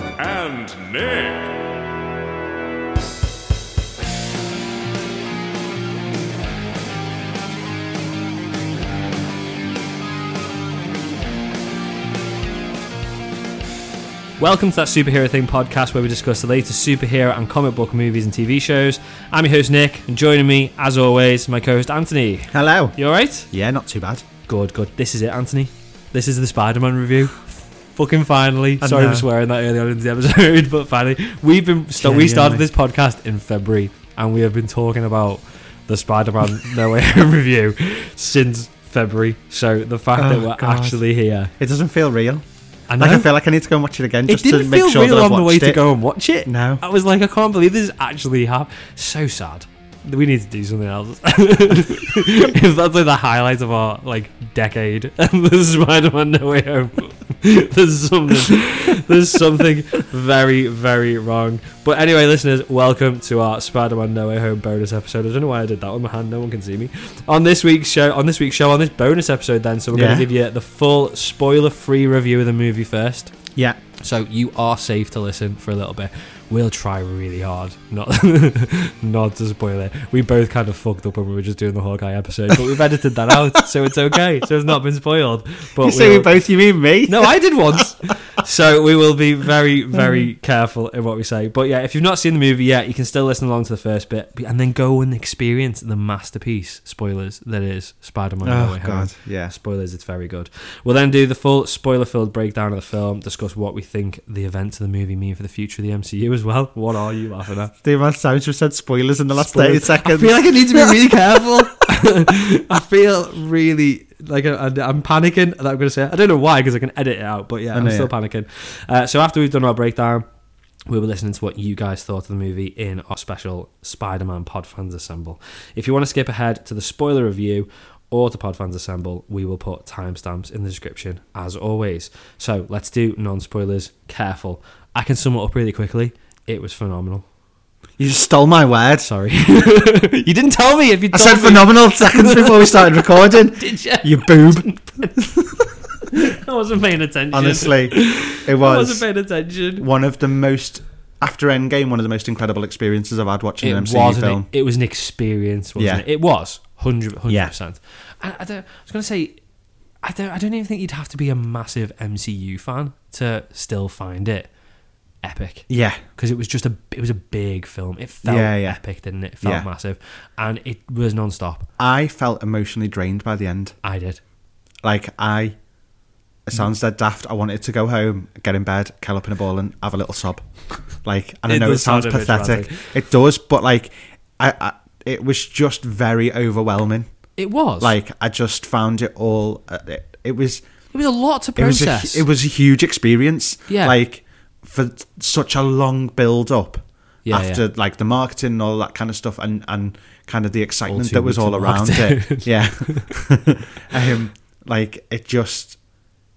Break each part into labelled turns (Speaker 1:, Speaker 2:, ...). Speaker 1: and Nick.
Speaker 2: Welcome to that superhero thing podcast where we discuss the latest superhero and comic book movies and TV shows. I'm your host Nick, and joining me, as always, my co-host Anthony.
Speaker 3: Hello.
Speaker 2: You all right?
Speaker 3: Yeah, not too bad.
Speaker 2: Good, good. This is it, Anthony. This is the Spider-Man review. Fucking finally.
Speaker 3: I
Speaker 2: Sorry
Speaker 3: know.
Speaker 2: for swearing that early on in the episode, but finally, we've been st- we started
Speaker 3: Genuinely.
Speaker 2: this podcast in February, and we have been talking about the Spider-Man No Way Home review since February. So the fact that
Speaker 3: Oh,
Speaker 2: we're
Speaker 3: God.
Speaker 2: actually here,
Speaker 3: It doesn't feel real.
Speaker 2: I know
Speaker 3: Like I feel like I need to go and watch it again
Speaker 2: it
Speaker 3: just to
Speaker 2: didn't
Speaker 3: make
Speaker 2: feel
Speaker 3: sure
Speaker 2: real
Speaker 3: that I've
Speaker 2: on the way
Speaker 3: watched
Speaker 2: to
Speaker 3: it.
Speaker 2: go and watch it.
Speaker 3: No.
Speaker 2: I was like, I can't believe this actually happened. So sad. We need to do something else. if that's like the highlight of our like decade, and the Spider-Man No Way Home, there's something, there's something very, very wrong. But anyway, listeners, welcome to our Spider-Man No Way Home bonus episode. I don't know why I did that with my hand. No one can see me. On this week's show, on this week's show, on this bonus episode, then, so we're
Speaker 3: Yeah.
Speaker 2: going to give you the full spoiler-free review of the movie first.
Speaker 3: Yeah.
Speaker 2: So you are safe to listen for a little bit. We'll try really hard not not to spoil it. We both kind of fucked up when we were just doing the Hawkeye episode, but we've edited that out, so it's okay. So it's not been spoiled. But
Speaker 3: you say we
Speaker 2: we'll-
Speaker 3: both, you mean me?
Speaker 2: no, I did once. so we will be very, very careful in what we say. But yeah, if you've not seen the movie yet, you can still listen along to the first bit and then go and experience the masterpiece, spoilers, that is Spider Man No
Speaker 3: Oh,
Speaker 2: Way Home.
Speaker 3: God. Yeah.
Speaker 2: Spoilers, it's very good. We'll then do the full spoiler filled breakdown of the film, discuss what we think the events of the movie mean for the future of the MCU as well. What are you laughing at?
Speaker 3: The amount of times we've said spoilers in the last
Speaker 2: Spoilers.
Speaker 3: 30 seconds.
Speaker 2: I feel like I need to be really careful. I feel really like I, I'm panicking that I'm going to say. it. I don't know why because I can edit it out, but yeah,
Speaker 3: I
Speaker 2: I'm
Speaker 3: know,
Speaker 2: still
Speaker 3: yeah.
Speaker 2: panicking. Uh, so after we've done our breakdown, we'll be listening to what you guys thought of the movie in our special Spider-Man Pod Fans Assemble. If you want to skip ahead to the spoiler review or to Pod Fans Assemble, we will put timestamps in the description as always. So let's do non-spoilers. Careful. I can sum it up really quickly. It was phenomenal.
Speaker 3: you just stole my word.
Speaker 2: Sorry. you didn't tell me if you
Speaker 3: I
Speaker 2: told
Speaker 3: said
Speaker 2: me.
Speaker 3: phenomenal seconds before we started recording.
Speaker 2: Did you?
Speaker 3: You boob.
Speaker 2: I wasn't paying attention.
Speaker 3: Honestly, it
Speaker 2: I wasn't
Speaker 3: was
Speaker 2: paying attention.
Speaker 3: one of the most, after Endgame, one of the most incredible experiences I've had watching an
Speaker 2: It
Speaker 3: MCU
Speaker 2: was,
Speaker 3: film.
Speaker 2: an, it was an experience, wasn't
Speaker 3: Yeah.
Speaker 2: it? It was hundred
Speaker 3: Yeah.
Speaker 2: percent. I, I don't. I was going to say, I don't. I don't even think you'd have to be a massive MCU fan to still find it epic
Speaker 3: Yeah.
Speaker 2: because it was just a. It was a big film. It felt
Speaker 3: Yeah, yeah.
Speaker 2: epic, didn't it? It felt
Speaker 3: Yeah.
Speaker 2: massive, and it was non-stop.
Speaker 3: I felt emotionally drained by the end.
Speaker 2: I did.
Speaker 3: Like I, it sounds dead daft. I wanted to go home, get in bed, curl up in a ball, and have a little sob. Like and I
Speaker 2: It
Speaker 3: know it
Speaker 2: does sound
Speaker 3: sounds
Speaker 2: a bit
Speaker 3: pathetic. It does, but like I, I, it was just very overwhelming.
Speaker 2: It was
Speaker 3: Like I just found it all. uh, It, it was.
Speaker 2: it was a lot to
Speaker 3: It was. A,
Speaker 2: process.
Speaker 3: hu- it was a huge experience.
Speaker 2: Yeah.
Speaker 3: Like for such a long build up.
Speaker 2: Yeah,
Speaker 3: after
Speaker 2: yeah.
Speaker 3: like the marketing and all that kind of stuff and and kind of the excitement
Speaker 2: too
Speaker 3: that was
Speaker 2: much
Speaker 3: all around
Speaker 2: marketing.
Speaker 3: it yeah um like it just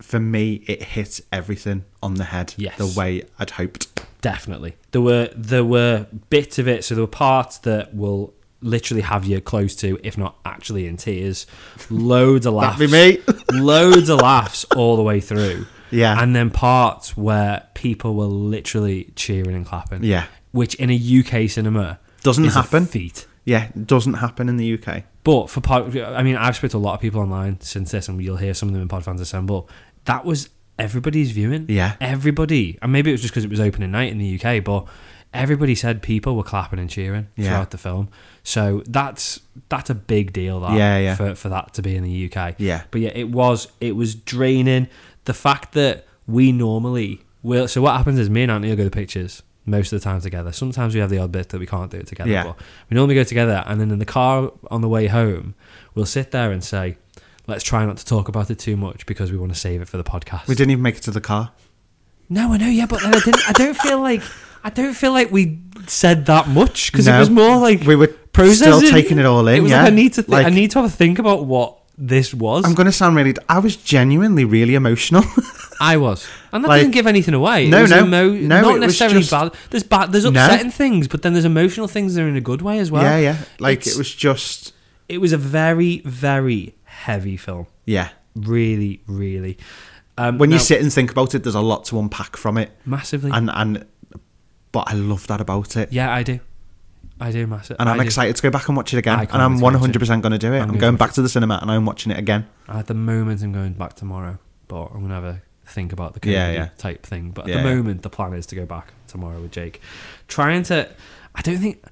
Speaker 3: for me it hit everything on the head
Speaker 2: Yes.
Speaker 3: the way i'd hoped
Speaker 2: Definitely. There were there were bits of it, so there were parts that will literally have you close to, if not actually in tears. Loads of laughs.
Speaker 3: be me.
Speaker 2: loads of laughs all the way through.
Speaker 3: Yeah.
Speaker 2: And then parts where people were literally cheering and clapping.
Speaker 3: Yeah.
Speaker 2: Which in a UK cinema
Speaker 3: Doesn't
Speaker 2: is a
Speaker 3: happen.
Speaker 2: feat.
Speaker 3: yeah it doesn't happen in the uk
Speaker 2: But for pod, I mean, I've spoken to a lot of people online since this, and you'll hear some of them in Podfans Assemble. That was everybody's viewing.
Speaker 3: Yeah.
Speaker 2: everybody, and maybe it was just because it was opening night in the UK, but everybody said people were clapping and cheering
Speaker 3: Yeah.
Speaker 2: throughout the film. So that's that's a big deal. That
Speaker 3: Yeah, yeah.
Speaker 2: For, for that to be in the UK.
Speaker 3: Yeah.
Speaker 2: but yeah, it was it was draining. The fact that we normally will. So what happens is me and Anthony will go to pictures. Most of the time together. Sometimes we have the odd bit that we can't do it together.
Speaker 3: Yeah.
Speaker 2: but we normally go together, and then in the car on the way home, we'll sit there and say, "Let's try not to talk about it too much because we want to save it for the podcast."
Speaker 3: we didn't even make it to the car
Speaker 2: No, I know, yeah, but then I didn't. I don't feel like I don't feel like we said that much because it
Speaker 3: No.
Speaker 2: was more like
Speaker 3: We were
Speaker 2: processing.
Speaker 3: still taking it all in,
Speaker 2: It was
Speaker 3: yeah.
Speaker 2: like I need to. Th- I
Speaker 3: Like-
Speaker 2: need to have a think about what this was.
Speaker 3: i'm gonna sound really i was genuinely really emotional
Speaker 2: I was, and that
Speaker 3: Like-
Speaker 2: didn't give anything away. It
Speaker 3: No,
Speaker 2: was
Speaker 3: no,
Speaker 2: emo-
Speaker 3: no, it
Speaker 2: not
Speaker 3: was
Speaker 2: necessarily
Speaker 3: just-
Speaker 2: bad. There's bad. There's
Speaker 3: No.
Speaker 2: upsetting things, but then there's emotional things that are in a good way as well.
Speaker 3: yeah yeah like
Speaker 2: It's-
Speaker 3: it was just
Speaker 2: It was a very, very heavy film.
Speaker 3: yeah
Speaker 2: Really, really. Um,
Speaker 3: when you
Speaker 2: now-
Speaker 3: sit and think about it there's a lot to unpack from it
Speaker 2: massively,
Speaker 3: and and but I love that about it.
Speaker 2: Yeah, I do. I do, massive.
Speaker 3: And I'm
Speaker 2: I do.
Speaker 3: excited to go back and watch it again.
Speaker 2: I
Speaker 3: And
Speaker 2: can't
Speaker 3: I'm
Speaker 2: wait to watch
Speaker 3: 100% going to do it.
Speaker 2: I'm
Speaker 3: I'm,
Speaker 2: gonna
Speaker 3: going
Speaker 2: watch
Speaker 3: back to the cinema and I'm watching it again.
Speaker 2: At the moment, I'm going back tomorrow, but I'm gonna have a think about the comedy
Speaker 3: Yeah, yeah.
Speaker 2: type thing. But at
Speaker 3: Yeah,
Speaker 2: the
Speaker 3: yeah.
Speaker 2: moment, the plan is to go back tomorrow with Jake, trying to. I don't think.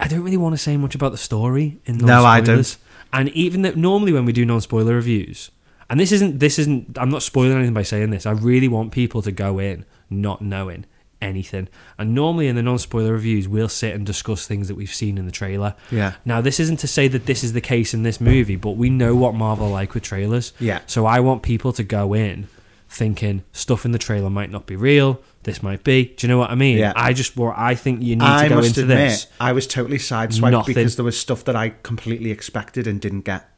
Speaker 2: I don't really want to say much about the story in
Speaker 3: No, I
Speaker 2: non-spoilers. And even that, normally when we do non-spoiler reviews, and this isn't this isn't. I'm not spoiling anything by saying this. I really want people to go in not knowing anything. And normally in the non-spoiler reviews, we'll sit and discuss things that we've seen in the trailer.
Speaker 3: Yeah.
Speaker 2: Now, this isn't to say that this is the case in this movie, but we know what Marvel are like with trailers.
Speaker 3: Yeah.
Speaker 2: So I want people to go in thinking stuff in the trailer might not be real. This might be. Do you know what I mean?
Speaker 3: Yeah.
Speaker 2: I just, well, I think you need
Speaker 3: I
Speaker 2: to go
Speaker 3: must
Speaker 2: into
Speaker 3: admit,
Speaker 2: this.
Speaker 3: I was totally sideswiped
Speaker 2: Nothing.
Speaker 3: because there was stuff that I completely expected and didn't get.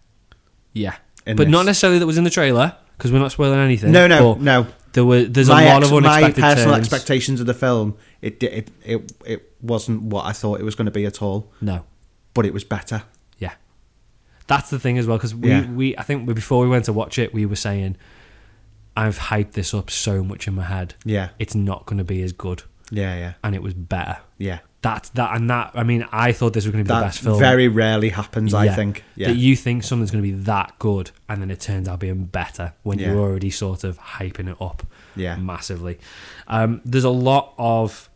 Speaker 2: Yeah.
Speaker 3: In
Speaker 2: But not
Speaker 3: this.
Speaker 2: necessarily that was in the trailer because we're not spoiling anything.
Speaker 3: No, no,
Speaker 2: but
Speaker 3: no.
Speaker 2: There were there's a lot
Speaker 3: ex-
Speaker 2: of unexpected
Speaker 3: my personal
Speaker 2: turns.
Speaker 3: expectations of the film, it, di- it it it wasn't what I thought it was going to be at all,
Speaker 2: no.
Speaker 3: but it was better.
Speaker 2: Yeah, that's the thing as well because we,
Speaker 3: Yeah.
Speaker 2: we I think before we went to watch it, we were saying I've hyped this up so much in my head.
Speaker 3: Yeah.
Speaker 2: it's not going to be as good,
Speaker 3: Yeah, yeah,
Speaker 2: and it was better.
Speaker 3: yeah.
Speaker 2: That's that and that. I mean, I thought this was going to be
Speaker 3: That
Speaker 2: the best film.
Speaker 3: very rarely happens, I
Speaker 2: Yeah.
Speaker 3: think. Yeah,
Speaker 2: That you think something's going to be that good, and then it turns out being better when
Speaker 3: Yeah.
Speaker 2: you're already sort of hyping it up
Speaker 3: Yeah.
Speaker 2: massively. Um, there's a lot of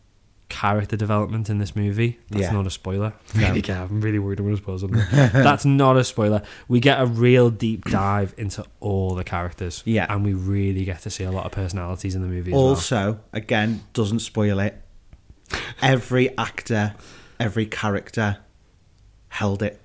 Speaker 2: character development in this movie. That's
Speaker 3: Yeah.
Speaker 2: not a spoiler. Really, yeah, I'm really worried I'm going to spoil something. That's not a spoiler. We get a real deep dive into all the characters.
Speaker 3: Yeah.
Speaker 2: And we really get to see a lot of personalities in the movie as well.
Speaker 3: Also, again, doesn't spoil it. Every actor, every character held it.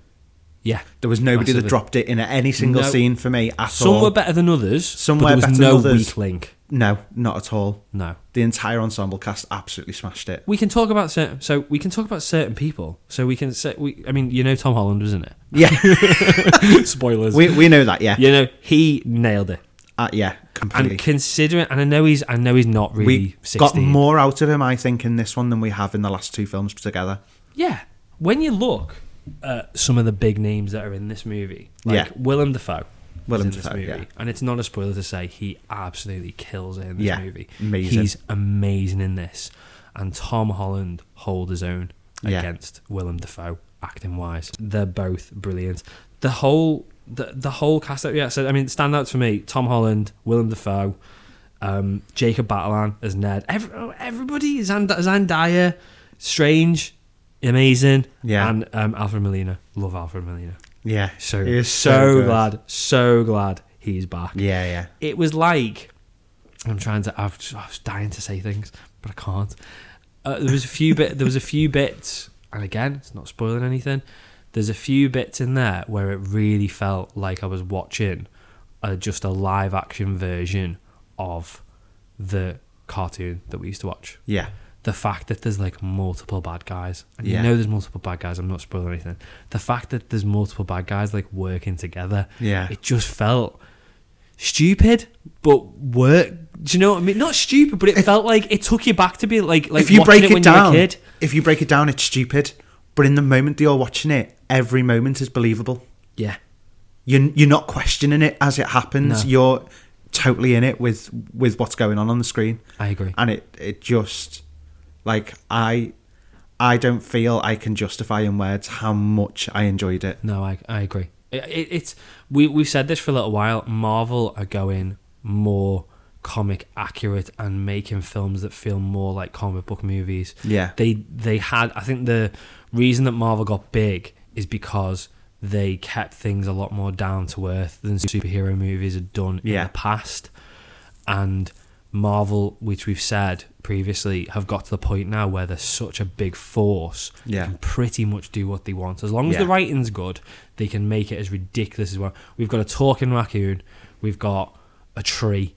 Speaker 2: Yeah.
Speaker 3: There was nobody that
Speaker 2: Massively.
Speaker 3: dropped it in any single
Speaker 2: No.
Speaker 3: scene for me at
Speaker 2: Some
Speaker 3: all.
Speaker 2: were better than others.
Speaker 3: Some
Speaker 2: but
Speaker 3: were
Speaker 2: there was
Speaker 3: better than
Speaker 2: no
Speaker 3: others.
Speaker 2: weak link.
Speaker 3: no, not at all.
Speaker 2: No.
Speaker 3: The entire ensemble cast absolutely smashed it.
Speaker 2: we can talk about certain so we can talk about certain people so we can say we i mean you know tom holland was in it
Speaker 3: Yeah,
Speaker 2: spoilers
Speaker 3: we, we know that. Yeah, yeah,
Speaker 2: you know he nailed it
Speaker 3: uh, yeah
Speaker 2: and
Speaker 3: completely.
Speaker 2: considering and i know he's i know he's not really
Speaker 3: we
Speaker 2: 16.
Speaker 3: got more out of him, I think, in this one than we have in the last two films together.
Speaker 2: yeah when you look at some of the big names that are in this movie like
Speaker 3: Yeah.
Speaker 2: willem dafoe was
Speaker 3: Willem
Speaker 2: in this
Speaker 3: Dafoe,
Speaker 2: movie
Speaker 3: yeah.
Speaker 2: and it's not a spoiler to say he absolutely kills it in this
Speaker 3: Yeah,
Speaker 2: movie
Speaker 3: amazing.
Speaker 2: he's amazing in this and tom holland hold his own
Speaker 3: Yeah.
Speaker 2: against Willem Dafoe acting wise. They're both brilliant. The whole the, the whole cast yeah, so I mean standouts for me, Tom Holland, Willem Dafoe, um, Jacob Batalon as Ned. Every, oh, everybody Zand- Zandaya, Strange, amazing.
Speaker 3: Yeah.
Speaker 2: And um, Alfred Molina. Love Alfred Molina.
Speaker 3: Yeah,
Speaker 2: So
Speaker 3: he is
Speaker 2: so
Speaker 3: good.
Speaker 2: glad, so glad he's back
Speaker 3: Yeah, yeah.
Speaker 2: it was like I'm trying to. I've, I was dying to say things, but I can't. Uh, there was a few bit. There was a few bits, and again, it's not spoiling anything. There's a few bits in there where it really felt like I was watching uh, just a live action version of the cartoon that we used to watch
Speaker 3: Yeah.
Speaker 2: the fact that there's like multiple bad guys, and
Speaker 3: Yeah.
Speaker 2: you know there's multiple bad guys. I'm not spoiling anything. The fact that there's multiple bad guys like working together,
Speaker 3: Yeah.
Speaker 2: it just felt stupid, but work. Do you know what I mean? Not stupid, but it felt like it took you back to be like like
Speaker 3: if you
Speaker 2: watching
Speaker 3: break it,
Speaker 2: when
Speaker 3: down,
Speaker 2: you were a kid.
Speaker 3: if you break it down, it's stupid. But in the moment that you're watching it, every moment is believable.
Speaker 2: Yeah,
Speaker 3: You're you're not questioning it as it happens.
Speaker 2: No.
Speaker 3: You're totally in it with with what's going on on the screen,
Speaker 2: I agree.
Speaker 3: and it it just like I I don't feel I can justify in words how much I enjoyed it.
Speaker 2: No, I, I agree. It, it, it's we we've said this for a little while. Marvel are going more comic accurate and making films that feel more like comic book movies.
Speaker 3: Yeah.
Speaker 2: they they had. I think the reason that Marvel got big is because they kept things a lot more down to earth than superhero movies had done
Speaker 3: Yeah.
Speaker 2: in the past. And Marvel, which we've said previously, have got to the point now where they're such a big force. they
Speaker 3: Yeah.
Speaker 2: can pretty much do what they want. As long as
Speaker 3: Yeah.
Speaker 2: the writing's good, they can make it as ridiculous as well. We've got a talking raccoon, we've got a tree,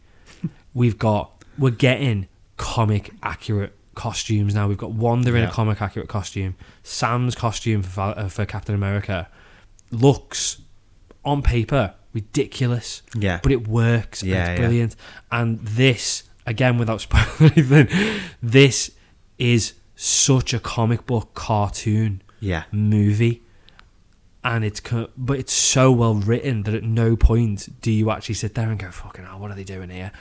Speaker 2: we've got we're getting comic accurate costumes now. We've got Wanda in
Speaker 3: Yeah.
Speaker 2: a comic accurate costume. Sam's costume for Val- uh, for Captain America looks on paper ridiculous.
Speaker 3: Yeah.
Speaker 2: But it works. and
Speaker 3: Yeah, yeah.
Speaker 2: it's brilliant. And this, again, without spoiling anything, this is such a comic book cartoon
Speaker 3: Yeah.
Speaker 2: movie. And it's co- but it's so well written that at no point do you actually sit there and go fucking hell, what are they doing here?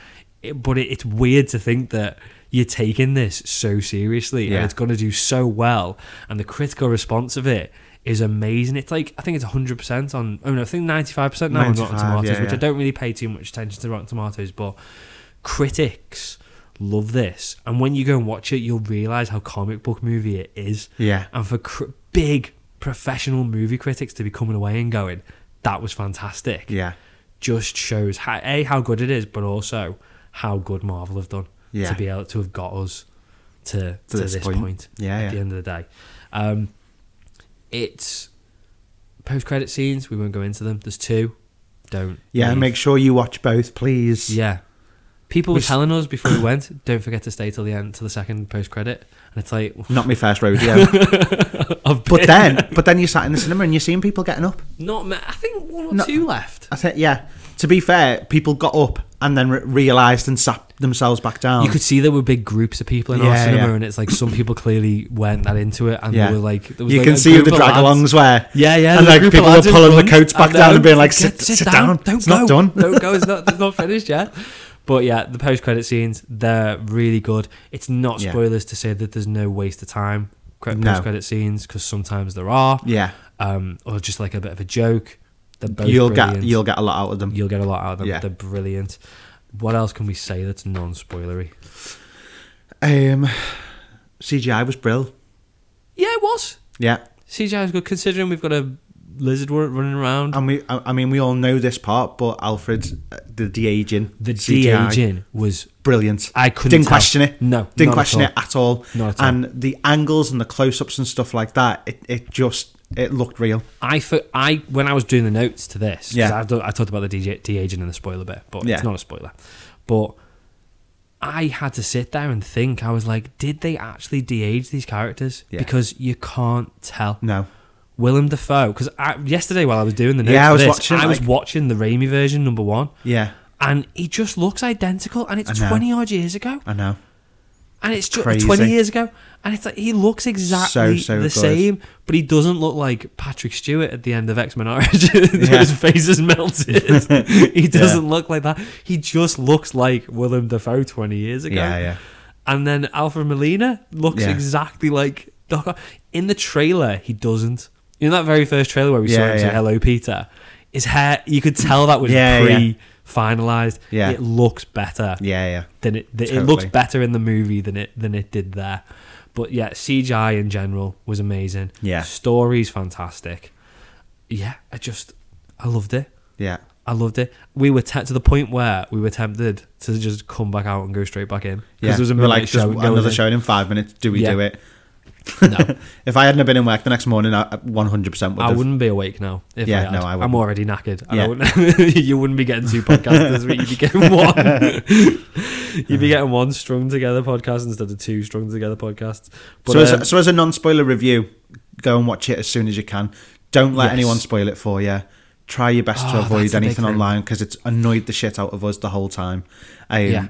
Speaker 2: It, but it, it's weird to think that you're taking this so seriously
Speaker 3: Yeah.
Speaker 2: and it's going to do so well. And the critical response of it is amazing. It's like, I think it's 100% on, oh no, I think 95% now on Rotten
Speaker 3: 95,
Speaker 2: Tomatoes,
Speaker 3: yeah,
Speaker 2: which I
Speaker 3: yeah.
Speaker 2: don't really pay too much attention to Rotten Tomatoes, but critics love this. And when you go and watch it, you'll realize how comic book movie it is.
Speaker 3: Yeah.
Speaker 2: And for cr- big professional movie critics to be coming away and going, that was fantastic
Speaker 3: Yeah.
Speaker 2: just shows how, a how good it is, but also how good Marvel have done
Speaker 3: Yeah.
Speaker 2: to be able to have got us to to, this, point.
Speaker 3: Yeah,
Speaker 2: at
Speaker 3: yeah.
Speaker 2: the end of the day, um, it's post credit scenes. We won't go into them. There's two. Don't.
Speaker 3: Yeah,
Speaker 2: leave.
Speaker 3: make sure you watch both, please.
Speaker 2: Yeah. People were
Speaker 3: Which-
Speaker 2: telling us before we went, don't forget to stay till the end, till the second post credit, and it's like,
Speaker 3: Not my first rodeo.
Speaker 2: I've
Speaker 3: but
Speaker 2: been-
Speaker 3: then but then you sat in the cinema and you're seeing people getting up.
Speaker 2: not. ma- I think one or
Speaker 3: No.
Speaker 2: two left.
Speaker 3: I said, yeah. To be fair, people got up and then re- realised and sat themselves back down.
Speaker 2: you could see there were big groups of people in our
Speaker 3: Um, Yeah,
Speaker 2: cinema,
Speaker 3: yeah.
Speaker 2: and it's like some people clearly weren't that into it, and
Speaker 3: Yeah.
Speaker 2: they were like, there was
Speaker 3: You
Speaker 2: like
Speaker 3: can
Speaker 2: a
Speaker 3: see who
Speaker 2: group
Speaker 3: the
Speaker 2: of
Speaker 3: drag alongs
Speaker 2: lads-
Speaker 3: were.
Speaker 2: Yeah, yeah. there's
Speaker 3: And
Speaker 2: a
Speaker 3: like
Speaker 2: group of
Speaker 3: people were
Speaker 2: lads in
Speaker 3: pulling the
Speaker 2: front,
Speaker 3: coats back
Speaker 2: I
Speaker 3: down and
Speaker 2: know.
Speaker 3: being like,
Speaker 2: Get-
Speaker 3: sit, sit, down.
Speaker 2: Don't
Speaker 3: it's
Speaker 2: go.
Speaker 3: not done.
Speaker 2: Don't go. It's not. It's not finished yet. But yeah, the post-credit scenes they're really good. It's not
Speaker 3: Yeah.
Speaker 2: spoilers to say that there's no waste of time cre-
Speaker 3: No.
Speaker 2: post-credit scenes because sometimes there are,
Speaker 3: Yeah.
Speaker 2: um, or just like a bit of a joke. They're both
Speaker 3: You'll
Speaker 2: brilliant.
Speaker 3: get you'll get a lot out of them.
Speaker 2: You'll get a lot out of them.
Speaker 3: Yeah.
Speaker 2: They're brilliant. What else can we say that's non-spoilery?
Speaker 3: Um CGI was brill.
Speaker 2: Yeah, it was.
Speaker 3: Yeah.
Speaker 2: CGI is good considering we've got a lizard wor- running around.
Speaker 3: And we I, I mean we all know this part, but Alfred's uh, the de aging.
Speaker 2: the de aging was
Speaker 3: Brilliant.
Speaker 2: I couldn't
Speaker 3: didn't
Speaker 2: tell.
Speaker 3: question it.
Speaker 2: No, not
Speaker 3: didn't
Speaker 2: at
Speaker 3: question
Speaker 2: all.
Speaker 3: it at all.
Speaker 2: Not at all.
Speaker 3: And the angles and the close-ups and stuff like that, it, it just it looked real.
Speaker 2: I thought I when I was doing the notes to this. 'cause
Speaker 3: Yeah.
Speaker 2: I've done- I talked about the DJ, de aging and the spoiler bit, but
Speaker 3: Yeah.
Speaker 2: it's not a spoiler. But I had to sit there and think. I was like, did they actually de age these characters?
Speaker 3: Yeah.
Speaker 2: Because you can't tell.
Speaker 3: No,
Speaker 2: Willem Dafoe. Because yesterday while I was doing the notes,
Speaker 3: Yeah, I
Speaker 2: for
Speaker 3: was
Speaker 2: this,
Speaker 3: watching,
Speaker 2: I was
Speaker 3: like-
Speaker 2: watching the Raimi version number one,
Speaker 3: yeah,
Speaker 2: and he just looks identical, and it's
Speaker 3: I know.
Speaker 2: twenty odd years ago.
Speaker 3: I know.
Speaker 2: and it's just
Speaker 3: Crazy.
Speaker 2: 20 years ago and it's like he looks exactly
Speaker 3: so
Speaker 2: the
Speaker 3: good.
Speaker 2: same but he doesn't look like patrick stewart at the end of x-men origins
Speaker 3: Yeah.
Speaker 2: his face is melted he doesn't look like that he just looks like willem dafoe 20 years ago
Speaker 3: Yeah, yeah.
Speaker 2: and then alfred molina looks
Speaker 3: Yeah.
Speaker 2: exactly like Doc Ock. in the trailer he doesn't in that very first trailer where we saw
Speaker 3: Yeah,
Speaker 2: him say
Speaker 3: yeah.
Speaker 2: hello peter his hair you could tell that was
Speaker 3: Yeah, yeah.
Speaker 2: pre finalized
Speaker 3: Yeah.
Speaker 2: it looks better
Speaker 3: Yeah, yeah.
Speaker 2: than it. That It looks
Speaker 3: Totally.
Speaker 2: better in the movie than it than it did there. But yeah, CGI in general was amazing.
Speaker 3: Yeah.
Speaker 2: story's fantastic. Yeah, I just I loved it.
Speaker 3: Yeah.
Speaker 2: I loved it. We were te- to the point where we were tempted to just come back out and go straight back in because
Speaker 3: Yeah.
Speaker 2: there was a
Speaker 3: We were
Speaker 2: minute
Speaker 3: like
Speaker 2: show.
Speaker 3: just
Speaker 2: and go
Speaker 3: another
Speaker 2: in.
Speaker 3: show in five minutes. Do we
Speaker 2: Yeah.
Speaker 3: do it? No. if I hadn't have been in work the next morning, I 100 percent would
Speaker 2: I
Speaker 3: have.
Speaker 2: wouldn't be awake now. If
Speaker 3: Yeah,
Speaker 2: I had.
Speaker 3: no, I
Speaker 2: I'm
Speaker 3: wouldn't.
Speaker 2: already knackered. And I
Speaker 3: Yeah.
Speaker 2: wouldn't, you wouldn't be getting two podcasts this week. You'd be getting one. You'd be getting one strung together podcast instead of two strung together podcasts. But,
Speaker 3: so, as
Speaker 2: um,
Speaker 3: a, so as a non-spoiler review, go and watch it as soon as you can. Don't let
Speaker 2: Yes.
Speaker 3: anyone spoil it for you. Try your best
Speaker 2: Oh,
Speaker 3: to
Speaker 2: that's
Speaker 3: avoid
Speaker 2: the big
Speaker 3: anything
Speaker 2: thing.
Speaker 3: online because it's annoyed the shit out of us the whole time. Um,
Speaker 2: Yeah.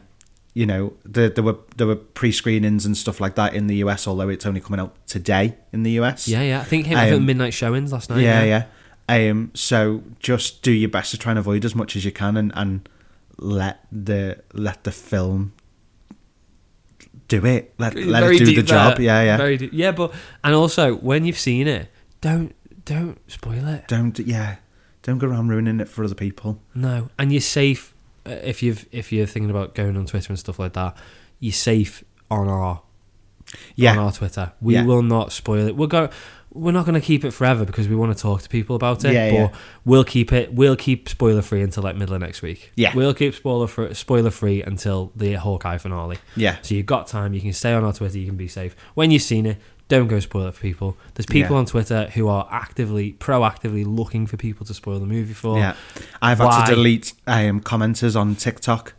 Speaker 3: You know, there, there were there were pre-screenings and stuff like that in the US, although it's only coming out today in the US.
Speaker 2: Yeah, yeah. I think it came out at
Speaker 3: Um,
Speaker 2: midnight showings last night.
Speaker 3: yeah, yeah. Um, so just do your best to try and avoid as much as you can, and, and let the let the film do it. Let let
Speaker 2: Very
Speaker 3: it do
Speaker 2: deep
Speaker 3: the
Speaker 2: there.
Speaker 3: job. Yeah, yeah.
Speaker 2: Very deep. Yeah, but and also when you've seen it, don't don't spoil it.
Speaker 3: Don't yeah. Don't go around ruining it for other people.
Speaker 2: No, and you're safe uh, if you've if you're thinking about going on Twitter and stuff like that. You're safe on our on
Speaker 3: Yeah,
Speaker 2: our Twitter. We
Speaker 3: Yeah.
Speaker 2: will not spoil it. We'll go. We're not going to keep it forever because we want to talk to people about it.
Speaker 3: Yeah,
Speaker 2: but
Speaker 3: yeah.
Speaker 2: we'll keep it. We'll keep spoiler free until like middle of next week.
Speaker 3: Yeah.
Speaker 2: we'll keep spoiler free, spoiler free until the Hawkeye finale.
Speaker 3: yeah,
Speaker 2: So you've got time. You can stay on our Twitter. You can be safe. When you've seen it, don't go spoil it for people. There's people
Speaker 3: Yeah.
Speaker 2: on Twitter who are actively, proactively looking for people to spoil the movie for.
Speaker 3: yeah. I've had
Speaker 2: Why?
Speaker 3: to delete um, commenters on TikTok,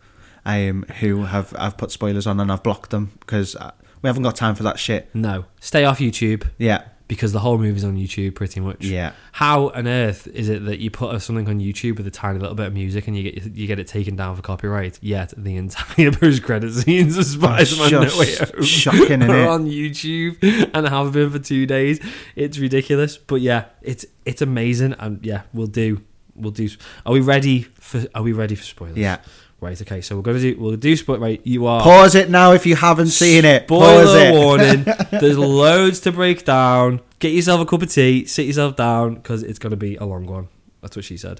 Speaker 3: um, who have I've put spoilers on and I've blocked them because we haven't got time for that shit.
Speaker 2: No, stay off YouTube
Speaker 3: Yeah,
Speaker 2: because the whole movie's on YouTube pretty much.
Speaker 3: yeah,
Speaker 2: How on earth is it that you put something on YouTube with a tiny little bit of music and you get you get it taken down for copyright? Yet the entire post credit scenes of Spider-Man No Way
Speaker 3: just
Speaker 2: Home
Speaker 3: shocking, innit?
Speaker 2: are on YouTube and have been for two days. It's ridiculous, but yeah, it's it's amazing. And yeah, we'll do we'll do. Are we ready for Are we ready for spoilers?
Speaker 3: yeah.
Speaker 2: Right. Okay. So we're gonna do. We'll do. But right, you are.
Speaker 3: Pause it now if you haven't seen it. Pause
Speaker 2: Spoiler
Speaker 3: it.
Speaker 2: warning. There's loads to break down. Get yourself a cup of tea. Sit yourself down because it's gonna be a long one. That's what she said.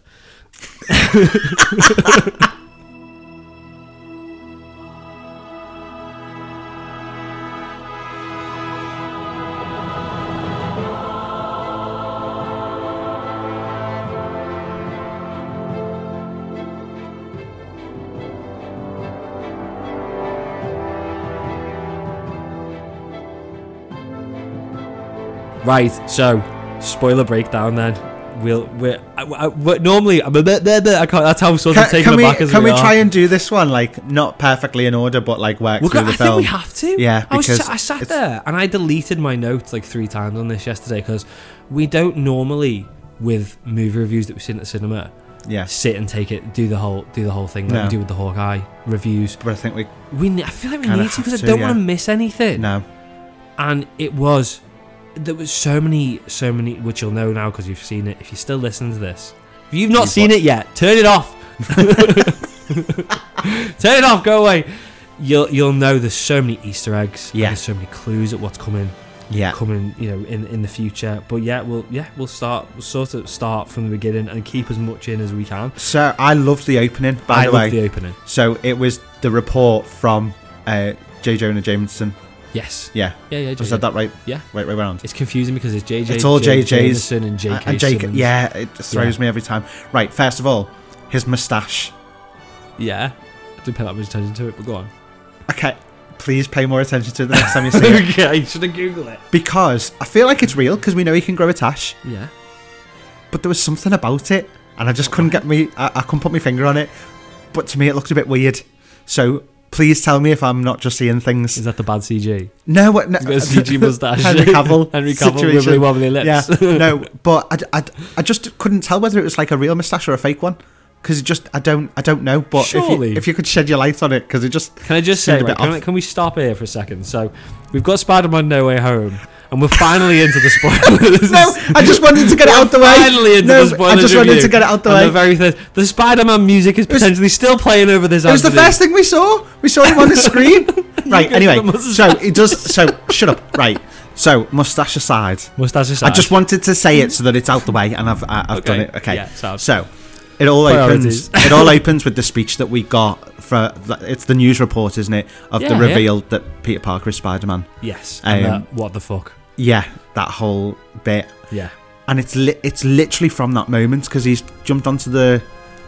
Speaker 2: Right, so spoiler breakdown then. We'll we're, I, I, we're normally I'm a bit, bit, bit I can't, that's how sort of
Speaker 3: Can,
Speaker 2: taken
Speaker 3: can we
Speaker 2: aback as
Speaker 3: can we,
Speaker 2: are.
Speaker 3: try and do this one like not perfectly in order, but like work
Speaker 2: We're
Speaker 3: through
Speaker 2: gonna-
Speaker 3: the
Speaker 2: I
Speaker 3: film?
Speaker 2: think we have to.
Speaker 3: Yeah,
Speaker 2: I, was,
Speaker 3: because
Speaker 2: sat- I sat
Speaker 3: it's-
Speaker 2: there and I deleted my notes like three times on this yesterday because we don't normally with movie reviews that we see at the cinema
Speaker 3: Yeah,
Speaker 2: sit and take it do the whole do the whole thing like
Speaker 3: No.
Speaker 2: we do with the Hawkeye reviews.
Speaker 3: but I think we
Speaker 2: We ne- I feel like we
Speaker 3: Kinda
Speaker 2: need to because
Speaker 3: have
Speaker 2: I
Speaker 3: to,
Speaker 2: don't
Speaker 3: yeah.
Speaker 2: want to miss anything.
Speaker 3: no.
Speaker 2: and it was there was so many so many which you'll know now because you've seen it if you still listen to this if you've not
Speaker 3: You've
Speaker 2: seen it yet turn it off turn it off go away you'll you'll know there's so many easter eggs and
Speaker 3: Yeah.
Speaker 2: there's so many clues at what's coming
Speaker 3: Yeah,
Speaker 2: coming you know in in the future but yeah we'll yeah we'll start we'll sort of start from the beginning and keep as much in as we can
Speaker 3: so I loved the opening. By
Speaker 2: i
Speaker 3: the
Speaker 2: love
Speaker 3: way,
Speaker 2: the opening
Speaker 3: so it was the report from uh, J. Jonah Jameson.
Speaker 2: yes
Speaker 3: Yeah,
Speaker 2: yeah yeah
Speaker 3: I
Speaker 2: JJ.
Speaker 3: said that right.
Speaker 2: yeah
Speaker 3: Right, right round.
Speaker 2: it's confusing because it's jj
Speaker 3: It's all
Speaker 2: J-
Speaker 3: JJ's
Speaker 2: Jameson and jk
Speaker 3: Uh, and Jake,
Speaker 2: Simmons.
Speaker 3: yeah, it just throws
Speaker 2: Yeah.
Speaker 3: me every time. Right, first of all, his mustache.
Speaker 2: yeah I didn't pay that much attention to it, but go on.
Speaker 3: Okay, please pay more attention to it the next time you see it
Speaker 2: okay, should I Google it?
Speaker 3: because I feel like it's real because we know he can grow a tash,
Speaker 2: Yeah.
Speaker 3: but there was something about it, and I just couldn't get me. I, I couldn't put my finger on it, but to me it looked a bit weird. So please tell me if I'm not just seeing things.
Speaker 2: Is that the bad CG?
Speaker 3: No, what? No,
Speaker 2: He's got a CG mustache.
Speaker 3: Henry Cavill.
Speaker 2: Henry Cavill,
Speaker 3: situation.
Speaker 2: wibbly wobbly lips.
Speaker 3: Yeah, no, but I, I, I just couldn't tell whether it was like a real mustache or a fake one because it just I don't I don't know. But if
Speaker 2: Surely.
Speaker 3: you, if you could shed your light on it because it just
Speaker 2: Can I just
Speaker 3: Seemed
Speaker 2: say,
Speaker 3: a
Speaker 2: right,
Speaker 3: bit
Speaker 2: can,
Speaker 3: off.
Speaker 2: I- can we stop here for a second? So, we've got Spider Man No Way Home, and we're finally into the spoilers.
Speaker 3: no, I just wanted to get it out the way.
Speaker 2: Finally into
Speaker 3: no,
Speaker 2: the spoilers.
Speaker 3: I just wanted
Speaker 2: review.
Speaker 3: to get it out the
Speaker 2: And
Speaker 3: way.
Speaker 2: The very thing, the Spider-Man music is
Speaker 3: was-
Speaker 2: potentially still playing over this.
Speaker 3: it was the
Speaker 2: afternoon.
Speaker 3: first thing we saw. We saw him on the screen. right.
Speaker 2: gave
Speaker 3: Anyway,
Speaker 2: him a
Speaker 3: so it does. So shut up. Right. So mustache aside,
Speaker 2: Mustache aside.
Speaker 3: I just wanted to say it so that it's out the way, and I've I, I've done
Speaker 2: Okay,
Speaker 3: it. Okay.
Speaker 2: yeah, sound.
Speaker 3: so it all
Speaker 2: Priorities.
Speaker 3: opens. it all opens with the speech that we got for. It's the news report, isn't it, of
Speaker 2: Yeah,
Speaker 3: the
Speaker 2: yeah.
Speaker 3: reveal that Peter Parker is Spider Man.
Speaker 2: yes. and
Speaker 3: Um,
Speaker 2: that, what the fuck?
Speaker 3: Yeah, that whole bit,
Speaker 2: Yeah.
Speaker 3: and it's li- it's literally from that moment because he's jumped onto the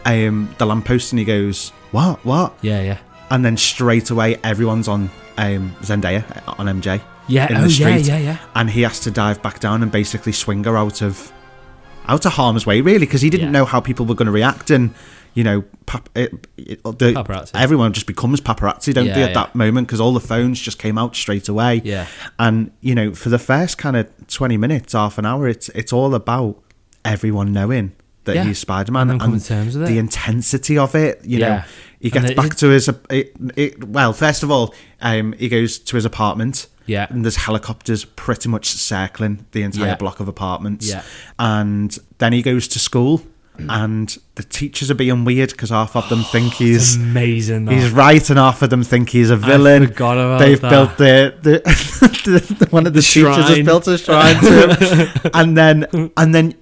Speaker 3: um the lamppost and he goes what what,
Speaker 2: Yeah. Yeah.
Speaker 3: and then straight away everyone's on um Zendaya uh, on MJ,
Speaker 2: Yeah.
Speaker 3: In
Speaker 2: oh
Speaker 3: the
Speaker 2: yeah.
Speaker 3: street.
Speaker 2: Yeah. Yeah.
Speaker 3: and he has to dive back down and basically swing her out of out of harm's way really because he didn't
Speaker 2: Yeah.
Speaker 3: know how people were going to react and you know pap- it, it, the,
Speaker 2: Paparazzi.
Speaker 3: everyone just becomes paparazzi don't they
Speaker 2: Yeah,
Speaker 3: at that moment because all the phones just came out straight away
Speaker 2: Yeah.
Speaker 3: and you know for the first kind of 20 minutes half an hour it's it's all about everyone knowing that
Speaker 2: Yeah.
Speaker 3: he's
Speaker 2: And
Speaker 3: spider-man
Speaker 2: then coming to terms with it.
Speaker 3: the intensity of it you
Speaker 2: Yeah.
Speaker 3: know he
Speaker 2: And
Speaker 3: gets
Speaker 2: it-
Speaker 3: back to his ap- it, it, well first of all um, he goes to his apartment
Speaker 2: Yeah.
Speaker 3: and there's helicopters pretty much circling the entire
Speaker 2: Yeah.
Speaker 3: block of apartments
Speaker 2: Yeah. Mm.
Speaker 3: and then he goes to school and the teachers are being weird because half of them think
Speaker 2: It's
Speaker 3: he's
Speaker 2: amazing. that.
Speaker 3: He's right, and half of them think he's a villain.
Speaker 2: forgot about
Speaker 3: They've
Speaker 2: that.
Speaker 3: built the, the, the one of the teachers has
Speaker 2: shrine.
Speaker 3: built a shrine to him, and then and then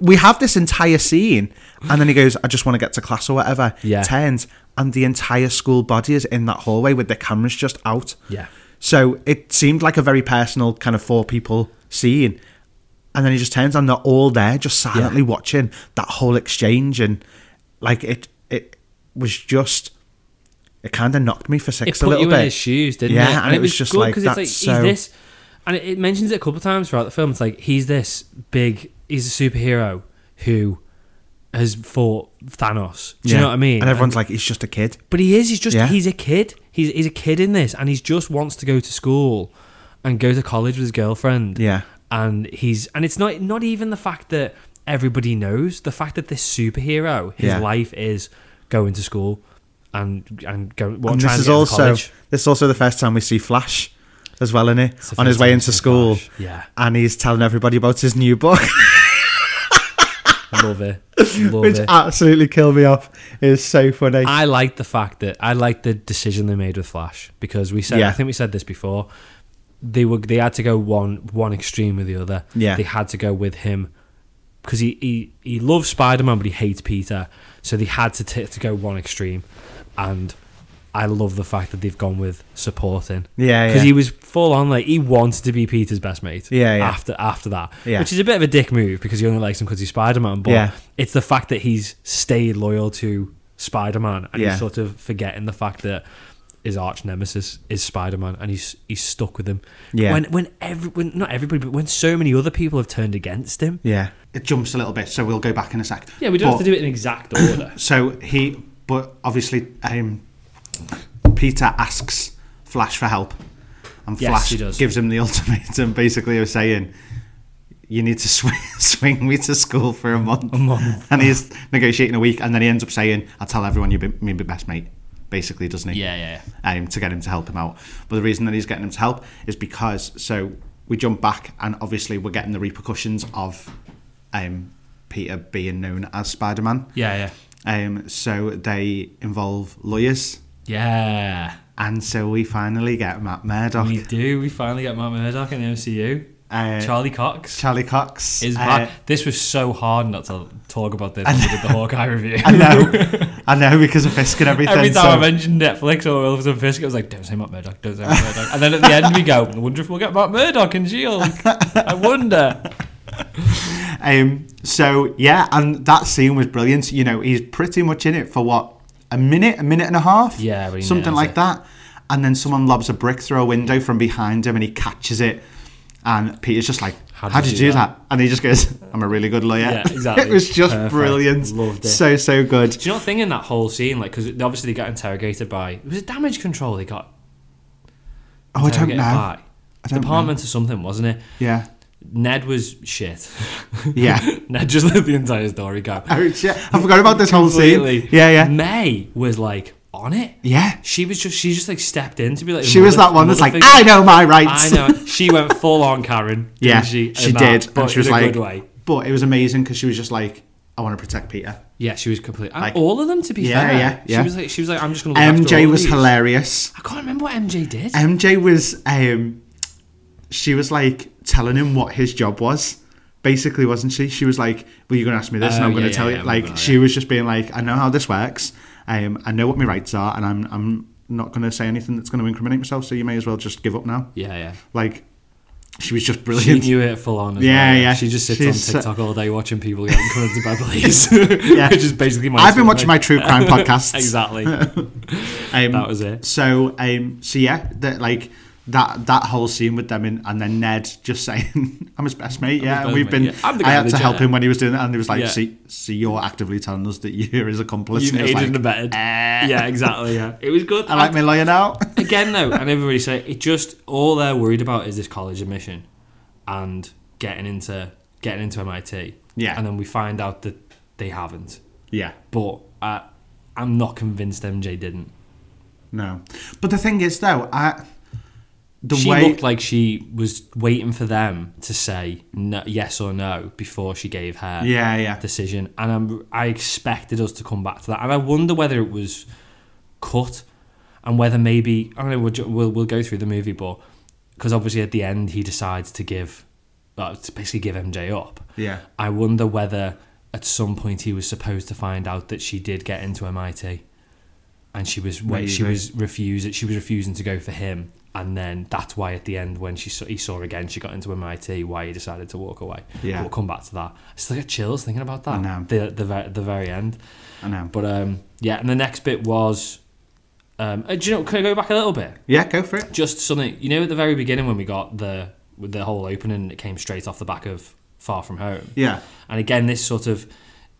Speaker 3: we have this entire scene, and then he goes, "I just want to get to class or whatever."
Speaker 2: Yeah.
Speaker 3: turns, and the entire school body is in that hallway with their cameras just out.
Speaker 2: Yeah.
Speaker 3: so it seemed like a very personal kind of four people scene. And then he just turns and they're all there, just silently watching that whole exchange, and like it, it was just it kind of knocked me for six
Speaker 2: it put
Speaker 3: a little
Speaker 2: you
Speaker 3: bit.
Speaker 2: in his shoes, didn't
Speaker 3: yeah,
Speaker 2: it?
Speaker 3: and, it was, just
Speaker 2: good
Speaker 3: like
Speaker 2: 'cause
Speaker 3: that's
Speaker 2: it's
Speaker 3: so.
Speaker 2: like he's this, and it, it mentions it a couple of times throughout the film. It's like he's this big, he's a superhero who has fought Thanos. Do you
Speaker 3: yeah.
Speaker 2: know what I mean?
Speaker 3: And everyone's like, he's just a kid.
Speaker 2: but he is. He's just
Speaker 3: Yeah.
Speaker 2: he's a kid. He's he's a kid in this, and he's just wants to go to school and go to college with his girlfriend.
Speaker 3: Yeah.
Speaker 2: and he's and it's not not even the fact that everybody knows the fact that this superhero his
Speaker 3: Yeah.
Speaker 2: life is going to school and and go well,
Speaker 3: and
Speaker 2: trying to
Speaker 3: this is
Speaker 2: get into
Speaker 3: also
Speaker 2: college.
Speaker 3: this is also the first time we see Flash as well, in it
Speaker 2: It's the
Speaker 3: on his
Speaker 2: first
Speaker 3: way
Speaker 2: time
Speaker 3: into
Speaker 2: he's
Speaker 3: school,
Speaker 2: Flash. Yeah.
Speaker 3: and he's telling everybody about his new book.
Speaker 2: Love it. Love
Speaker 3: Which
Speaker 2: it.
Speaker 3: absolutely killed me off. It's so funny.
Speaker 2: I like the fact that I like the decision they made with Flash because we said
Speaker 3: Yeah.
Speaker 2: I think we said this before. They were they had to go one one extreme or the other.
Speaker 3: Yeah.
Speaker 2: They had to go with him because he, he, he loves Spider Man but he hates Peter. So they had to t- to go one extreme. And I love the fact that they've gone with supporting.
Speaker 3: Yeah,
Speaker 2: Because
Speaker 3: yeah.
Speaker 2: he was full on like he wanted to be Peter's best mate.
Speaker 3: Yeah, yeah.
Speaker 2: After after that.
Speaker 3: Yeah.
Speaker 2: Which is a bit of a dick move because he only likes him because he's Spider Man, but
Speaker 3: Yeah.
Speaker 2: it's the fact that he's stayed loyal to Spider Man and
Speaker 3: Yeah.
Speaker 2: he's sort of forgetting the fact that his arch nemesis is Spider Man and he's he's stuck with him.
Speaker 3: Yeah.
Speaker 2: When when every when not everybody but when so many other people have turned against him.
Speaker 3: yeah. It jumps a little bit, so we'll go back in a sec.
Speaker 2: Yeah, we don't have to do it in exact order.
Speaker 3: So he, but obviously, um, Peter asks Flash for help, and
Speaker 2: Yes,
Speaker 3: Flash
Speaker 2: he does.
Speaker 3: gives him the ultimatum, basically of saying, "You need to swing, swing me to school for a month." A month, and he's negotiating a week, and then he ends up saying, "I'll tell everyone you're my best mate." Basically, doesn't he?
Speaker 2: yeah,
Speaker 3: um, to get him to help him out. But the reason that he's getting him to help is because so we jump back and obviously we're getting the repercussions of um, Peter being known as Spider Man.
Speaker 2: yeah. Yeah,
Speaker 3: Um, so they involve lawyers,
Speaker 2: yeah.
Speaker 3: and so we finally get Matt Murdock,
Speaker 2: We do. We finally get Matt Murdock in the MCU.
Speaker 3: Uh,
Speaker 2: Charlie Cox
Speaker 3: Charlie Cox
Speaker 2: is
Speaker 3: uh,
Speaker 2: back. this was so hard not to talk about this when we did the Hawkeye review.
Speaker 3: I know, I know because of Fisk and everything.
Speaker 2: Every time
Speaker 3: so-
Speaker 2: I mentioned Netflix or Elvis and Fisk, I was like, don't say Matt Murdock, don't say Matt Murdock. And then at the end, we go, I wonder if we'll get Matt Murdock and Shield. I wonder.
Speaker 3: Um, so yeah, and that scene was brilliant. You know, he's pretty much in it for what a minute, a minute and a half,
Speaker 2: Yeah, but he
Speaker 3: something
Speaker 2: nails
Speaker 3: like
Speaker 2: it.
Speaker 3: that. And then someone lobs a brick through a window from behind him, and he catches it. And Peter's just like, "How did, you do that? And he just goes, "I'm a really good lawyer."
Speaker 2: Yeah, exactly.
Speaker 3: it was just
Speaker 2: Perfect.
Speaker 3: brilliant.
Speaker 2: Loved it.
Speaker 3: So so good.
Speaker 2: Do you know what thing in that whole scene? Like, because obviously they got interrogated by, it was it damage control they got
Speaker 3: Oh, I don't know.
Speaker 2: interrogated by?
Speaker 3: I don't
Speaker 2: Department or something, wasn't it?
Speaker 3: Yeah,
Speaker 2: Ned was shit.
Speaker 3: Yeah.
Speaker 2: Ned just let the entire story go.
Speaker 3: oh, shit. I forgot about this whole scene.
Speaker 2: Completely.
Speaker 3: Yeah, yeah,
Speaker 2: May was like on it.
Speaker 3: yeah.
Speaker 2: She was just she just like stepped in to be like
Speaker 3: She was
Speaker 2: mother-
Speaker 3: that one that's
Speaker 2: mother
Speaker 3: like,
Speaker 2: figure.
Speaker 3: "I know my
Speaker 2: I
Speaker 3: rights."
Speaker 2: know. She went full on Karen. didn't
Speaker 3: Yeah,
Speaker 2: she,
Speaker 3: she,
Speaker 2: in that,
Speaker 3: did,
Speaker 2: but
Speaker 3: and she was
Speaker 2: in a
Speaker 3: like,
Speaker 2: good way.
Speaker 3: but it was amazing because she was just like, I want to protect Peter.
Speaker 2: Yeah, she was complete. and
Speaker 3: Like-
Speaker 2: all of them, to be
Speaker 3: Yeah,
Speaker 2: fair.
Speaker 3: yeah, yeah.
Speaker 2: She was like, she was like, I'm just gonna. Look after
Speaker 3: MJ
Speaker 2: all
Speaker 3: was
Speaker 2: these.
Speaker 3: hilarious.
Speaker 2: I can't remember what MJ did.
Speaker 3: MJ was, um, she was like telling him what his job was. Basically, wasn't she? She was like, "Well, you're gonna ask me this, and
Speaker 2: Oh,
Speaker 3: I'm gonna
Speaker 2: yeah,
Speaker 3: tell
Speaker 2: yeah, yeah,
Speaker 3: you."
Speaker 2: I
Speaker 3: Like,
Speaker 2: remember that,
Speaker 3: she was just being like, "I know how this works. Um, I know what my rights are, and I'm I'm not gonna say anything that's gonna incriminate myself. So you may as well just give up now."
Speaker 2: yeah, yeah.
Speaker 3: Like, she was just
Speaker 2: She
Speaker 3: brilliant.
Speaker 2: knew it full on. As
Speaker 3: Yeah,
Speaker 2: well.
Speaker 3: yeah.
Speaker 2: She just sits
Speaker 3: She's so-
Speaker 2: on TikTok all day watching people get inculcated by police,
Speaker 3: Yeah.
Speaker 2: which is basically my.
Speaker 3: I've
Speaker 2: sort
Speaker 3: been
Speaker 2: of
Speaker 3: watching my
Speaker 2: like-
Speaker 3: true crime podcasts.
Speaker 2: exactly.
Speaker 3: Um,
Speaker 2: That was it.
Speaker 3: So, um, so yeah, that like that that whole scene with them in, and then Ned just saying, "I'm his best mate."
Speaker 2: his
Speaker 3: Yeah, and
Speaker 2: best
Speaker 3: we've
Speaker 2: mate,
Speaker 3: been.
Speaker 2: yeah. I'm the
Speaker 3: I
Speaker 2: guy
Speaker 3: had
Speaker 2: with
Speaker 3: to
Speaker 2: the
Speaker 3: help
Speaker 2: jet.
Speaker 3: him when he was doing that, and he was like,
Speaker 2: Yeah.
Speaker 3: "See, see, you're actively telling us that you're his accomplice."
Speaker 2: You've
Speaker 3: and he was
Speaker 2: aided and
Speaker 3: like,
Speaker 2: abetted.
Speaker 3: "Eh."
Speaker 2: yeah, exactly. Yeah, it was good.
Speaker 3: I like my lawyer now.
Speaker 2: again though, and everybody say it just all they're worried about is this college admission and getting into getting into MIT.
Speaker 3: Yeah.
Speaker 2: And then we find out that they haven't.
Speaker 3: yeah.
Speaker 2: But uh, I'm not convinced MJ didn't.
Speaker 3: No. But the thing is, though, I the
Speaker 2: she
Speaker 3: way
Speaker 2: looked like she was waiting for them to say no, yes or no before she gave her
Speaker 3: Yeah, yeah.
Speaker 2: decision. And I'm, I expected us to come back to that. And I wonder whether it was cut and whether maybe, I don't know, we'll, ju- we'll, we'll go through the movie, but because obviously at the end he decides to give, well, to basically give MJ up.
Speaker 3: Yeah.
Speaker 2: I wonder whether at some point he was supposed to find out that she did get into MIT and she was wait, she
Speaker 3: Maybe.
Speaker 2: was refusing she was refusing to go for him and then that's why at the end when she saw, he saw her again she got into MIT why he decided to walk away
Speaker 3: Yeah.
Speaker 2: but we'll come back to that I still get chills thinking about that
Speaker 3: I know.
Speaker 2: the the ve- the very end
Speaker 3: I know.
Speaker 2: but um yeah and the next bit was um uh, do you know can I go back a little bit
Speaker 3: yeah, go for it.
Speaker 2: just something you know at the very beginning when we got the with the whole opening it came straight off the back of Far From Home
Speaker 3: Yeah.
Speaker 2: and again, this sort of,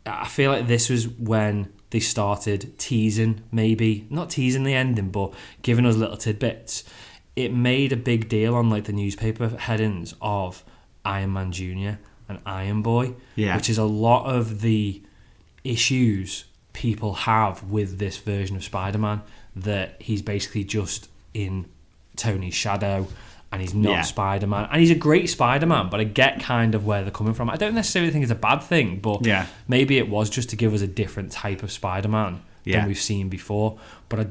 Speaker 2: I feel like this was when they started teasing, maybe not teasing the ending, but giving us little tidbits. It made a big deal on like the newspaper headings of Iron Man Junior and Iron Boy,
Speaker 3: Yeah.
Speaker 2: which is a lot of the issues people have with this version of Spider Man that he's basically just in Tony's shadow and he's not
Speaker 3: Yeah.
Speaker 2: Spider Man. And he's a great Spider Man, but I get kind of where they're coming from. I don't necessarily think it's a bad thing, but
Speaker 3: Yeah.
Speaker 2: maybe it was just to give us a different type of Spider Man
Speaker 3: Yeah.
Speaker 2: than we've seen before. But I,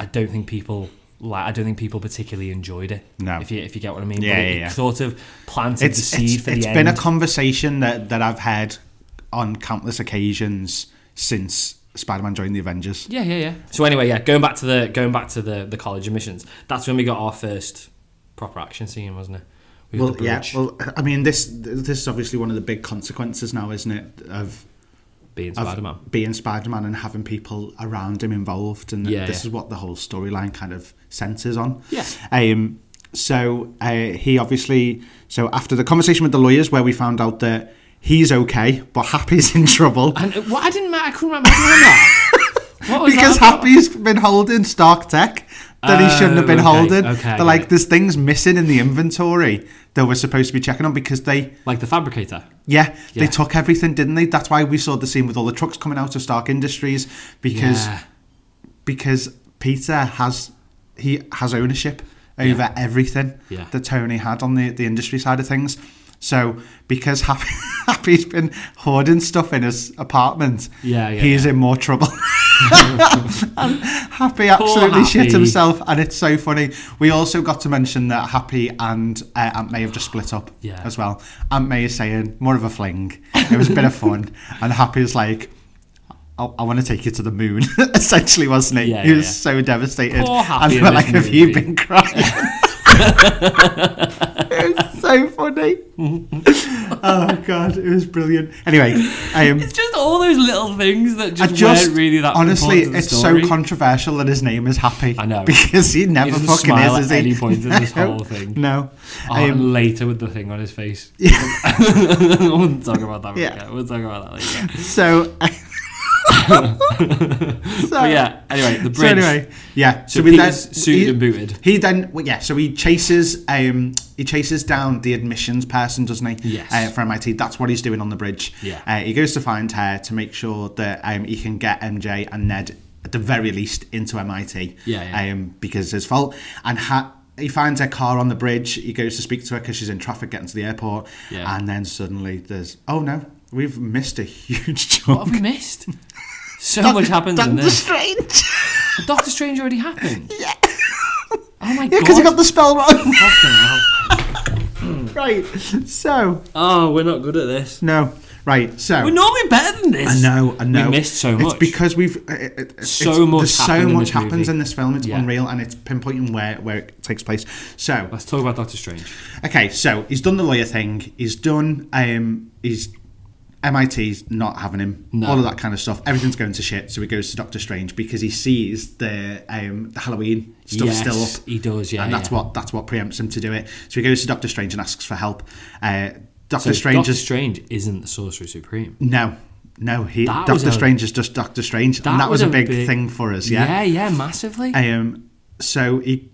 Speaker 2: I don't think people. Like, I don't think people particularly enjoyed it.
Speaker 3: No.
Speaker 2: If you if you get what I mean.
Speaker 3: Yeah,
Speaker 2: but it,
Speaker 3: yeah,
Speaker 2: it
Speaker 3: yeah.
Speaker 2: sort of planted
Speaker 3: it's,
Speaker 2: the seed
Speaker 3: it's,
Speaker 2: for
Speaker 3: it's
Speaker 2: the
Speaker 3: been
Speaker 2: end.
Speaker 3: a conversation that, that I've had on countless occasions since Spider-Man joined the Avengers.
Speaker 2: Yeah, yeah, yeah. So anyway, yeah, going back to the going back to the the college admissions. That's when we got our first proper action scene, wasn't it? With
Speaker 3: Well,
Speaker 2: the
Speaker 3: yeah.
Speaker 2: bridge
Speaker 3: Well, I mean, this this is obviously one of the big consequences now, isn't it, of,
Speaker 2: being
Speaker 3: of
Speaker 2: Spider Man.
Speaker 3: being Spider-Man and having people around him involved, and
Speaker 2: Yeah,
Speaker 3: this
Speaker 2: yeah.
Speaker 3: is what the whole storyline kind of centres on.
Speaker 2: Yeah.
Speaker 3: Um. So uh, he obviously so after the conversation with the lawyers, where we found out that he's okay, but Happy's in trouble.
Speaker 2: And uh, what I didn't matter, I couldn't remember doing that. What was
Speaker 3: because
Speaker 2: Oh, that about?
Speaker 3: Happy's been holding Stark Tech that he shouldn't have been
Speaker 2: Oh, okay,
Speaker 3: holding.
Speaker 2: okay, I
Speaker 3: They're
Speaker 2: get
Speaker 3: like,
Speaker 2: it.
Speaker 3: there's things missing in the inventory that we're supposed to be checking on because they,
Speaker 2: like the fabricator.
Speaker 3: yeah,
Speaker 2: Yeah.
Speaker 3: they took everything, didn't they? That's why we saw the scene with all the trucks coming out of Stark Industries because
Speaker 2: Yeah.
Speaker 3: because Peter has he has ownership over everything
Speaker 2: Yeah.
Speaker 3: that Tony had on the, the industry side of things. So because Happy, Happy's been hoarding stuff in his apartment,
Speaker 2: Yeah, yeah,
Speaker 3: he's
Speaker 2: yeah.
Speaker 3: in more trouble. And Happy absolutely shit
Speaker 2: Happy.
Speaker 3: himself, and it's so funny. We also got to mention that Happy and uh, Aunt May have just split up
Speaker 2: Yeah.
Speaker 3: as well. Aunt May is saying more of a fling. It was a bit of fun, and Happy is like, I, I want to take you to the moon. Essentially, wasn't it?
Speaker 2: Yeah,
Speaker 3: he
Speaker 2: yeah,
Speaker 3: was
Speaker 2: yeah.
Speaker 3: so devastated.
Speaker 2: Poor Happy
Speaker 3: and we're
Speaker 2: in
Speaker 3: like,
Speaker 2: this
Speaker 3: have you
Speaker 2: movie."
Speaker 3: been crying? it was so funny. oh god, it was brilliant. Anyway, um,
Speaker 2: It's just all those little things that
Speaker 3: I
Speaker 2: just,
Speaker 3: just
Speaker 2: weren't really that.
Speaker 3: honestly,
Speaker 2: important to the
Speaker 3: it's
Speaker 2: story.
Speaker 3: so controversial that his name is Happy.
Speaker 2: I know.
Speaker 3: because he never
Speaker 2: He doesn't
Speaker 3: fucking
Speaker 2: smile
Speaker 3: is.
Speaker 2: at
Speaker 3: is he?
Speaker 2: any point in this
Speaker 3: No,
Speaker 2: whole thing.
Speaker 3: No.
Speaker 2: Oh,
Speaker 3: Um,
Speaker 2: and later with the thing on his face. I wouldn't talk about that.
Speaker 3: Yeah.
Speaker 2: Yeah. We'll talk about that later.
Speaker 3: so. so
Speaker 2: But yeah. Anyway, the bridge.
Speaker 3: So anyway, yeah.
Speaker 2: So,
Speaker 3: we
Speaker 2: Peter's suited
Speaker 3: he-
Speaker 2: and booted.
Speaker 3: He then, well, yeah. So he chases, um, he chases down the admissions person, doesn't he?
Speaker 2: Yes.
Speaker 3: Uh, for MIT, that's what he's doing on the bridge.
Speaker 2: Yeah.
Speaker 3: Uh, he goes to find her to make sure that um, he can get MJ and Ned at the very least into MIT.
Speaker 2: Yeah, yeah.
Speaker 3: Um, because it's his fault, and ha- he finds her car on the bridge. He goes to speak to her because she's in traffic getting to the airport.
Speaker 2: Yeah.
Speaker 3: And then suddenly there's, oh no, we've missed a huge
Speaker 2: What
Speaker 3: chunk.
Speaker 2: have we missed? So much happens in
Speaker 3: Doctor
Speaker 2: this.
Speaker 3: Strange.
Speaker 2: Doctor Strange already happened. Yeah. Oh my
Speaker 3: yeah,
Speaker 2: god.
Speaker 3: because he got the spell wrong.
Speaker 2: Fucking hell.
Speaker 3: Right. So
Speaker 2: Oh, we're not good at this.
Speaker 3: no. Right. So
Speaker 2: We're normally better than this.
Speaker 3: I know. I know.
Speaker 2: We missed so much.
Speaker 3: It's because we've it- it- it's-
Speaker 2: So
Speaker 3: it's-
Speaker 2: much
Speaker 3: There's so
Speaker 2: happened in
Speaker 3: much
Speaker 2: this
Speaker 3: happens
Speaker 2: movie.
Speaker 3: in this film. It's
Speaker 2: Yeah.
Speaker 3: unreal, and it's pinpointing where where it takes place. So
Speaker 2: Let's talk about Doctor Strange.
Speaker 3: okay. So he's done the lawyer thing. He's done. Um. He's. MIT's not having him.
Speaker 2: No.
Speaker 3: All of that kind of stuff. Everything's going to shit. So he goes to Doctor Strange because he sees the um, the Halloween stuff
Speaker 2: yes,
Speaker 3: still up.
Speaker 2: he does. Yeah,
Speaker 3: and that's
Speaker 2: yeah.
Speaker 3: what that's what preempts him to do it. So he goes to Doctor Strange and asks for help. Uh, Doctor
Speaker 2: So
Speaker 3: Strange
Speaker 2: Doctor
Speaker 3: is
Speaker 2: Strange isn't the Sorcerer Supreme.
Speaker 3: No, no. He,
Speaker 2: That
Speaker 3: Doctor
Speaker 2: was a-
Speaker 3: Strange is just Doctor Strange, and that was, a big, thing for us. Yeah.
Speaker 2: yeah, massively.
Speaker 3: Um. So he.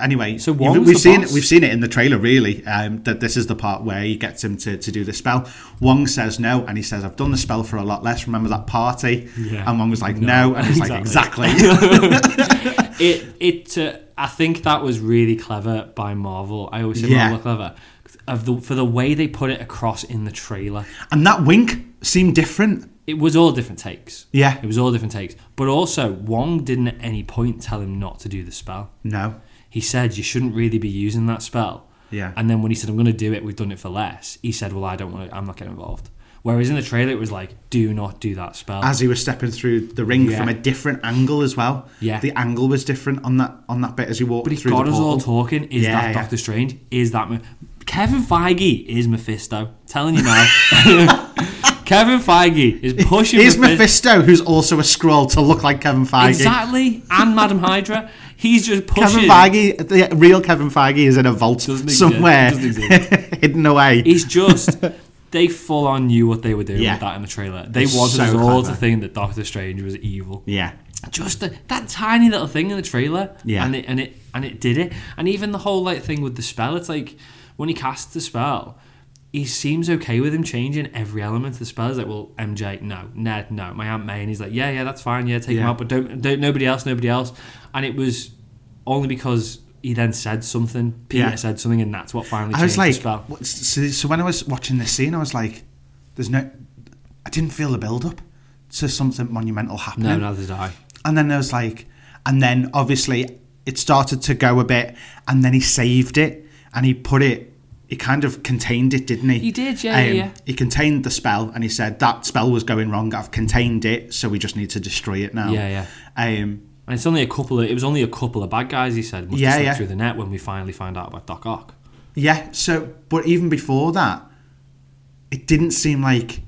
Speaker 3: Anyway,
Speaker 2: So
Speaker 3: you've-
Speaker 2: Wong's
Speaker 3: we've
Speaker 2: the
Speaker 3: seen
Speaker 2: boss?
Speaker 3: we've seen it in the trailer. Really, um, that this is the part where he gets him to, to do the spell. Wong says no, and he says, "I've done the spell for a lot less. Remember that party?"
Speaker 2: Yeah.
Speaker 3: And Wong was like, "No,",
Speaker 2: No,
Speaker 3: and he's like,
Speaker 2: exactly.
Speaker 3: "Exactly."
Speaker 2: it it uh, I think that was really clever by Marvel. I always say
Speaker 3: Yeah.
Speaker 2: Marvel are clever of the for the way they put it across in the trailer.
Speaker 3: and that wink seemed different.
Speaker 2: It was all different takes.
Speaker 3: Yeah.
Speaker 2: it was all different takes. But also, Wong didn't at any point tell him not to do the spell.
Speaker 3: No.
Speaker 2: he said you shouldn't really be using that spell.
Speaker 3: Yeah.
Speaker 2: And then when he said I'm going to do it, we've done it for less. He said, well, I don't want to. I'm not getting involved. Whereas in the trailer, it was like, do not do that spell.
Speaker 3: As he was stepping through the ring
Speaker 2: Yeah.
Speaker 3: from a different angle as well.
Speaker 2: Yeah.
Speaker 3: The angle was different on that on that bit as he walked
Speaker 2: but he
Speaker 3: through
Speaker 2: got
Speaker 3: the
Speaker 2: us all
Speaker 3: portal.
Speaker 2: talking. Is
Speaker 3: Yeah,
Speaker 2: that
Speaker 3: yeah.
Speaker 2: Doctor Strange? Is that Mo- Kevin Feige? Is Mephisto? Telling you now. Kevin Feige is pushing.
Speaker 3: Here's
Speaker 2: Mephi-
Speaker 3: Mephisto, who's also a scroll to look like Kevin Feige.
Speaker 2: Exactly, and Madam Hydra. He's just pushing.
Speaker 3: Kevin Feige, the real Kevin Feige, is in a vault
Speaker 2: Doesn't exist,
Speaker 3: somewhere,
Speaker 2: doesn't exist.
Speaker 3: hidden away.
Speaker 2: It's just they full on knew what they were doing
Speaker 3: Yeah.
Speaker 2: with that in the trailer. They
Speaker 3: It's
Speaker 2: wanted us
Speaker 3: so
Speaker 2: all
Speaker 3: clever.
Speaker 2: to think that Doctor Strange was evil.
Speaker 3: yeah,
Speaker 2: Just the, that tiny little thing in the trailer,
Speaker 3: Yeah.
Speaker 2: and it and it and it did it. And even the whole like thing with the spell. It's like when he casts the spell, he seems okay with him changing every element of the spell. He's like, well, MJ, no, Ned, no, my aunt May, and he's like, yeah, yeah, that's fine, yeah, take him
Speaker 3: Yeah.
Speaker 2: out, but don't don't nobody else, nobody else. And it was only because he then said something. Peter
Speaker 3: Yeah.
Speaker 2: said something, and that's what finally
Speaker 3: I
Speaker 2: changed
Speaker 3: was like,
Speaker 2: the spell.
Speaker 3: what- so, so when I was watching this scene, I was like, there's no, I didn't feel the build up to something monumental happening.
Speaker 2: No, neither did I.
Speaker 3: And then there was like, and then obviously it started to go a bit, and then he saved it and he put it, he kind of contained it, didn't he? Um,
Speaker 2: He did, yeah, yeah, yeah.
Speaker 3: He contained the spell and he said, that spell was going wrong, I've contained it, so we just need to destroy it now.
Speaker 2: Yeah, yeah.
Speaker 3: Um,
Speaker 2: And it's only a couple. Of, it was only a couple of bad guys. He said, must
Speaker 3: Yeah,
Speaker 2: have slipped
Speaker 3: yeah.
Speaker 2: through the net when we finally find out about Doc Ock.
Speaker 3: yeah, so, but even before that, it didn't seem like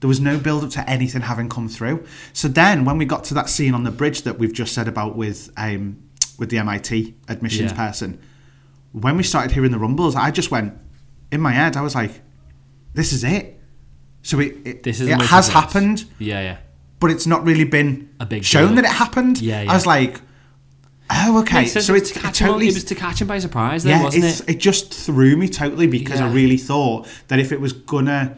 Speaker 3: there was no build up to anything having come through. So then when we got to that scene on the bridge that we've just said about with um, with the MIT admissions
Speaker 2: Yeah.
Speaker 3: person, when we started hearing the rumbles, I just went in my head, I was like, This is it. So it, it,
Speaker 2: This is the
Speaker 3: it
Speaker 2: most
Speaker 3: has
Speaker 2: advanced.
Speaker 3: happened,
Speaker 2: Yeah, yeah.
Speaker 3: but it's not really been
Speaker 2: A big
Speaker 3: shown
Speaker 2: build
Speaker 3: that
Speaker 2: up.
Speaker 3: it happened.
Speaker 2: Yeah, yeah.
Speaker 3: I was like, Oh, okay.
Speaker 2: Makes sense.
Speaker 3: So
Speaker 2: it was
Speaker 3: it's
Speaker 2: to
Speaker 3: it
Speaker 2: catch him on-
Speaker 3: totally
Speaker 2: it was to catch him by surprise, though,
Speaker 3: yeah,
Speaker 2: wasn't
Speaker 3: it's,
Speaker 2: it?
Speaker 3: it? just threw me totally because I
Speaker 2: Yeah.
Speaker 3: really thought that if it was gonna,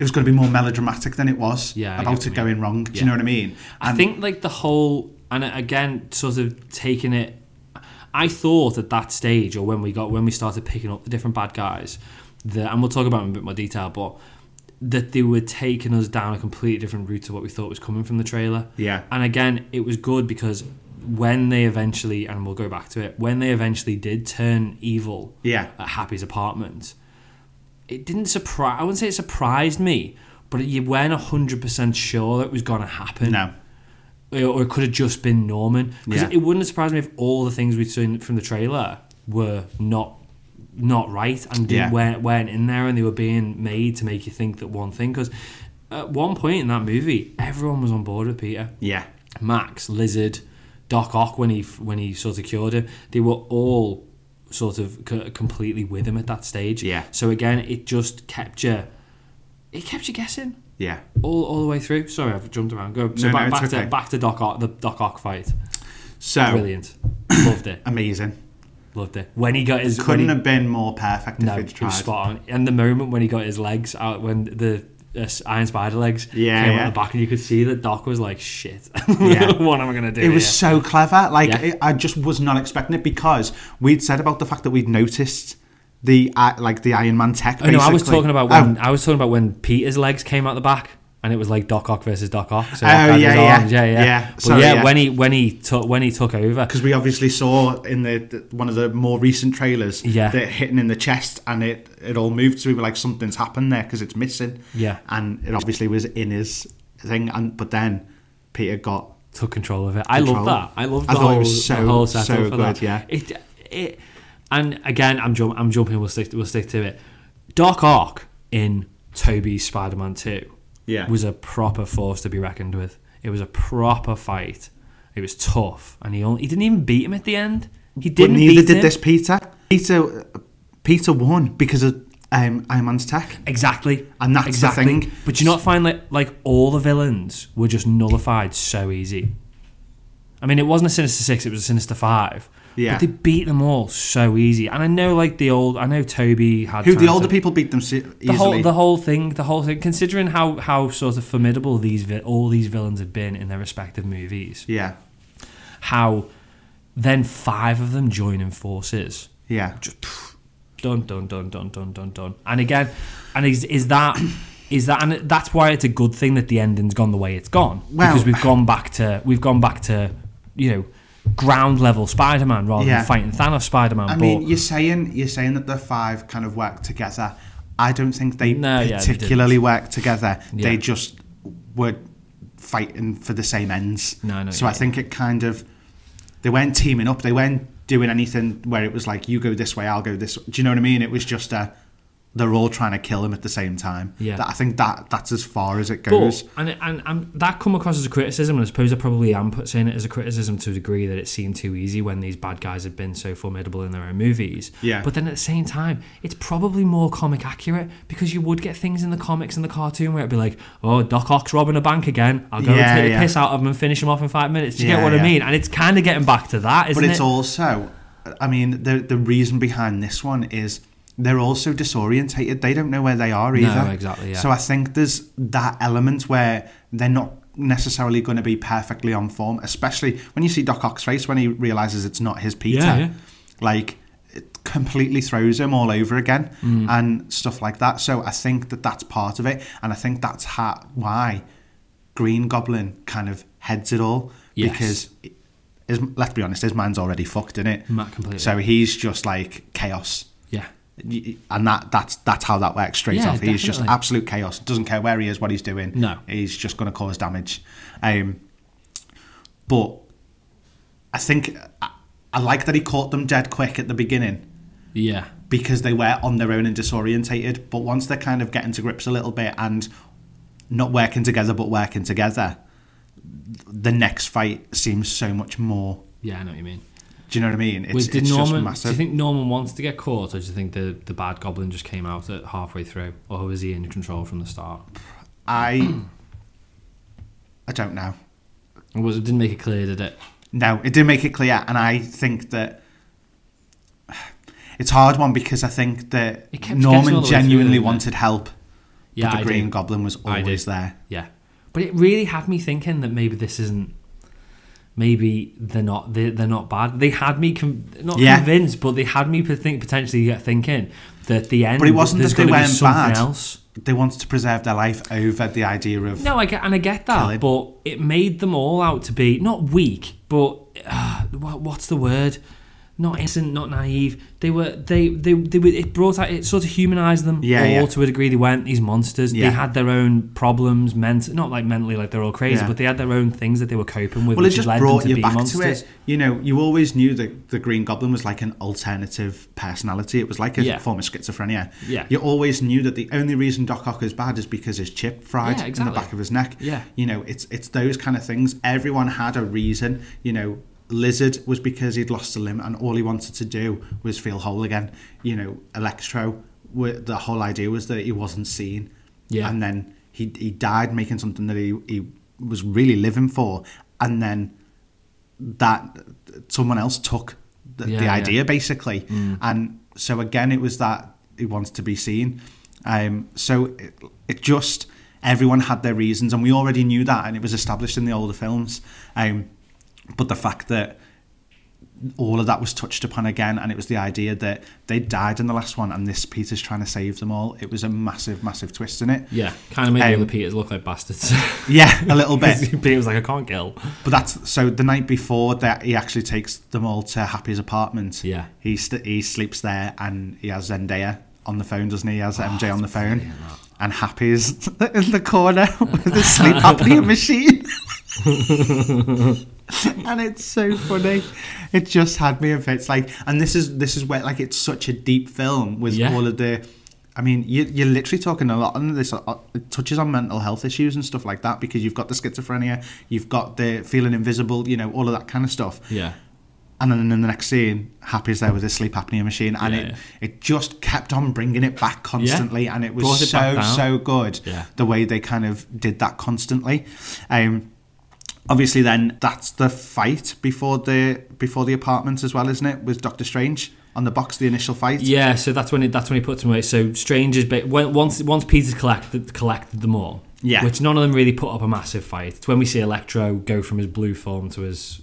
Speaker 3: it was gonna be more melodramatic than it was
Speaker 2: Yeah, I get
Speaker 3: about
Speaker 2: what
Speaker 3: it
Speaker 2: you mean.
Speaker 3: going wrong. Do
Speaker 2: Yeah.
Speaker 3: you know what I mean?
Speaker 2: I think like the whole and again sort of taking it I thought at that stage or when we got when we started picking up the different bad guys that and we'll talk about them in a bit more detail but that they were taking us down a completely different route to what we thought was coming from the trailer.
Speaker 3: Yeah.
Speaker 2: And again, it was good because when they eventually and we'll go back to it, when they eventually did turn evil
Speaker 3: Yeah.
Speaker 2: at Happy's apartment, it didn't surprise I wouldn't say it surprised me, but you weren't hundred percent sure that it was gonna happen
Speaker 3: no,
Speaker 2: or it could have just been Norman. 'Cause
Speaker 3: Yeah.
Speaker 2: it wouldn't surprise me if all the things we'd seen from the trailer were not not right and
Speaker 3: Yeah.
Speaker 2: didn't weren't, weren't in there, and they were being made to make you think that one thing. Because at one point in that movie, everyone was on board with Peter.
Speaker 3: yeah,
Speaker 2: Max, Lizard, Doc Ock when he when he sort of cured him, they were all sort of c- completely with him at that stage.
Speaker 3: Yeah.
Speaker 2: So again, it just kept you. It kept you guessing
Speaker 3: yeah.
Speaker 2: all, all the way through. Sorry, I've jumped around. Go so
Speaker 3: No, no,
Speaker 2: back, back
Speaker 3: it's okay. Oh.
Speaker 2: to back to Doc Ock, the Doc Ock fight.
Speaker 3: So
Speaker 2: Brilliant, loved it,
Speaker 3: amazing.
Speaker 2: loved it. When he got his when
Speaker 3: Couldn't
Speaker 2: he,
Speaker 3: have been more perfect
Speaker 2: no,
Speaker 3: if
Speaker 2: it
Speaker 3: it's
Speaker 2: was
Speaker 3: tried.
Speaker 2: spot on. And the moment when he got his legs out, when the uh, s- Iron Spider legs
Speaker 3: Yeah,
Speaker 2: came
Speaker 3: yeah.
Speaker 2: out the back, and you could see that Doc was like, "Shit,
Speaker 3: Yeah.
Speaker 2: what am I gonna do?"
Speaker 3: It was
Speaker 2: here?"
Speaker 3: so clever. Like
Speaker 2: Yeah.
Speaker 3: it, I just was not expecting it because we'd said about the fact that we'd noticed the uh, like the Iron Man tech.
Speaker 2: Oh, no, I was
Speaker 3: basically.
Speaker 2: talking about
Speaker 3: Oh,
Speaker 2: when I was talking about when Peter's legs came out the back, and it was like Doc Ock versus Doc Ock. So Doc
Speaker 3: Oh,
Speaker 2: had
Speaker 3: yeah,
Speaker 2: his
Speaker 3: yeah.
Speaker 2: arms, yeah, yeah,
Speaker 3: Yeah,
Speaker 2: But
Speaker 3: sorry,
Speaker 2: yeah,
Speaker 3: yeah.
Speaker 2: when he when he took when he took over,
Speaker 3: because we obviously saw in the, the one of the more recent trailers
Speaker 2: Yeah.
Speaker 3: that hitting in the chest and it it all moved so we were like something's happened there because it's missing
Speaker 2: Yeah.
Speaker 3: and it obviously was in his thing and but then peter got
Speaker 2: took control of it. I
Speaker 3: Control.
Speaker 2: love that. I love the
Speaker 3: I thought it
Speaker 2: whole,
Speaker 3: was
Speaker 2: the
Speaker 3: so-
Speaker 2: whole setup
Speaker 3: so
Speaker 2: for that.
Speaker 3: good, yeah.
Speaker 2: It, it, and again, I'm jump, I'm jumping. We'll stick, we'll stick to it. Doc Ock in Toby's Spider-Man Two,
Speaker 3: Yeah.
Speaker 2: was a proper force to be reckoned with. It was a proper fight. It was tough, and he only, he didn't even beat him at the end. He
Speaker 3: but
Speaker 2: didn't.
Speaker 3: neither
Speaker 2: beat
Speaker 3: did
Speaker 2: him.
Speaker 3: this peter peter peter won because of um iron man's tech
Speaker 2: Exactly.
Speaker 3: And that's the
Speaker 2: exactly.
Speaker 3: thing.
Speaker 2: But do you not find like like all the villains were just nullified so easy? I mean, it wasn't a Sinister Six; it was a Sinister Five.
Speaker 3: Yeah.
Speaker 2: But they beat them all so easy, and I know like the old. I know Toby had
Speaker 3: who the
Speaker 2: time
Speaker 3: older
Speaker 2: to-
Speaker 3: people beat them se- easily
Speaker 2: The whole the whole thing, the whole thing. Considering how how sort of formidable these vi- all these villains had been in their respective movies,
Speaker 3: yeah
Speaker 2: how then five of them joining forces
Speaker 3: yeah
Speaker 2: just pff, dun dun dun dun dun dun dun. And again, and is is that is that and that's why it's a good thing that the ending's gone the way it's gone
Speaker 3: Well-
Speaker 2: because we've gone back to we've gone back to you know ground level Spider-Man rather
Speaker 3: Yeah.
Speaker 2: than fighting Thanos Spider-Man.
Speaker 3: I
Speaker 2: but
Speaker 3: mean, you're saying you're saying that the five kind of work together. I don't think they
Speaker 2: No, yeah, they
Speaker 3: particularly work together. They
Speaker 2: Yeah.
Speaker 3: just were fighting for the same ends.
Speaker 2: No, I know
Speaker 3: So
Speaker 2: what
Speaker 3: I
Speaker 2: you
Speaker 3: think it kind of they weren't teaming up. They weren't doing anything where it was like you go this way, I'll go this. way. Do you know what I mean? It was just a they're all trying to kill him at the same time.
Speaker 2: Yeah.
Speaker 3: That, I think that that's as far as it
Speaker 2: but,
Speaker 3: goes.
Speaker 2: and, and and that come across as a criticism, and I suppose I probably am put- saying it as a criticism to a degree that it seemed too easy when these bad guys had been so formidable in their own movies.
Speaker 3: Yeah.
Speaker 2: But then at the same time, it's probably more comic accurate because you would get things in the comics and the cartoon where it'd be like, "Oh, Doc Ock's robbing a bank again. I'll go
Speaker 3: Yeah,
Speaker 2: and take
Speaker 3: yeah.
Speaker 2: the piss out of him and finish him off in five minutes." Do you
Speaker 3: Yeah,
Speaker 2: get what
Speaker 3: yeah.
Speaker 2: I mean? And it's kind of getting back to that, isn't
Speaker 3: but it's
Speaker 2: it?
Speaker 3: also i mean the the reason behind this one is they're also disorientated they don't know where they are
Speaker 2: No,
Speaker 3: either
Speaker 2: exactly, yeah.
Speaker 3: so i think there's that element where they're not necessarily going to be perfectly on form especially when you see doc ock's face when he realizes it's not his peter
Speaker 2: Yeah, yeah.
Speaker 3: like it completely throws him all over again
Speaker 2: Mm.
Speaker 3: and stuff like that. So I think that that's part of it, and I think that's how, why Green Goblin kind of heads it all
Speaker 2: Yes.
Speaker 3: because. It, his, let's be honest, his man's already fucked in it.
Speaker 2: Ma- completely.
Speaker 3: So he's just like chaos
Speaker 2: Yeah.
Speaker 3: and that that's that's how that works straight
Speaker 2: Yeah,
Speaker 3: off. He's just
Speaker 2: definitely.
Speaker 3: absolute chaos. Doesn't care where he is, what he's doing.
Speaker 2: No.
Speaker 3: he's just going to cause damage. Um, but I think I, I like that he caught them dead quick at the beginning
Speaker 2: Yeah.
Speaker 3: because they were on their own and disorientated. But once they're kind of getting to grips a little bit and not working together, but working together, the next fight seems so much more.
Speaker 2: Yeah, I know what you mean.
Speaker 3: Do you know what I mean? It's,
Speaker 2: Was did
Speaker 3: it's just
Speaker 2: Norman? Do
Speaker 3: massive.
Speaker 2: you think Norman wants to get caught, or do you think the the bad goblin just came out at halfway through, or was he in control from the start?
Speaker 3: I I don't know.
Speaker 2: It was it didn't make it clear, did it?
Speaker 3: No, it did make it clear, and I think that it's a hard one because I think that
Speaker 2: It kept getting all
Speaker 3: Norman
Speaker 2: the way through,
Speaker 3: genuinely
Speaker 2: didn't it?
Speaker 3: wanted help,
Speaker 2: Yeah,
Speaker 3: but
Speaker 2: I
Speaker 3: the Green
Speaker 2: do.
Speaker 3: Goblin was
Speaker 2: I do.
Speaker 3: always there.
Speaker 2: Yeah, but it really had me thinking that maybe this isn't. Maybe they're not they're, they're not bad. They had me com- not
Speaker 3: Yeah.
Speaker 2: convinced, but they had me p- think potentially get thinking that the end.
Speaker 3: But it wasn't
Speaker 2: there's
Speaker 3: that they
Speaker 2: gonna be
Speaker 3: weren't
Speaker 2: something
Speaker 3: bad.
Speaker 2: Else.
Speaker 3: They wanted to preserve their life over the idea of
Speaker 2: No, I get and I get that,
Speaker 3: Killing.
Speaker 2: but it made them all out to be not weak, but uh, what, what's the word? Not innocent, not naive. They were they they they were. It brought out it sort of humanized them.
Speaker 3: Yeah,
Speaker 2: all
Speaker 3: yeah.
Speaker 2: to a degree. They weren't these monsters.
Speaker 3: Yeah.
Speaker 2: They had their own problems, meant not like mentally, like they're all crazy,
Speaker 3: Yeah.
Speaker 2: but they had their own things that they were coping with.
Speaker 3: Well, it
Speaker 2: which
Speaker 3: just
Speaker 2: led
Speaker 3: brought
Speaker 2: them to
Speaker 3: you
Speaker 2: be
Speaker 3: back
Speaker 2: monsters.
Speaker 3: to it. You know, you always knew that the Green Goblin was like an alternative personality. It was like a
Speaker 2: Yeah.
Speaker 3: form of schizophrenia.
Speaker 2: Yeah.
Speaker 3: You always knew that the only reason Doc Ock is bad is because his chip fried
Speaker 2: Yeah,
Speaker 3: in
Speaker 2: exactly.
Speaker 3: the back of his neck.
Speaker 2: Yeah.
Speaker 3: You know, it's it's those kind of things. Everyone had a reason. You know, Lizard was because he'd lost a limb and all he wanted to do was feel whole again. You know, Electro, were- the whole idea was that he wasn't seen.
Speaker 2: Yeah.
Speaker 3: And then he he died making something that he, he was really living for, and then that someone else took the,
Speaker 2: Yeah,
Speaker 3: the
Speaker 2: yeah. Mm.
Speaker 3: idea basically, and so again it was that he wants to be seen, um, so it, it just everyone had their reasons, and we already knew that, and it was established in the older films, um, but the fact that all of that was touched upon again, and it was the idea that they died in the last one, and this Peter's trying to save them all. It was a massive, massive twist in it.
Speaker 2: Yeah, kind of made the
Speaker 3: Um,
Speaker 2: other Peters look like bastards.
Speaker 3: Yeah, a little bit.
Speaker 2: Peter was like, I can't kill.
Speaker 3: But that's so the night before that he actually takes them all to Happy's apartment.
Speaker 2: Yeah.
Speaker 3: he st- he sleeps there and he has Zendaya on the phone, doesn't he? He
Speaker 2: Oh,
Speaker 3: has MJ on the phone, and Happy's in the corner with his sleep apnea machine. and it's so funny. It just had me a bit. It's like, and this is this is where like it's such a deep film with
Speaker 2: Yeah.
Speaker 3: all of the. I mean, you, you're literally talking a lot on this. uh, It touches on mental health issues and stuff like that because you've got the schizophrenia, you've got the feeling invisible, you know, all of that kind of stuff.
Speaker 2: Yeah.
Speaker 3: And then in the next scene, Happy's there with his sleep apnea machine, and
Speaker 2: Yeah,
Speaker 3: it
Speaker 2: yeah.
Speaker 3: it just kept on bringing it back constantly, and it
Speaker 2: Brought
Speaker 3: was
Speaker 2: it back
Speaker 3: so
Speaker 2: down.
Speaker 3: so good
Speaker 2: Yeah.
Speaker 3: the way they kind of did that constantly. Um, obviously, then that's the fight before the before the apartment as well, isn't it? With Doctor Strange on the box, the initial fight.
Speaker 2: Yeah, so that's when it, that's when he puts them away. So Strange is ba- when, once once Peter's collected collected them all.
Speaker 3: Yeah.
Speaker 2: Which none of them really put up a massive fight. It's when we see Electro go from his blue form to his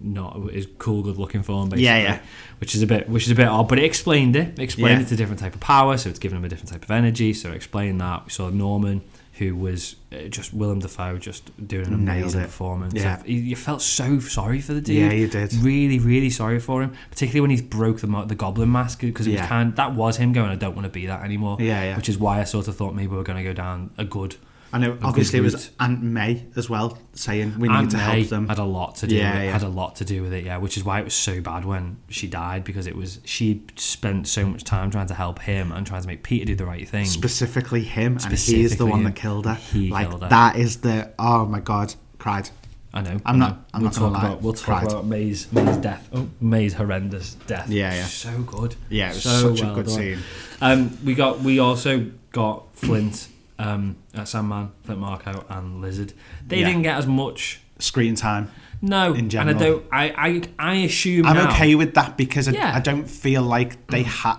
Speaker 2: not his cool good looking form basically.
Speaker 3: Yeah, yeah.
Speaker 2: Which is a bit which is a bit odd, but it explained it. It explained
Speaker 3: Yeah.
Speaker 2: it's a different type of power, so it's giving him a different type of energy. So it explained that. We saw Norman who was uh, just Willem Dafoe just doing an
Speaker 3: Nailed
Speaker 2: amazing
Speaker 3: it.
Speaker 2: performance.
Speaker 3: Yeah.
Speaker 2: You- You felt so sorry for the dude.
Speaker 3: Yeah, you did.
Speaker 2: Really, really sorry for him, particularly when he's broke the mo- the goblin mask because it was
Speaker 3: Yeah.
Speaker 2: kind that was him going. I don't want to be that anymore.
Speaker 3: Yeah, yeah.
Speaker 2: Which is why I sort of thought maybe we are going to go down a good.
Speaker 3: and it, obviously it was
Speaker 2: route.
Speaker 3: Aunt May as well saying we need
Speaker 2: Aunt
Speaker 3: to
Speaker 2: May
Speaker 3: help them.
Speaker 2: had a lot to do.
Speaker 3: Yeah,
Speaker 2: with,
Speaker 3: yeah.
Speaker 2: Had a lot to do with it. Yeah, which is why it was so bad when she died because it was she spent so much time trying to help him and trying to make Peter do the right thing.
Speaker 3: specifically him, and he is the
Speaker 2: Specifically
Speaker 3: one
Speaker 2: him.
Speaker 3: that killed her.
Speaker 2: He
Speaker 3: like
Speaker 2: killed her.
Speaker 3: that is the oh my god, cried.
Speaker 2: I know.
Speaker 3: I'm
Speaker 2: I
Speaker 3: not-
Speaker 2: know.
Speaker 3: I'm
Speaker 2: we'll
Speaker 3: not
Speaker 2: talk
Speaker 3: gonna lie.
Speaker 2: about. We'll talk
Speaker 3: Cried.
Speaker 2: about May's May's death. Oh, May's horrendous death.
Speaker 3: Yeah, yeah.
Speaker 2: So good.
Speaker 3: Yeah, it was
Speaker 2: So
Speaker 3: such a
Speaker 2: well
Speaker 3: good
Speaker 2: done.
Speaker 3: scene.
Speaker 2: Um, we got. We also got Flint, um, uh, Sandman, Flint Marco, and Lizard. They
Speaker 3: Yeah.
Speaker 2: didn't get as much.
Speaker 3: Screen time.
Speaker 2: No,
Speaker 3: In
Speaker 2: and I
Speaker 3: general.
Speaker 2: don't. I I, I assume
Speaker 3: I'm
Speaker 2: now-
Speaker 3: okay with that because I,
Speaker 2: Yeah. Mm.
Speaker 3: I don't feel like they had.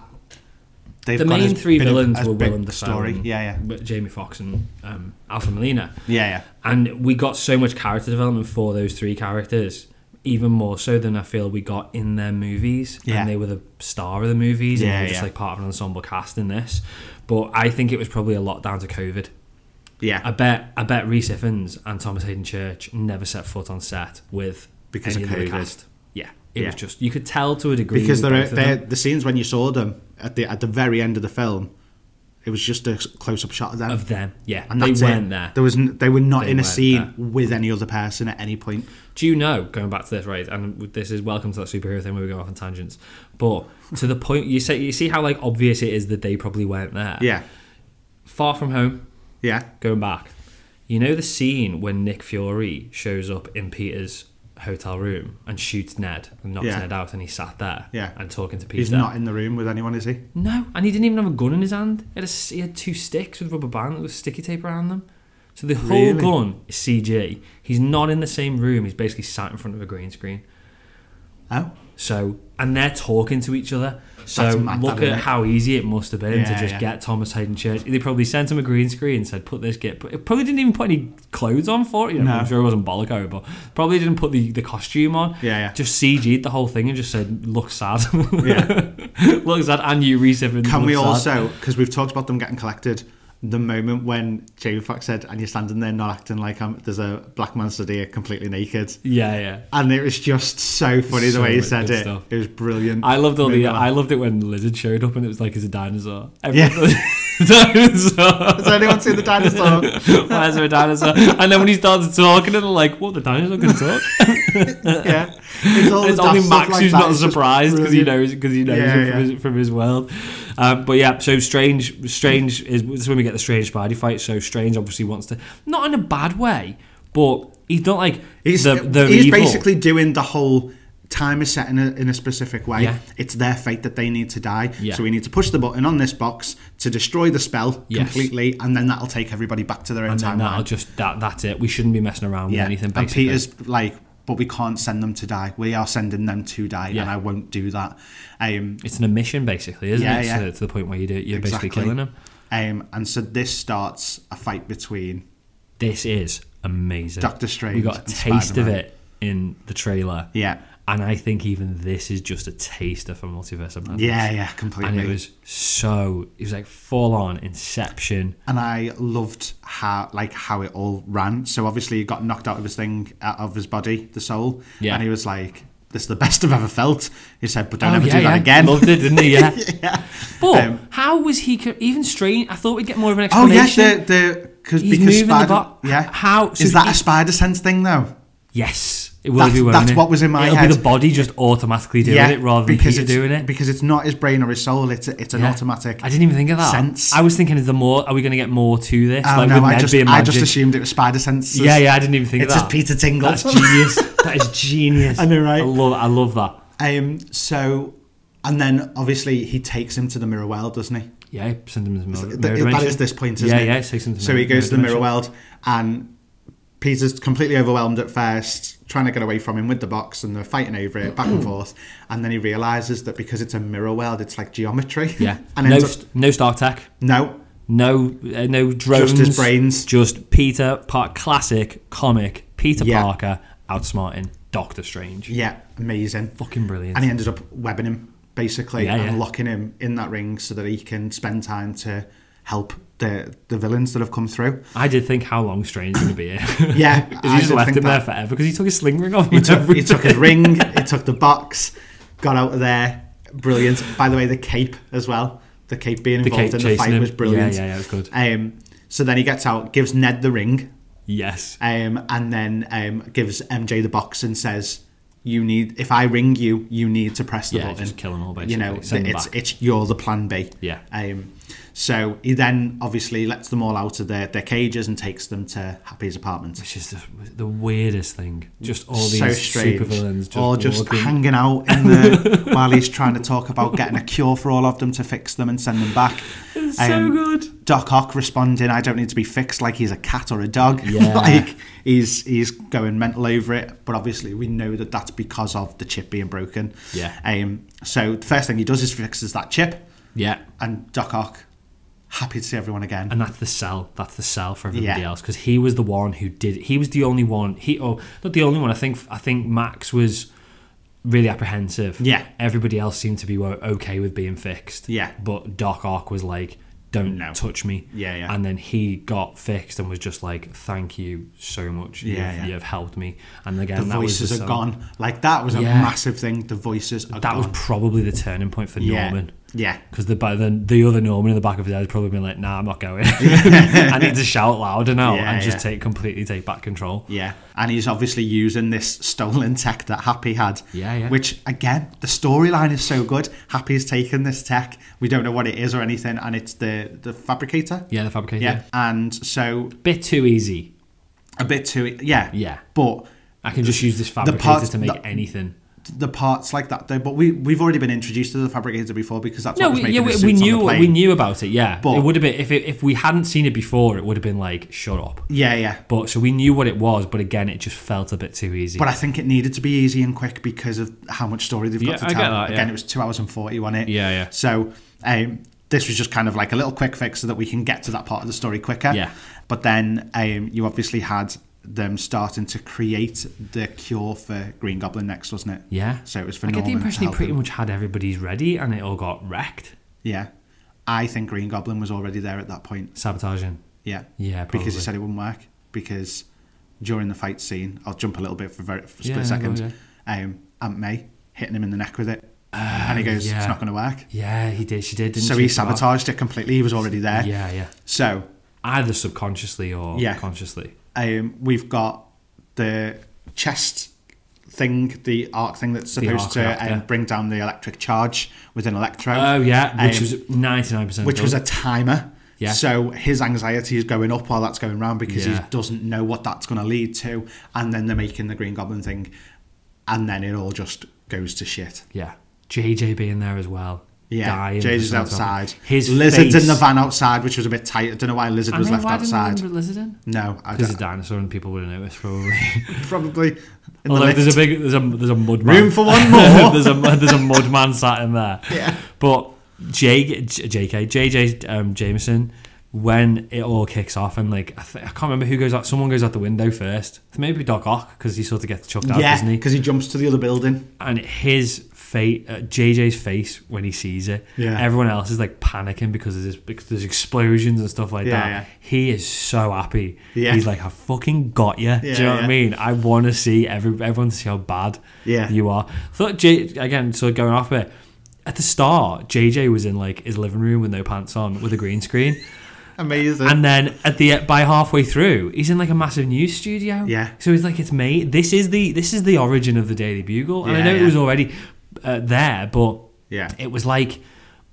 Speaker 3: They've
Speaker 2: The
Speaker 3: got
Speaker 2: main
Speaker 3: as
Speaker 2: three
Speaker 3: big of-
Speaker 2: villains
Speaker 3: as
Speaker 2: were
Speaker 3: big
Speaker 2: Willem Dafoe
Speaker 3: story.
Speaker 2: and-
Speaker 3: Yeah, yeah,
Speaker 2: but Jamie Foxx and um, Alfred Molina.
Speaker 3: yeah, yeah.
Speaker 2: and we got so much character development for those three characters even more so than I feel we got in their movies.
Speaker 3: Yeah.
Speaker 2: And they were the star of the movies and
Speaker 3: Yeah,
Speaker 2: they were just
Speaker 3: yeah.
Speaker 2: like part of an ensemble cast in this. But I think it was probably a lot down to COVID.
Speaker 3: Yeah.
Speaker 2: I bet I bet Reese Iffens and Thomas Hayden Church never set foot on set with
Speaker 3: Because
Speaker 2: any
Speaker 3: of
Speaker 2: of the
Speaker 3: COVID.
Speaker 2: cast. Yeah. It was
Speaker 3: Yeah.
Speaker 2: just you could tell to a degree
Speaker 3: because
Speaker 2: with
Speaker 3: there are,
Speaker 2: both of
Speaker 3: there
Speaker 2: them.
Speaker 3: the scenes when you saw them at the at the very end of the film, it was just a close up shot of them.
Speaker 2: of them. Yeah.
Speaker 3: and
Speaker 2: they
Speaker 3: that's
Speaker 2: weren't
Speaker 3: it.
Speaker 2: there.
Speaker 3: There was n- they were not
Speaker 2: They
Speaker 3: in a
Speaker 2: weren't
Speaker 3: scene with any other person at any point.
Speaker 2: Do you know, going back to this, right? And this is welcome to that superhero thing where we go off on tangents. But to the point, you say you see how like obvious it is that they probably weren't there.
Speaker 3: Yeah,
Speaker 2: Far from home,
Speaker 3: yeah,
Speaker 2: going back. You know the scene when Nick Fury shows up in Peter's hotel room and shoots Ned and knocks
Speaker 3: Yeah.
Speaker 2: Ned out, and he's sat there
Speaker 3: Yeah.
Speaker 2: and talking to Peter.
Speaker 3: he's not in the room with anyone, is he?
Speaker 2: No, and he didn't even have a gun in his hand. He had, a, he had two sticks with rubber band with sticky tape around them. So the whole
Speaker 3: Really?
Speaker 2: gun is CG. He's not in the same room. He's basically sat in front of a green screen.
Speaker 3: Oh,
Speaker 2: So and they're talking to each other. So
Speaker 3: That's mad,
Speaker 2: look
Speaker 3: that, isn't
Speaker 2: at
Speaker 3: it?
Speaker 2: how easy it must have been to
Speaker 3: Yeah,
Speaker 2: just
Speaker 3: yeah.
Speaker 2: get Thomas Hayden Church. They probably sent him a green screen and said, "Put this get." Put, it probably didn't even put any clothes on for it. You know,
Speaker 3: No.
Speaker 2: I'm sure it wasn't Bollico, but probably didn't put the, the costume on.
Speaker 3: Yeah, yeah.
Speaker 2: Just CG'd the whole thing and just said, "Look sad."
Speaker 3: Yeah.
Speaker 2: look sad. And you reset.
Speaker 3: can we also because we've talked about them getting collected? The moment when Jamie Foxx said, "And you're standing there not acting like I'm," there's a black man stood here completely naked,
Speaker 2: Yeah, yeah.
Speaker 3: and it was just so funny the
Speaker 2: So
Speaker 3: way he
Speaker 2: much
Speaker 3: said
Speaker 2: good
Speaker 3: it.
Speaker 2: stuff.
Speaker 3: It was brilliant.
Speaker 2: I loved all
Speaker 3: Made me
Speaker 2: the.
Speaker 3: laugh.
Speaker 2: I loved it when the lizard showed up and it was like he's a dinosaur.
Speaker 3: Yeah.
Speaker 2: Everyone- dinosaur.
Speaker 3: Has anyone seen the dinosaur?
Speaker 2: Why is there a dinosaur? And then when he starts talking, and they're like, "What? The dinosaur can talk?"
Speaker 3: yeah, it's, all
Speaker 2: it's
Speaker 3: the daft
Speaker 2: only
Speaker 3: stuff
Speaker 2: Max
Speaker 3: like
Speaker 2: who's
Speaker 3: that.
Speaker 2: not
Speaker 3: It's just
Speaker 2: surprised because he
Speaker 3: brilliant.
Speaker 2: knows because he knows
Speaker 3: Yeah,
Speaker 2: it
Speaker 3: yeah.
Speaker 2: from, His, from his world. Um, but yeah, so strange. Strange is this is when we get the strange Spidey fight. So strange obviously wants to not in a bad way, but he's not like
Speaker 3: He's,
Speaker 2: the, the
Speaker 3: he's
Speaker 2: evil.
Speaker 3: basically doing the whole time is set in a, in a specific way.
Speaker 2: Yeah.
Speaker 3: It's their fate that they need to die.
Speaker 2: Yeah.
Speaker 3: So we need to push the button on this box to destroy the spell
Speaker 2: Yes.
Speaker 3: completely, and then that'll take everybody back to their own
Speaker 2: and then that'll
Speaker 3: timeline.
Speaker 2: just that that's it. We shouldn't be messing around
Speaker 3: Yeah.
Speaker 2: with anything.
Speaker 3: and
Speaker 2: Basically.
Speaker 3: Peter's like, but we can't send them to die. We are sending them to die,
Speaker 2: Yeah.
Speaker 3: and I won't do that. Um,
Speaker 2: It's an omission, basically, isn't
Speaker 3: Yeah,
Speaker 2: it?
Speaker 3: yeah.
Speaker 2: So, to the point where you do, you're basically killing him.
Speaker 3: Um, and so this starts a fight between
Speaker 2: This is amazing.
Speaker 3: Doctor Strange
Speaker 2: We got a
Speaker 3: and
Speaker 2: taste of
Speaker 3: Spider-Man.
Speaker 2: it in the trailer.
Speaker 3: yeah,
Speaker 2: And I think even this is just a taster for Multiverse of Madness.
Speaker 3: yeah, yeah, completely.
Speaker 2: And it was so, it was like full on Inception.
Speaker 3: and I loved how like how it all ran. So obviously he got knocked out of his thing, out of his body, the soul,
Speaker 2: Yeah.
Speaker 3: and he was like, "This is the best I've ever felt." He said, "But don't
Speaker 2: Oh,
Speaker 3: ever
Speaker 2: yeah,
Speaker 3: do that
Speaker 2: yeah.
Speaker 3: again."
Speaker 2: Loved it, didn't he? Yeah.
Speaker 3: yeah.
Speaker 2: But
Speaker 3: Um,
Speaker 2: how was he co- even strange? I thought we'd get more of an
Speaker 3: Oh yeah,
Speaker 2: explanation.
Speaker 3: the the cause,
Speaker 2: He's
Speaker 3: because
Speaker 2: moving the
Speaker 3: spider.
Speaker 2: bo-
Speaker 3: yeah.
Speaker 2: how- so
Speaker 3: is that
Speaker 2: he-
Speaker 3: a spider sense thing though?
Speaker 2: Yes, it will
Speaker 3: That's-
Speaker 2: be. won't
Speaker 3: that's
Speaker 2: it?
Speaker 3: what was in my
Speaker 2: It'll
Speaker 3: head.
Speaker 2: be the body just automatically doing it rather than Peter
Speaker 3: it's,
Speaker 2: doing it.
Speaker 3: because it's not his brain or his soul. It's a, it's an
Speaker 2: Yeah.
Speaker 3: automatic.
Speaker 2: I didn't even think of that.
Speaker 3: sense.
Speaker 2: I was thinking, is the more are we going to get more to this?
Speaker 3: Oh,
Speaker 2: like
Speaker 3: no,
Speaker 2: with
Speaker 3: I
Speaker 2: Ned
Speaker 3: just
Speaker 2: being
Speaker 3: I
Speaker 2: magic.
Speaker 3: just assumed it was spider senses.
Speaker 2: yeah, yeah, I didn't even think
Speaker 3: It's
Speaker 2: of
Speaker 3: just
Speaker 2: that.
Speaker 3: Peter Tingle.
Speaker 2: That's genius. that is genius.
Speaker 3: I know, right?
Speaker 2: I love. I love that.
Speaker 3: Um. So, and then obviously he takes him to the mirror world, doesn't he?
Speaker 2: Yeah, send him to mirror,
Speaker 3: Th-
Speaker 2: mirror
Speaker 3: th-
Speaker 2: dimension.
Speaker 3: that is this point, isn't
Speaker 2: yeah,
Speaker 3: it?
Speaker 2: Yeah, yeah. Takes him to
Speaker 3: So
Speaker 2: mirror,
Speaker 3: he goes to the mirror
Speaker 2: dimension.
Speaker 3: world, and Peter's completely overwhelmed at first, trying to get away from him with the box, and they're fighting over it back and forth. And then he realizes that because it's a mirror world, it's like geometry.
Speaker 2: Yeah.
Speaker 3: and
Speaker 2: no,
Speaker 3: ends up,
Speaker 2: st- no Star Tech.
Speaker 3: no,
Speaker 2: No, uh, no drones.
Speaker 3: just his brains.
Speaker 2: Just Peter Park, classic comic Peter
Speaker 3: Yeah.
Speaker 2: Parker outsmarting Doctor Strange.
Speaker 3: Yeah, amazing.
Speaker 2: Fucking brilliant.
Speaker 3: And he ended up webbing him basically
Speaker 2: Yeah,
Speaker 3: and
Speaker 2: yeah.
Speaker 3: locking him in that ring so that he can spend time to help the the villains that have come through.
Speaker 2: I did think how long Strange is going to be here.
Speaker 3: Yeah,
Speaker 2: Because
Speaker 3: I
Speaker 2: he just
Speaker 3: did
Speaker 2: left
Speaker 3: think
Speaker 2: him
Speaker 3: that.
Speaker 2: there forever because he took his sling ring off.
Speaker 3: He took, he took his ring, he took the box, got out of there. Brilliant. By the way, the cape as well. The cape being involved in the fight was brilliant.
Speaker 2: Yeah, yeah, yeah, it was good.
Speaker 3: Um, so then he gets out, gives Ned the ring,
Speaker 2: Yes.
Speaker 3: um, and then um, gives MJ the box and says, "You need. If I ring you, you need to press the
Speaker 2: Yeah,
Speaker 3: button.
Speaker 2: just kill 'em all,
Speaker 3: You know,
Speaker 2: basically. Send 'em
Speaker 3: it's
Speaker 2: back.
Speaker 3: it's you're the plan B.
Speaker 2: Yeah.
Speaker 3: Um, so he then obviously lets them all out of their, their cages and takes them to Happy's apartment.
Speaker 2: Which is the, the weirdest thing. Just all these
Speaker 3: so strange,
Speaker 2: supervillains just,
Speaker 3: or just
Speaker 2: walking.
Speaker 3: hanging out in the while he's trying to talk about getting a cure for all of them to fix them and send them back. Um,
Speaker 2: It's so good.
Speaker 3: Doc Ock responding, "I don't need to be fixed like he's a cat or a dog.
Speaker 2: Yeah.
Speaker 3: like he's he's going mental over it. But obviously, we know that that's because of the chip being broken.
Speaker 2: Yeah.
Speaker 3: Um. So the first thing he does is fixes that chip,
Speaker 2: Yeah.
Speaker 3: and Doc Ock happy to see everyone again.
Speaker 2: and that's the sell. That's the sell for everybody
Speaker 3: Yeah.
Speaker 2: else because he was the one who did. He was the only one. He oh, not the only one. I think I think Max was really apprehensive.
Speaker 3: Yeah.
Speaker 2: everybody else seemed to be wo- okay with being fixed.
Speaker 3: Yeah.
Speaker 2: but Doc Ock was like, "Don't
Speaker 3: No.
Speaker 2: touch me."
Speaker 3: Yeah, yeah.
Speaker 2: And then he got fixed and was just like, "Thank you so much.
Speaker 3: Yeah,
Speaker 2: you've,
Speaker 3: yeah.
Speaker 2: you've helped me." And again,
Speaker 3: the
Speaker 2: that was the
Speaker 3: voices are
Speaker 2: sell.
Speaker 3: gone. Like that was a
Speaker 2: Yeah.
Speaker 3: massive thing. The voices are
Speaker 2: That was
Speaker 3: gone.
Speaker 2: probably the turning point for
Speaker 3: yeah.
Speaker 2: Norman.
Speaker 3: Yeah.
Speaker 2: Because the, by then the other Norman in the back of his head had probably been like, nah, I'm not going. I need to shout louder now
Speaker 3: Yeah,
Speaker 2: and just
Speaker 3: yeah.
Speaker 2: take completely take back control.
Speaker 3: Yeah, and he's obviously using this stolen tech that Happy had.
Speaker 2: Yeah, yeah.
Speaker 3: Which again, the storyline is so good. Happy's taken this tech. We don't know what it is or anything, and it's the the fabricator.
Speaker 2: Yeah, the fabricator.
Speaker 3: Yeah, and so
Speaker 2: Bit too easy.
Speaker 3: a bit too. Yeah,
Speaker 2: Yeah.
Speaker 3: But
Speaker 2: I can just use this
Speaker 3: the
Speaker 2: fabricator
Speaker 3: parts-
Speaker 2: to make
Speaker 3: the-
Speaker 2: anything.
Speaker 3: the parts like that, though. But we we've already been introduced to the fabricator before because that's
Speaker 2: No,
Speaker 3: what was
Speaker 2: we,
Speaker 3: making
Speaker 2: yeah,
Speaker 3: the
Speaker 2: we,
Speaker 3: suits
Speaker 2: we
Speaker 3: on the
Speaker 2: knew we
Speaker 3: plane.
Speaker 2: knew about it. Yeah,
Speaker 3: But-
Speaker 2: it would have been if it, if we hadn't seen it before, it would have been like shut up.
Speaker 3: Yeah, yeah.
Speaker 2: But so we knew what it was, but again, it just felt a bit too easy.
Speaker 3: But I think it needed to be easy and quick because of how much story they've
Speaker 2: Yeah,
Speaker 3: got to
Speaker 2: I get
Speaker 3: tell.
Speaker 2: that, yeah.
Speaker 3: Again, it was two hours and forty, wasn't it?
Speaker 2: Yeah, yeah.
Speaker 3: So um, this was just kind of like a little quick fix so that we can get to that part of the story quicker.
Speaker 2: Yeah.
Speaker 3: But then um, you obviously had them starting to create the cure for Green Goblin next, wasn't it?
Speaker 2: yeah,
Speaker 3: So it was for
Speaker 2: I get the
Speaker 3: Norman to
Speaker 2: impression he
Speaker 3: help
Speaker 2: pretty
Speaker 3: him.
Speaker 2: much had everybody's ready, and it all got wrecked.
Speaker 3: Yeah. I think Green Goblin was already there at that point.
Speaker 2: Sabotaging.
Speaker 3: Yeah.
Speaker 2: Yeah,
Speaker 3: Because
Speaker 2: probably.
Speaker 3: he said it wouldn't work. Because during the fight scene, I'll jump a little bit for, very, for a
Speaker 2: Yeah,
Speaker 3: split
Speaker 2: no,
Speaker 3: second.
Speaker 2: go,
Speaker 3: Um, Aunt May hitting him in the neck with it, and he goes,
Speaker 2: Uh, yeah.
Speaker 3: "It's not going to work."
Speaker 2: Yeah, he did. She did. Didn't
Speaker 3: So
Speaker 2: she?
Speaker 3: he sabotaged it completely. He was already there.
Speaker 2: Yeah, yeah.
Speaker 3: So
Speaker 2: Either subconsciously or
Speaker 3: Yeah.
Speaker 2: consciously.
Speaker 3: um, we've got the chest thing, the arc thing that's supposed
Speaker 2: arc
Speaker 3: to
Speaker 2: reactor.
Speaker 3: um, bring down the electric charge with an electrode.
Speaker 2: Oh yeah, which
Speaker 3: Um,
Speaker 2: was ninety nine percent.
Speaker 3: which was a timer.
Speaker 2: Mm-hmm. Yeah.
Speaker 3: So his anxiety is going up while that's going round because
Speaker 2: Yeah.
Speaker 3: he doesn't know what that's going to lead to, and then they're making the Green Goblin thing, and then it all just goes to shit.
Speaker 2: yeah. JJ being there as well.
Speaker 3: Yeah,
Speaker 2: Dying for
Speaker 3: Jay's
Speaker 2: something to happen.
Speaker 3: outside.
Speaker 2: His
Speaker 3: lizards
Speaker 2: face.
Speaker 3: in the van outside, which was a bit tight. I don't know why lizard
Speaker 2: I
Speaker 3: was
Speaker 2: mean,
Speaker 3: left
Speaker 2: why
Speaker 3: outside.
Speaker 2: Didn't we remember lizard in?
Speaker 3: No, I
Speaker 2: There's a
Speaker 3: don't.
Speaker 2: dinosaur and people would have noticed probably.
Speaker 3: Probably. In the
Speaker 2: Although
Speaker 3: lift.
Speaker 2: there's a big, there's a there's a mud man.
Speaker 3: Room for one more.
Speaker 2: there's a there's a mud man sat in there.
Speaker 3: Yeah.
Speaker 2: But J, J, JK JJ um, Jameson, when it all kicks off and like I, th- I can't remember who goes out. Someone goes out the window first. Maybe Doc Ock because he sort of gets chucked out,
Speaker 3: yeah,
Speaker 2: doesn't he?
Speaker 3: because he jumps to the other building.
Speaker 2: and his face, uh, JJ's face when he sees it.
Speaker 3: Yeah.
Speaker 2: Everyone else is like panicking because there's, because there's explosions and stuff like
Speaker 3: Yeah,
Speaker 2: that.
Speaker 3: yeah.
Speaker 2: He is so happy.
Speaker 3: Yeah.
Speaker 2: He's like, I fucking got you. Do you
Speaker 3: Yeah,
Speaker 2: know what I
Speaker 3: yeah.
Speaker 2: mean? I want to see every everyone to see how bad
Speaker 3: Yeah.
Speaker 2: you are. Thought J again. So going off it at the start, JJ was in like his living room with no pants on with a green screen.
Speaker 3: Amazing.
Speaker 2: And then at the by halfway through, he's in like a massive news studio.
Speaker 3: Yeah.
Speaker 2: So he's like, it's me. This is the this is the origin of the Daily Bugle, and I
Speaker 3: Yeah,
Speaker 2: know it
Speaker 3: yeah.
Speaker 2: was already uh, there, but
Speaker 3: Yeah.
Speaker 2: it was like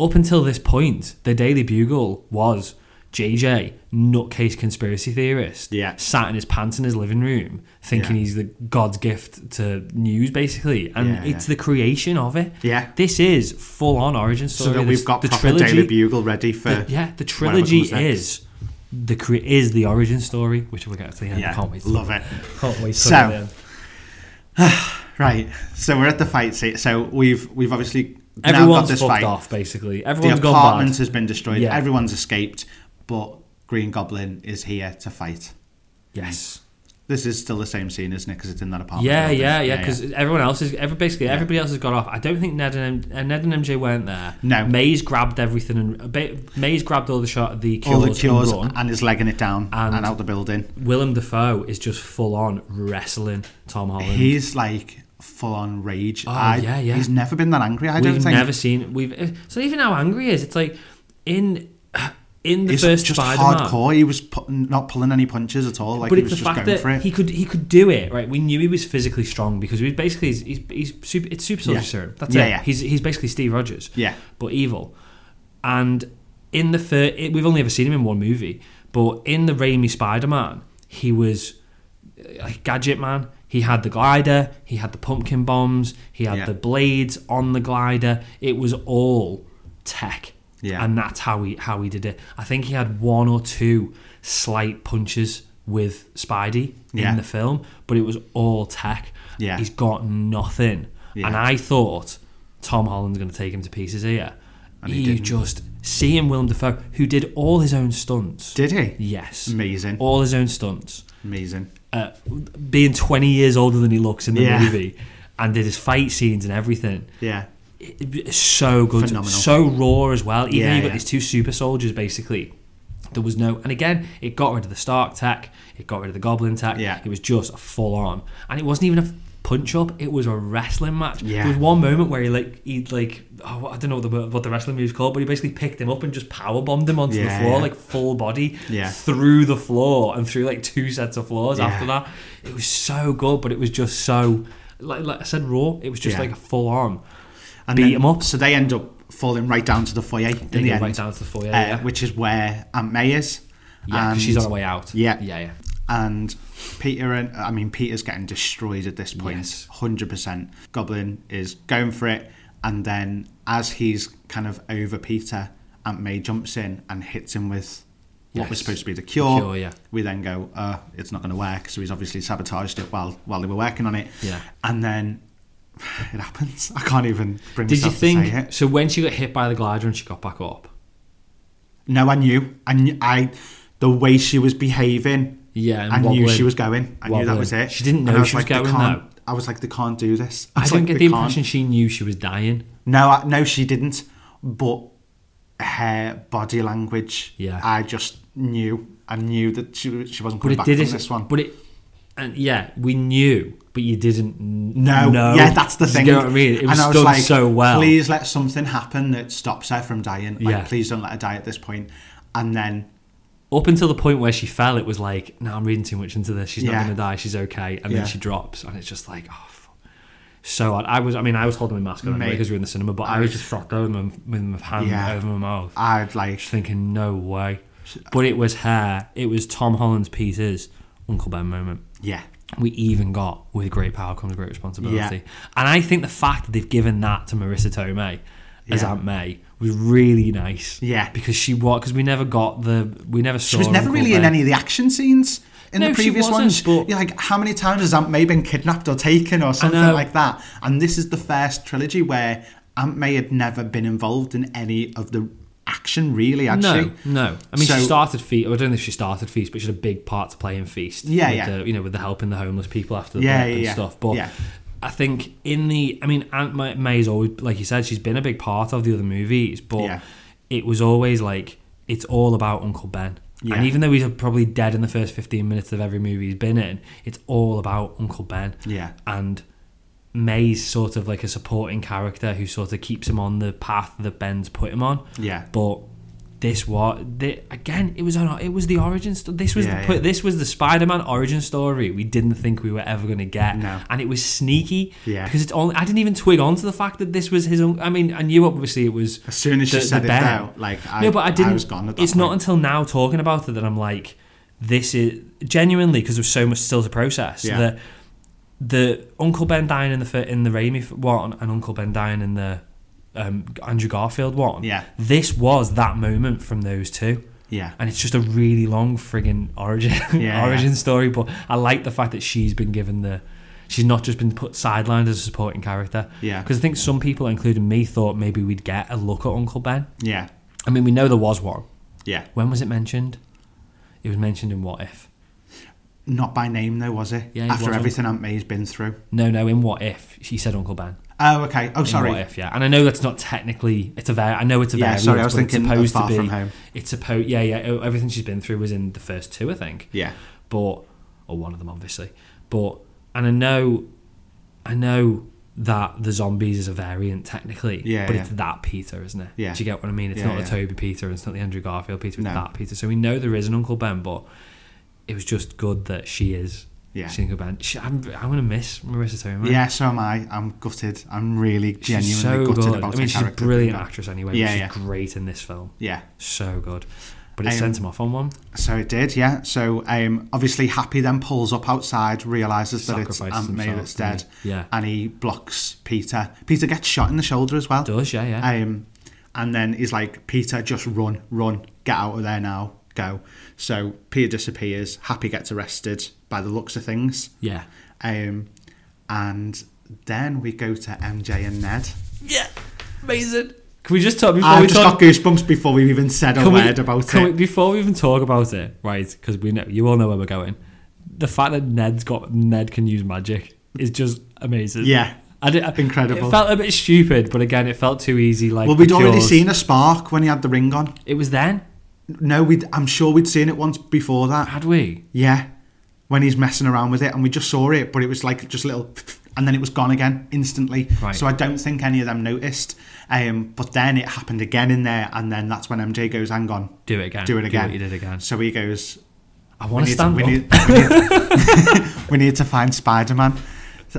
Speaker 2: up until this point, the Daily Bugle was JJ nutcase conspiracy theorist.
Speaker 3: Yeah.
Speaker 2: Sat in his pants in his living room, thinking
Speaker 3: Yeah.
Speaker 2: he's the God's gift to news, basically, and
Speaker 3: Yeah,
Speaker 2: it's
Speaker 3: yeah.
Speaker 2: the creation of it.
Speaker 3: Yeah.
Speaker 2: This is full on origin story.
Speaker 3: so that
Speaker 2: The-
Speaker 3: we've got
Speaker 2: the
Speaker 3: proper
Speaker 2: trilogy
Speaker 3: Daily Bugle ready for.
Speaker 2: the- yeah, the
Speaker 3: whatever
Speaker 2: trilogy
Speaker 3: comes next.
Speaker 2: is the cre- is the origin story, which we'll get to the end.
Speaker 3: Yeah,
Speaker 2: can't wait. To,
Speaker 3: love it.
Speaker 2: can't wait.
Speaker 3: So-
Speaker 2: the end.
Speaker 3: Right, so we're at the fight scene. So we've we've obviously now got
Speaker 2: everyone's
Speaker 3: this
Speaker 2: fucked
Speaker 3: fight.
Speaker 2: off basically.
Speaker 3: The
Speaker 2: Everyone's gone
Speaker 3: apartment
Speaker 2: bad.
Speaker 3: has been destroyed.
Speaker 2: Yeah.
Speaker 3: Everyone's escaped, but Green Goblin is here to fight.
Speaker 2: Yes.
Speaker 3: This is still the same scene, isn't it? Because it's in that apartment.
Speaker 2: Yeah,
Speaker 3: building.
Speaker 2: yeah, yeah. Because everyone else is every, basically everybody else has got off. I don't think Ned and M- uh, Ned and MJ weren't there.
Speaker 3: No.
Speaker 2: Maze grabbed everything and uh, ba- Maze grabbed all the shot the cures,
Speaker 3: all the cures
Speaker 2: and
Speaker 3: and,
Speaker 2: run.
Speaker 3: is legging it down
Speaker 2: And-
Speaker 3: and, out the building.
Speaker 2: Willem Dafoe is just full on wrestling Tom Holland.
Speaker 3: He's like full on rage.
Speaker 2: Oh,
Speaker 3: I,
Speaker 2: yeah, yeah.
Speaker 3: He's never been that angry. I don't
Speaker 2: we've
Speaker 3: think.
Speaker 2: never seen we've so even how angry he is it's like in in the
Speaker 3: it's
Speaker 2: first
Speaker 3: just
Speaker 2: Spider-Man.
Speaker 3: hardcore. He was pu- not pulling any punches at all. Like
Speaker 2: but
Speaker 3: he
Speaker 2: it's
Speaker 3: was
Speaker 2: the
Speaker 3: just
Speaker 2: fact
Speaker 3: going
Speaker 2: that
Speaker 3: for it.
Speaker 2: he could he could do it right. We knew he was physically strong because he was basically he's, he's, he's super, it's super soldier
Speaker 3: Yeah.
Speaker 2: serum. That's
Speaker 3: Yeah,
Speaker 2: it.
Speaker 3: yeah.
Speaker 2: He's he's basically Steve Rogers.
Speaker 3: Yeah.
Speaker 2: but evil. And in the third, we've only ever seen him in one movie. But in the Raimi Spider-Man, he was uh, like gadget man. He had the glider. He had the pumpkin bombs. He had
Speaker 3: Yeah.
Speaker 2: the blades on the glider. It was all tech.
Speaker 3: Yeah.
Speaker 2: And that's how he how he did it. I think he had one or two slight punches with Spidey
Speaker 3: Yeah.
Speaker 2: in the film, but it was all tech.
Speaker 3: Yeah.
Speaker 2: He's got nothing.
Speaker 3: Yeah.
Speaker 2: And I thought Tom Holland's going to take him to pieces here.
Speaker 3: And
Speaker 2: he
Speaker 3: he didn't.
Speaker 2: just seeing Willem Dafoe, who did all his own stunts.
Speaker 3: Did he?
Speaker 2: yes,
Speaker 3: Amazing.
Speaker 2: all his own stunts.
Speaker 3: Amazing.
Speaker 2: Uh, being 20 years older than he looks in the
Speaker 3: Yeah.
Speaker 2: movie, and did his fight scenes and everything.
Speaker 3: Yeah.
Speaker 2: It- it's so good,
Speaker 3: Phenomenal.
Speaker 2: so raw as well. Even
Speaker 3: Yeah,
Speaker 2: though you got
Speaker 3: yeah.
Speaker 2: these two super soldiers basically. There was no, and again, it got rid of the Stark tack, it got rid of the Goblin tack.
Speaker 3: Yeah.
Speaker 2: it was just a full on, and it wasn't even a punch up. It was a wrestling match.
Speaker 3: Yeah.
Speaker 2: there was one moment where he like he like oh, I don't know what the, what the wrestling move's called, but he basically picked him up and just power bombed him onto
Speaker 3: Yeah,
Speaker 2: the floor
Speaker 3: yeah.
Speaker 2: like full body
Speaker 3: Yeah.
Speaker 2: through the floor and through like two sets of floors
Speaker 3: Yeah.
Speaker 2: after that. It was so good, but it was just so like, like I said, raw. It was just
Speaker 3: Yeah.
Speaker 2: like a full on.
Speaker 3: And
Speaker 2: Beat
Speaker 3: then-
Speaker 2: 'em up.
Speaker 3: So they end up falling right down to the foyer in
Speaker 2: They
Speaker 3: the
Speaker 2: go
Speaker 3: end,
Speaker 2: right down to the foyer,
Speaker 3: uh,
Speaker 2: yeah.
Speaker 3: which is where Aunt May is.
Speaker 2: Yeah, 'cause
Speaker 3: and,
Speaker 2: she's on her way out.
Speaker 3: Yeah.
Speaker 2: yeah, yeah.
Speaker 3: And Peter and I mean Peter's getting destroyed at this point,
Speaker 2: Yes.
Speaker 3: hundred percent. Goblin is going for it, and then as he's kind of over Peter, Aunt May jumps in and hits him with what
Speaker 2: Yes.
Speaker 3: was supposed to be the
Speaker 2: The
Speaker 3: cure.
Speaker 2: cure, yeah.
Speaker 3: We then go, uh, it's not going to work. So he's obviously sabotaged it while while they were working on it.
Speaker 2: Yeah.
Speaker 3: And then it happens. I can't even bring
Speaker 2: Did you
Speaker 3: myself to say it.
Speaker 2: think so? When she got hit by the glider and she got back up,
Speaker 3: No, I knew. I knew. I the way she was behaving.
Speaker 2: Yeah, and
Speaker 3: I knew
Speaker 2: wobbling.
Speaker 3: she was going. I knew that
Speaker 2: Wobbling.
Speaker 3: was it.
Speaker 2: She didn't
Speaker 3: And
Speaker 2: know
Speaker 3: I
Speaker 2: she was
Speaker 3: they
Speaker 2: going,
Speaker 3: can't-
Speaker 2: though.
Speaker 3: I was like, they can't do this.
Speaker 2: I
Speaker 3: was
Speaker 2: don't
Speaker 3: like,
Speaker 2: get
Speaker 3: they
Speaker 2: the
Speaker 3: can't.
Speaker 2: impression she knew she was dying.
Speaker 3: No, I, no, she didn't. But her body language.
Speaker 2: Yeah.
Speaker 3: I just knew. I knew that she she wasn't
Speaker 2: But
Speaker 3: coming
Speaker 2: it
Speaker 3: back
Speaker 2: did
Speaker 3: from
Speaker 2: it.
Speaker 3: this one.
Speaker 2: But it, and yeah, we knew, but you didn't n-
Speaker 3: no,
Speaker 2: know.
Speaker 3: yeah, that's the
Speaker 2: Do
Speaker 3: thing.
Speaker 2: You know what I mean? It was,
Speaker 3: and I was
Speaker 2: done
Speaker 3: like,
Speaker 2: so well.
Speaker 3: Please let something happen that stops her from dying. Like,
Speaker 2: Yeah.
Speaker 3: please don't let her die at this point. And then
Speaker 2: Up until the point where she fell, it was like, no, I'm reading too much into this. She's
Speaker 3: Yeah.
Speaker 2: not going to die. She's okay. And
Speaker 3: Yeah.
Speaker 2: then she drops, and it's just like, oh. fuck. So odd. I was, I mean, I was holding my mask on
Speaker 3: Mate.
Speaker 2: because we were in the cinema, but I was just fucked over my, with my hand
Speaker 3: Yeah.
Speaker 2: over my mouth.
Speaker 3: I'd like
Speaker 2: just thinking, no way. But it was her. It was Tom Holland's Peter's Uncle Ben moment.
Speaker 3: yeah,
Speaker 2: We even got with great power comes great responsibility.
Speaker 3: Yeah.
Speaker 2: And I think the fact that they've given that to Marissa Tomei as
Speaker 3: Yeah.
Speaker 2: Aunt May was really nice.
Speaker 3: Yeah.
Speaker 2: because she was because we never got the we never saw.
Speaker 3: She was never
Speaker 2: Uncle
Speaker 3: really in
Speaker 2: Ben.
Speaker 3: any of the action scenes in
Speaker 2: No,
Speaker 3: the
Speaker 2: she
Speaker 3: previous
Speaker 2: wasn't,
Speaker 3: ones.
Speaker 2: but-
Speaker 3: You're like, how many times has Aunt May been kidnapped or taken or something
Speaker 2: know.
Speaker 3: like that? And this is the first trilogy where Aunt May had never been involved in any of the action, really, had
Speaker 2: No,
Speaker 3: she?
Speaker 2: no. I mean,
Speaker 3: So-
Speaker 2: she started feast. I don't know if she started feast, but she had a big part to play in feast.
Speaker 3: Yeah,
Speaker 2: with
Speaker 3: yeah.
Speaker 2: The, you know, with the helping the homeless people after the
Speaker 3: Yeah,
Speaker 2: yeah,
Speaker 3: yeah,
Speaker 2: and
Speaker 3: yeah.
Speaker 2: stuff. But
Speaker 3: Yeah.
Speaker 2: I think in the, I mean, Aunt May, May's always like you said, she's been a big part of the other movies, but
Speaker 3: Yeah.
Speaker 2: it was always like it's all about Uncle Ben.
Speaker 3: Yeah.
Speaker 2: And even though he's probably dead in the first fifteen minutes of every movie he's been in, it's all about Uncle Ben.
Speaker 3: Yeah.
Speaker 2: and. May's sort of like a supporting character who sort of keeps him on the path that Ben's put him on.
Speaker 3: Yeah.
Speaker 2: But this was the, again. It was on. It was the origin. Sto- this was
Speaker 3: Yeah,
Speaker 2: the,
Speaker 3: yeah.
Speaker 2: this was the Spider-Man origin story. We didn't think we were ever going to get,
Speaker 3: No.
Speaker 2: and it was sneaky.
Speaker 3: Yeah.
Speaker 2: Because it's only I didn't even twig on to the fact that this was his. own I mean, I knew obviously it was
Speaker 3: As soon as she said it
Speaker 2: Ben.
Speaker 3: though, like, I-
Speaker 2: no, but
Speaker 3: I
Speaker 2: I didn't.
Speaker 3: was gone at that
Speaker 2: it's
Speaker 3: point.
Speaker 2: not until now talking about it that I'm like, this is genuinely because there's so much still to process
Speaker 3: Yeah.
Speaker 2: that the Uncle Ben dying in the fir- in the Raimi f- one and Uncle Ben dying in the um, Andrew Garfield one.
Speaker 3: Yeah.
Speaker 2: this was that moment from those two.
Speaker 3: Yeah.
Speaker 2: and it's just a really long friggin' origin
Speaker 3: Yeah,
Speaker 2: origin
Speaker 3: yeah.
Speaker 2: story. But I like the fact that she's been given the. She's not just been put sidelined as a supporting character.
Speaker 3: Yeah.
Speaker 2: Because I think some people, including me, thought maybe we'd get a look at Uncle Ben.
Speaker 3: Yeah.
Speaker 2: I mean, we know there was one.
Speaker 3: Yeah.
Speaker 2: When was it mentioned? It was mentioned in What If.
Speaker 3: Not by name, though, was it?
Speaker 2: Yeah, he
Speaker 3: After
Speaker 2: wasn't.
Speaker 3: everything Aunt May's been through.
Speaker 2: No, no, in What If. She said Uncle Ben.
Speaker 3: Oh, okay. Oh,
Speaker 2: in What
Speaker 3: sorry.
Speaker 2: If, yeah. And I know that's not technically. It's a var- I know it's a
Speaker 3: Yeah,
Speaker 2: variant,
Speaker 3: sorry, I was
Speaker 2: but it's
Speaker 3: thinking of
Speaker 2: supposed to
Speaker 3: Far
Speaker 2: be.
Speaker 3: From Home.
Speaker 2: It's supposed. Yeah, yeah. e- Everything she's been through was in the first two, I think.
Speaker 3: Yeah.
Speaker 2: But or one of them, obviously. But and I know, I know that the zombies is a variant technically.
Speaker 3: Yeah,
Speaker 2: But
Speaker 3: yeah.
Speaker 2: it's that Peter, isn't it?
Speaker 3: Yeah.
Speaker 2: Do you get what I mean? It's
Speaker 3: Yeah,
Speaker 2: not
Speaker 3: yeah.
Speaker 2: the Toby Peter. It's not the Andrew Garfield Peter. It's
Speaker 3: No.
Speaker 2: that Peter. So we know there is an Uncle Ben, but it was just good that she is.
Speaker 3: Yeah.
Speaker 2: She's Uncle Ben. She, I'm, I'm gonna miss Marissa Tomei.
Speaker 3: Yeah, so am I. I'm gutted. I'm really genuinely
Speaker 2: She's so
Speaker 3: gutted
Speaker 2: good.
Speaker 3: about
Speaker 2: I mean,
Speaker 3: her
Speaker 2: she's a
Speaker 3: character.
Speaker 2: brilliant actress anyway.
Speaker 3: Yeah,
Speaker 2: Yeah, she's
Speaker 3: yeah.
Speaker 2: great in this film.
Speaker 3: Yeah.
Speaker 2: So good. But it
Speaker 3: Um,
Speaker 2: sent him off on one.
Speaker 3: So it did, yeah. So um, obviously, Happy then pulls up outside, realizes that it's
Speaker 2: Sacrifices
Speaker 3: Aunt May
Speaker 2: himself,
Speaker 3: that's dead,
Speaker 2: doesn't he? Yeah.
Speaker 3: and he blocks Peter. Peter gets shot in the shoulder as well.
Speaker 2: Does, yeah, yeah.
Speaker 3: Um, and then he's like, Peter, just run, run, get out of there now, go. So Peter disappears. Happy gets arrested by the looks of things.
Speaker 2: Yeah.
Speaker 3: Um, and then we go to MJ and Ned.
Speaker 2: Yeah. Amazing. Can we just talk before
Speaker 3: I've
Speaker 2: we
Speaker 3: just
Speaker 2: talk?
Speaker 3: got goosebumps before we've even said a
Speaker 2: can we-
Speaker 3: word about
Speaker 2: can we-
Speaker 3: it.
Speaker 2: before we even talk about it, right? Because we know you all know where we're going. The fact that Ned's got Ned can use magic is just amazing.
Speaker 3: Yeah.
Speaker 2: I did, I-
Speaker 3: Incredible.
Speaker 2: It felt a bit stupid, but again, it felt too easy. Like
Speaker 3: well, we'd
Speaker 2: the
Speaker 3: already
Speaker 2: Cures.
Speaker 3: seen a spark when he had the ring on.
Speaker 2: It was then,
Speaker 3: No, we'd, I'm sure we'd seen it once before that.
Speaker 2: had we?
Speaker 3: Yeah, when he's messing around with it, and we just saw it, but it was like just a little, and then it was gone again instantly.
Speaker 2: Right.
Speaker 3: So I don't think any of them noticed. Um, but then it happened again in there, and then that's when MJ goes, "Hang on,
Speaker 2: Do it again.
Speaker 3: do it again."
Speaker 2: what you did again.
Speaker 3: So he goes,
Speaker 2: I
Speaker 3: "We
Speaker 2: want to
Speaker 3: need, to,
Speaker 2: stand
Speaker 3: we,
Speaker 2: up.
Speaker 3: need, we, need, we need to find Spider Man,"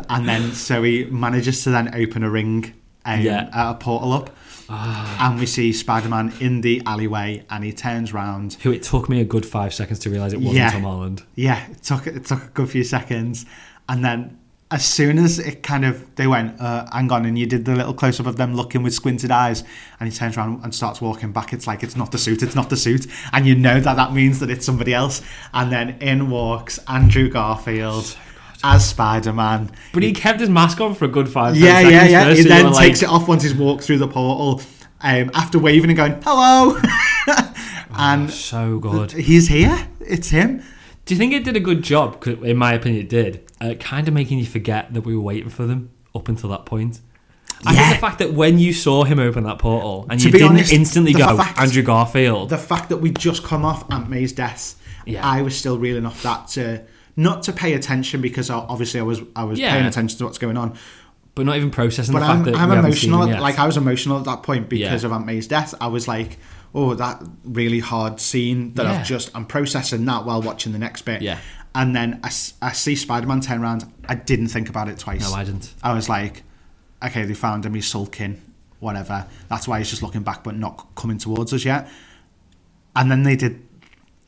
Speaker 3: and then so he manages to then open a ring, um,
Speaker 2: Yeah. Ah.
Speaker 3: at a portal up. And we see Spider Man in the alleyway, and he turns round
Speaker 2: Who it took me a good five seconds to realize it wasn't
Speaker 3: Yeah.
Speaker 2: Tom Holland.
Speaker 3: yeah, it took it took a good few seconds, and then as soon as it kind of they went, uh, hang on, and you did the little close up of them looking with squinted eyes, and he turns around and starts walking back. It's like it's not the suit, it's not the suit, and you know that that means that it's somebody else. And then in walks Andrew Garfield as Spider Man.
Speaker 2: But he kept his mask on for a good five.
Speaker 3: Yeah,
Speaker 2: ten
Speaker 3: yeah,
Speaker 2: seconds
Speaker 3: yeah.
Speaker 2: First, so
Speaker 3: He
Speaker 2: you
Speaker 3: then
Speaker 2: were
Speaker 3: takes
Speaker 2: like,
Speaker 3: it off once he's walked through the portal, um, after waving and going hello,
Speaker 2: Oh,
Speaker 3: and
Speaker 2: So good.
Speaker 3: he's here. It's him.
Speaker 2: Do you think it did a good job? 'Cause in my opinion, it did. Uh, kind of making you forget that we were waiting for them up until that point. I think
Speaker 3: Yeah.
Speaker 2: the fact that when you saw him open that portal and
Speaker 3: To
Speaker 2: you
Speaker 3: be
Speaker 2: didn't
Speaker 3: honest,
Speaker 2: instantly
Speaker 3: the
Speaker 2: go,
Speaker 3: fact-
Speaker 2: Andrew Garfield.
Speaker 3: the fact that we just come off Aunt May's death,
Speaker 2: Yeah.
Speaker 3: I was still reeling off that to not to pay attention because I- obviously I was I was
Speaker 2: Yeah.
Speaker 3: paying attention to what's going on.
Speaker 2: but not even processing
Speaker 3: But
Speaker 2: the fact
Speaker 3: I'm,
Speaker 2: that
Speaker 3: I'm
Speaker 2: we haven't seen
Speaker 3: emotional.
Speaker 2: him yet.
Speaker 3: Like I was emotional at that point because
Speaker 2: Yeah.
Speaker 3: of Aunt May's death. I was like, oh, that really hard scene that
Speaker 2: Yeah.
Speaker 3: I've just I'm processing that while watching the next bit.
Speaker 2: Yeah.
Speaker 3: And then I, s- I see Spider Man turn around. I didn't think about it twice.
Speaker 2: No, I didn't.
Speaker 3: I was like, okay, they found him. He's sulking, whatever. That's why he's just looking back, but not coming towards us yet. And then they did.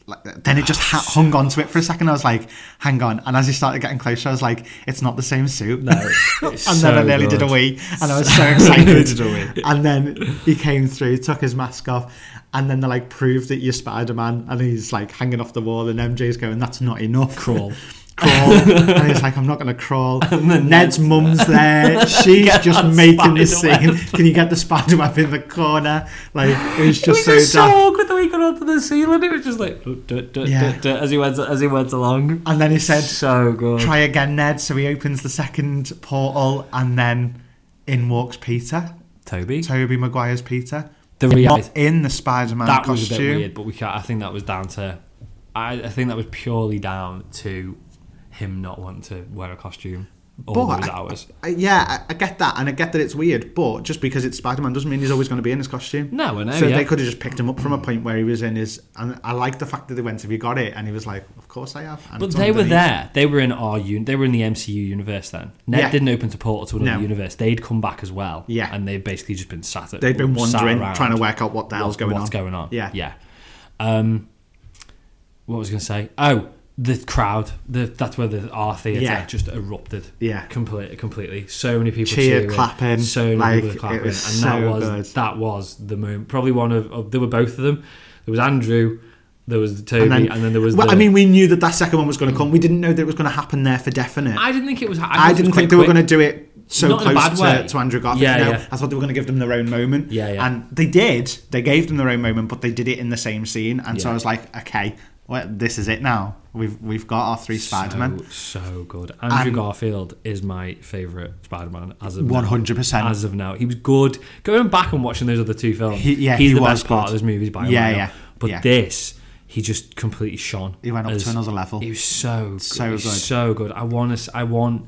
Speaker 3: Like, then it just ha- hung on to it for a second. I was like, "Hang on!" And as he started getting closer, I was like, "It's not the same suit."
Speaker 2: No, it's
Speaker 3: and
Speaker 2: so
Speaker 3: then I nearly did a
Speaker 2: good.
Speaker 3: wee, and I was so
Speaker 2: Nearly did a wee.
Speaker 3: excited. and then he came through, took his mask off, and then they like proved that you're Spider Man, and he's like hanging off the wall, and MJ's going, "That's not enough."
Speaker 2: Crawl.
Speaker 3: crawl. and he's like, I'm not going to crawl. Ned's mum's there. She's
Speaker 2: Get
Speaker 3: just
Speaker 2: that
Speaker 3: making the
Speaker 2: spider
Speaker 3: scene.
Speaker 2: web.
Speaker 3: Can you get the spider web in the corner? Like, it was
Speaker 2: It was
Speaker 3: just so
Speaker 2: just so
Speaker 3: daft.
Speaker 2: awkward that we got onto the ceiling. It was just like duh, duh, duh,
Speaker 3: Yeah.
Speaker 2: duh, duh, as he went as he went along.
Speaker 3: And then he said,
Speaker 2: so good.
Speaker 3: try again, Ned. So he opens the second portal, and then in walks Peter,
Speaker 2: Toby,
Speaker 3: Toby Maguire's Peter.
Speaker 2: the reality
Speaker 3: Not in the Spider Man
Speaker 2: that
Speaker 3: costume.
Speaker 2: was a bit weird, but we can't, I think that was down to I, I think that was purely down to him not wanting to wear a costume all
Speaker 3: But
Speaker 2: those
Speaker 3: I-
Speaker 2: hours.
Speaker 3: I- yeah, I, I get that, and I get that it's weird, but just because it's Spider Man doesn't mean he's always going to be in his costume.
Speaker 2: No, I know.
Speaker 3: So
Speaker 2: yeah.
Speaker 3: they could have just picked him up from a point where he was in his. And I like the fact that they went, "Have you got it?" And he was like, "Of course I have." And
Speaker 2: but
Speaker 3: it's
Speaker 2: they were
Speaker 3: underneath.
Speaker 2: there. They were in our un- They were in the MCU universe then. Ned
Speaker 3: Yeah.
Speaker 2: didn't open to portal to another
Speaker 3: No.
Speaker 2: universe. They'd come back as well.
Speaker 3: Yeah.
Speaker 2: and they've basically just been sat. At,
Speaker 3: They'd been
Speaker 2: sat
Speaker 3: wandering,
Speaker 2: around.
Speaker 3: trying to work out what the hell's
Speaker 2: what's
Speaker 3: going
Speaker 2: what's
Speaker 3: on.
Speaker 2: going on.
Speaker 3: Yeah.
Speaker 2: yeah. Um, what was I going to say? Oh, the crowd. The, that's where the our theatre
Speaker 3: Yeah.
Speaker 2: just erupted.
Speaker 3: Yeah.
Speaker 2: complete, completely. So many people
Speaker 3: Cheered,
Speaker 2: cheering,
Speaker 3: clapping,
Speaker 2: So many
Speaker 3: like,
Speaker 2: people were clapping,
Speaker 3: it was
Speaker 2: and that
Speaker 3: so
Speaker 2: was
Speaker 3: good.
Speaker 2: that was the moment. Probably one of, of there were both of them. There was Andrew. There was Toby, and
Speaker 3: And
Speaker 2: then,
Speaker 3: then-
Speaker 2: there was.
Speaker 3: Well,
Speaker 2: the,
Speaker 3: I mean, we knew that that second one was going to come. We didn't know that it was going to happen there for definite. I,
Speaker 2: I didn't think it was. I,
Speaker 3: didn't think they were going
Speaker 2: to.
Speaker 3: to do it so
Speaker 2: Not in a
Speaker 3: close
Speaker 2: bad way.
Speaker 3: to, to Andrew Garfield.
Speaker 2: Yeah,
Speaker 3: no,
Speaker 2: yeah.
Speaker 3: I thought they were going to give them their own moment.
Speaker 2: Yeah, yeah.
Speaker 3: And they did. They gave them their own moment, but they did it in the same scene. And so
Speaker 2: Yeah.
Speaker 3: I was like, okay, well, this is it now. We've we've got our three Spider Man.
Speaker 2: So, so good. Andrew
Speaker 3: And-
Speaker 2: Garfield is my favourite Spider Man as of now.
Speaker 3: 100%.
Speaker 2: As of now. He was good. Going back and watching those other two films,
Speaker 3: He- yeah,
Speaker 2: he's
Speaker 3: he
Speaker 2: the
Speaker 3: was
Speaker 2: best part
Speaker 3: good.
Speaker 2: of those movies by a
Speaker 3: Yeah,
Speaker 2: mile.
Speaker 3: yeah,
Speaker 2: But
Speaker 3: yeah.
Speaker 2: this, he just completely shone.
Speaker 3: He went up
Speaker 2: as-
Speaker 3: to another level.
Speaker 2: He was so good.
Speaker 3: So
Speaker 2: he was
Speaker 3: good.
Speaker 2: So good. I want to, I want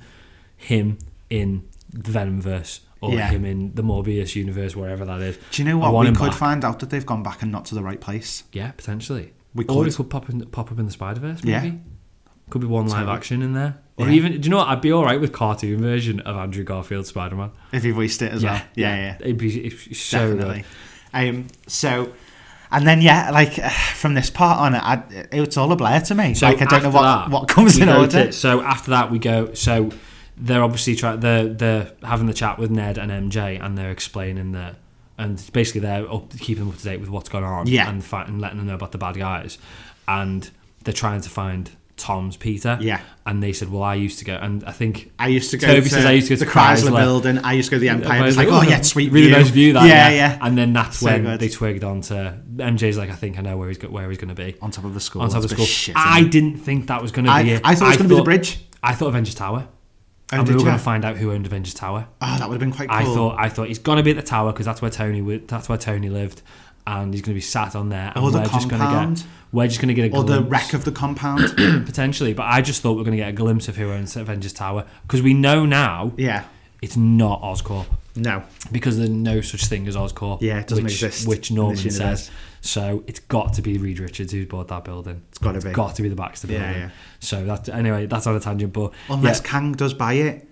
Speaker 2: him in the Venomverse or
Speaker 3: Yeah.
Speaker 2: him in the Morbius universe, wherever that is.
Speaker 3: Do you know
Speaker 2: I
Speaker 3: what?
Speaker 2: want
Speaker 3: We
Speaker 2: him
Speaker 3: could
Speaker 2: back.
Speaker 3: find out that they've gone back and not to the right place.
Speaker 2: Yeah, potentially.
Speaker 3: We
Speaker 2: Or it
Speaker 3: could.
Speaker 2: could pop in, pop up in the Spider Verse.
Speaker 3: Yeah.
Speaker 2: Maybe could be one live
Speaker 3: Totally.
Speaker 2: action in there, or
Speaker 3: Yeah.
Speaker 2: even do you know what? I'd be all right with cartoon version of Andrew Garfield Spider Man.
Speaker 3: If you voiced it as
Speaker 2: Yeah.
Speaker 3: well. Yeah, yeah.
Speaker 2: It'd be it'd be so uh,
Speaker 3: Definitely.
Speaker 2: good.
Speaker 3: Um, so, and then, yeah, like uh, from this part on, I, it's all a blur to me.
Speaker 2: So
Speaker 3: like, I don't know
Speaker 2: after
Speaker 3: what,
Speaker 2: that,
Speaker 3: what comes
Speaker 2: we
Speaker 3: in
Speaker 2: go
Speaker 3: order.
Speaker 2: to- so after that, we go. So they're obviously trying. They're they're having the chat with Ned and MJ, and they're explaining that, and basically they're up, keeping them up to date with what's going on,
Speaker 3: Yeah.
Speaker 2: and, fi- and letting them know about the bad guys, and they're trying to find Tom's Peter.
Speaker 3: Yeah.
Speaker 2: And they said, well, I used to go, and I think
Speaker 3: I used to go
Speaker 2: Toby
Speaker 3: to,
Speaker 2: says, "I used to go
Speaker 3: the
Speaker 2: to
Speaker 3: Chrysler,
Speaker 2: Chrysler."
Speaker 3: building. I used to go to the Empire.
Speaker 2: I
Speaker 3: It's
Speaker 2: was
Speaker 3: like, oh, yeah, it's sweet
Speaker 2: really
Speaker 3: view.
Speaker 2: nice view that.
Speaker 3: Yeah,
Speaker 2: Yeah,
Speaker 3: yeah.
Speaker 2: And then that's
Speaker 3: So
Speaker 2: when
Speaker 3: good.
Speaker 2: they twigged onto MJ's. Like, I think I know where he's go- where he's going to be
Speaker 3: On top of the school.
Speaker 2: on top of
Speaker 3: It's a
Speaker 2: the school.
Speaker 3: bit shit, isn't
Speaker 2: I
Speaker 3: it?
Speaker 2: didn't think that was going to
Speaker 3: I-
Speaker 2: be it.
Speaker 3: I thought it was gonna be the
Speaker 2: thought-
Speaker 3: bridge.
Speaker 2: I thought Avengers Tower.
Speaker 3: Oh,
Speaker 2: and
Speaker 3: did
Speaker 2: we were
Speaker 3: ya?
Speaker 2: going to find out who owned Avengers Tower.
Speaker 3: Oh, that would have been quite cool.
Speaker 2: I thought I thought he's gonna be at the tower because that's where Tony wa- that's where Tony lived, and he's gonna be sat on there. And
Speaker 3: Or the
Speaker 2: we're just gonna
Speaker 3: compound.
Speaker 2: get we're just gonna get a
Speaker 3: or
Speaker 2: glimpse
Speaker 3: the wreck of the compound.
Speaker 2: potentially. But I just thought we are gonna get a glimpse of who owns Avengers Tower because we know now
Speaker 3: yeah.
Speaker 2: it's not Oscorp
Speaker 3: No.
Speaker 2: because there's no such thing as Oscorp.
Speaker 3: Yeah, it doesn't
Speaker 2: which,
Speaker 3: exist
Speaker 2: Which
Speaker 3: in this
Speaker 2: Norman
Speaker 3: universe.
Speaker 2: says. So it's got to be Reed Richards who bought that building. It's
Speaker 3: gotta be.
Speaker 2: Got to be the Baxter
Speaker 3: Yeah,
Speaker 2: building.
Speaker 3: yeah.
Speaker 2: So that anyway, that's on a tangent. But
Speaker 3: Unless Kang does buy it.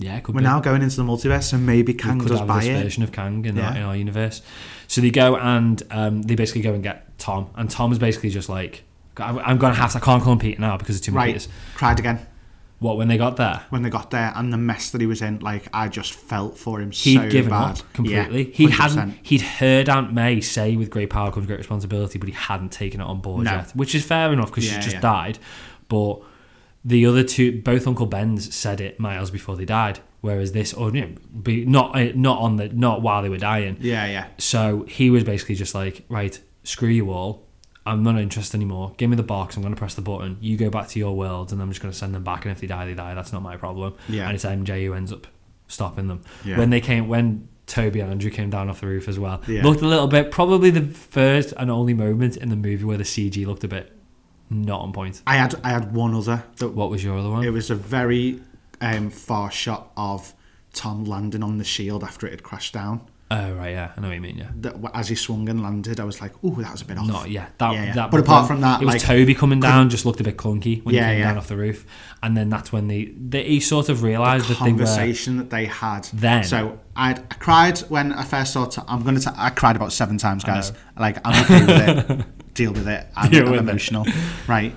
Speaker 2: yeah, yeah, it could
Speaker 3: We're
Speaker 2: be.
Speaker 3: now going into the multiverse, so maybe Kang
Speaker 2: could
Speaker 3: does
Speaker 2: have
Speaker 3: buy
Speaker 2: this
Speaker 3: it.
Speaker 2: version of Kang in, our,
Speaker 3: Yeah.
Speaker 2: in our universe. So they go and um, they basically go and get Tom, and Tom is basically just like, I'm, I'm gonna have to. I can't call him Peter now because of too many
Speaker 3: Right.
Speaker 2: Peters.
Speaker 3: Cried again
Speaker 2: What when they got there?
Speaker 3: when they got there and the mess that he was in. Like, I just felt for him
Speaker 2: He'd
Speaker 3: so
Speaker 2: given
Speaker 3: bad.
Speaker 2: up completely.
Speaker 3: Yeah,
Speaker 2: he
Speaker 3: 100%.
Speaker 2: hadn't. He'd heard Aunt May say, "With great power comes great responsibility," but he hadn't taken it on board
Speaker 3: No.
Speaker 2: yet, which is fair enough because
Speaker 3: Yeah,
Speaker 2: she just
Speaker 3: yeah.
Speaker 2: died. But the other two, both Uncle Ben's, said it miles before they died. Whereas this, or you know, be, not eh, not on the not while they were dying.
Speaker 3: Yeah, yeah.
Speaker 2: So he was basically just like, right, screw you all. I'm not interested anymore. Give me the box. I'm going to press the button. You go back to your world, and I'm just going to send them back. And if they die, they die. That's not my problem.
Speaker 3: Yeah.
Speaker 2: And it's MJ who ends up stopping them.
Speaker 3: Yeah.
Speaker 2: When they came, when Toby and Andrew came down off the roof as well,
Speaker 3: Yeah.
Speaker 2: looked a little bit. Probably the first and only moment in the movie where the CG looked a bit not on point.
Speaker 3: I had I had one other that
Speaker 2: What was your other one?
Speaker 3: It was a very um, far shot of Tom landing on the shield after it had crashed down.
Speaker 2: oh right, yeah, I know what you mean. Yeah.
Speaker 3: That as he swung and landed, I was like, "Ooh, that was a bit off."
Speaker 2: Not yeah. That,
Speaker 3: Yeah, yeah.
Speaker 2: that
Speaker 3: But apart
Speaker 2: when
Speaker 3: from that,
Speaker 2: it was
Speaker 3: like,
Speaker 2: Toby coming down just looked a bit clunky when
Speaker 3: Yeah,
Speaker 2: he came
Speaker 3: yeah.
Speaker 2: down off the roof, and then that's when they, they he sort of realised that they were
Speaker 3: conversation that they had
Speaker 2: Then.
Speaker 3: So I'd, I cried when I first saw. Tom, I'm gonna. T- I cried about seven times, guys. Like I'm okay with it. Deal with it. I'm,
Speaker 2: Deal
Speaker 3: I'm
Speaker 2: with it.
Speaker 3: emotional, right?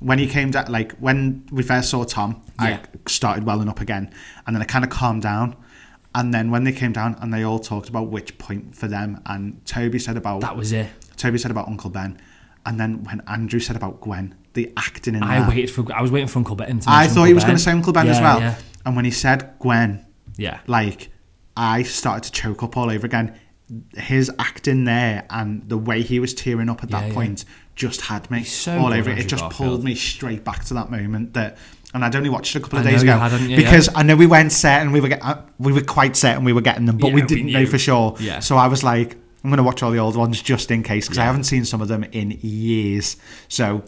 Speaker 3: When he came down, like when we first saw Tom,
Speaker 2: Yeah.
Speaker 3: I started welling up again, and then I kind of calmed down. And then when they came down, and they all talked about which point for them, and Toby said about
Speaker 2: that was it.
Speaker 3: Toby said about Uncle Ben, and then when Andrew said about Gwen, the acting in
Speaker 2: I
Speaker 3: that,
Speaker 2: waited for I was waiting for Uncle Ben. To
Speaker 3: I
Speaker 2: mention
Speaker 3: thought
Speaker 2: Uncle
Speaker 3: he was going
Speaker 2: Ben.
Speaker 3: to say Uncle Ben as
Speaker 2: Yeah,
Speaker 3: well.
Speaker 2: Yeah,
Speaker 3: And when he said Gwen,
Speaker 2: yeah.
Speaker 3: like I started to choke up all over again. His acting there and the way he was tearing up at that
Speaker 2: Yeah, yeah.
Speaker 3: point just had me
Speaker 2: so
Speaker 3: all
Speaker 2: good,
Speaker 3: over it. It
Speaker 2: Andrew
Speaker 3: just pulled
Speaker 2: Garfield.
Speaker 3: me straight back to that moment that. And I'd only watched it a couple of
Speaker 2: I
Speaker 3: days
Speaker 2: know you
Speaker 3: ago
Speaker 2: had, hadn't you?
Speaker 3: because I know we weren't set and we were get, uh, we were quite set and we were getting them, but we
Speaker 2: Yeah, we
Speaker 3: didn't know
Speaker 2: knew.
Speaker 3: for sure.
Speaker 2: Yeah.
Speaker 3: So I was like, I'm going to watch all the old ones just in case because I haven't seen some of them in years. So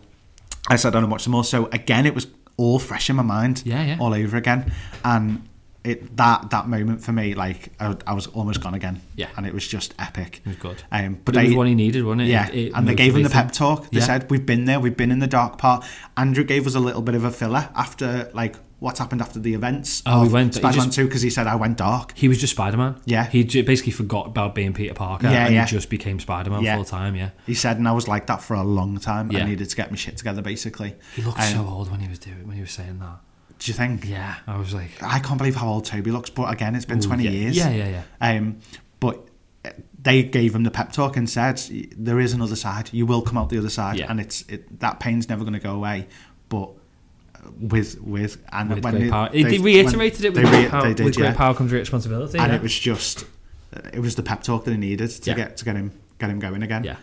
Speaker 3: I sat down and watched them all. So again, it was all fresh in my mind
Speaker 2: Yeah, yeah.
Speaker 3: all over again. And it that that moment for me, like I, I was almost gone again.
Speaker 2: Yeah.
Speaker 3: and it was just epic. It
Speaker 2: was good.
Speaker 3: Um, but
Speaker 2: But it
Speaker 3: they,
Speaker 2: was one he needed, wasn't it?
Speaker 3: yeah,
Speaker 2: It- it
Speaker 3: and they gave him the pep
Speaker 2: motivated
Speaker 3: talk. They
Speaker 2: Yeah.
Speaker 3: said, "We've been there. We've been in the dark part." Andrew gave us a little bit of a filler after like what's happened after the events.
Speaker 2: Oh,
Speaker 3: of
Speaker 2: he went- he
Speaker 3: Spider-Man
Speaker 2: just-
Speaker 3: Two because he said, "I went dark."
Speaker 2: He was just Spider Man.
Speaker 3: Yeah.
Speaker 2: He j- basically forgot about being Peter Parker.
Speaker 3: Yeah,
Speaker 2: and
Speaker 3: yeah.
Speaker 2: He just became Spider Man
Speaker 3: Yeah.
Speaker 2: full time. Yeah.
Speaker 3: He said, and I was like that for a long time. I
Speaker 2: Yeah.
Speaker 3: needed to get my shit together, basically.
Speaker 2: He looked
Speaker 3: Um,
Speaker 2: so old when he was doing when he was saying that.
Speaker 3: Do you think?
Speaker 2: Yeah. I was like,
Speaker 3: I can't believe how old Toby looks, but again, it's been
Speaker 2: Ooh,
Speaker 3: 20
Speaker 2: yeah.
Speaker 3: years.
Speaker 2: Yeah, yeah, yeah.
Speaker 3: Um, but uh, they gave him the pep talk and said, "There is another side. You will come out the other side,
Speaker 2: Yeah.
Speaker 3: and it's it, that pain's never going to go away." But uh, with with and
Speaker 2: with
Speaker 3: when
Speaker 2: great
Speaker 3: it-
Speaker 2: power. They,
Speaker 3: they-
Speaker 2: reiterated it
Speaker 3: when
Speaker 2: with,
Speaker 3: they
Speaker 2: great,
Speaker 3: re-
Speaker 2: power,
Speaker 3: they did,
Speaker 2: with
Speaker 3: yeah.
Speaker 2: great power comes great responsibility.
Speaker 3: and
Speaker 2: yeah.
Speaker 3: it was just it was the pep talk that he needed to
Speaker 2: Yeah.
Speaker 3: get to get him get him going again.
Speaker 2: Yeah.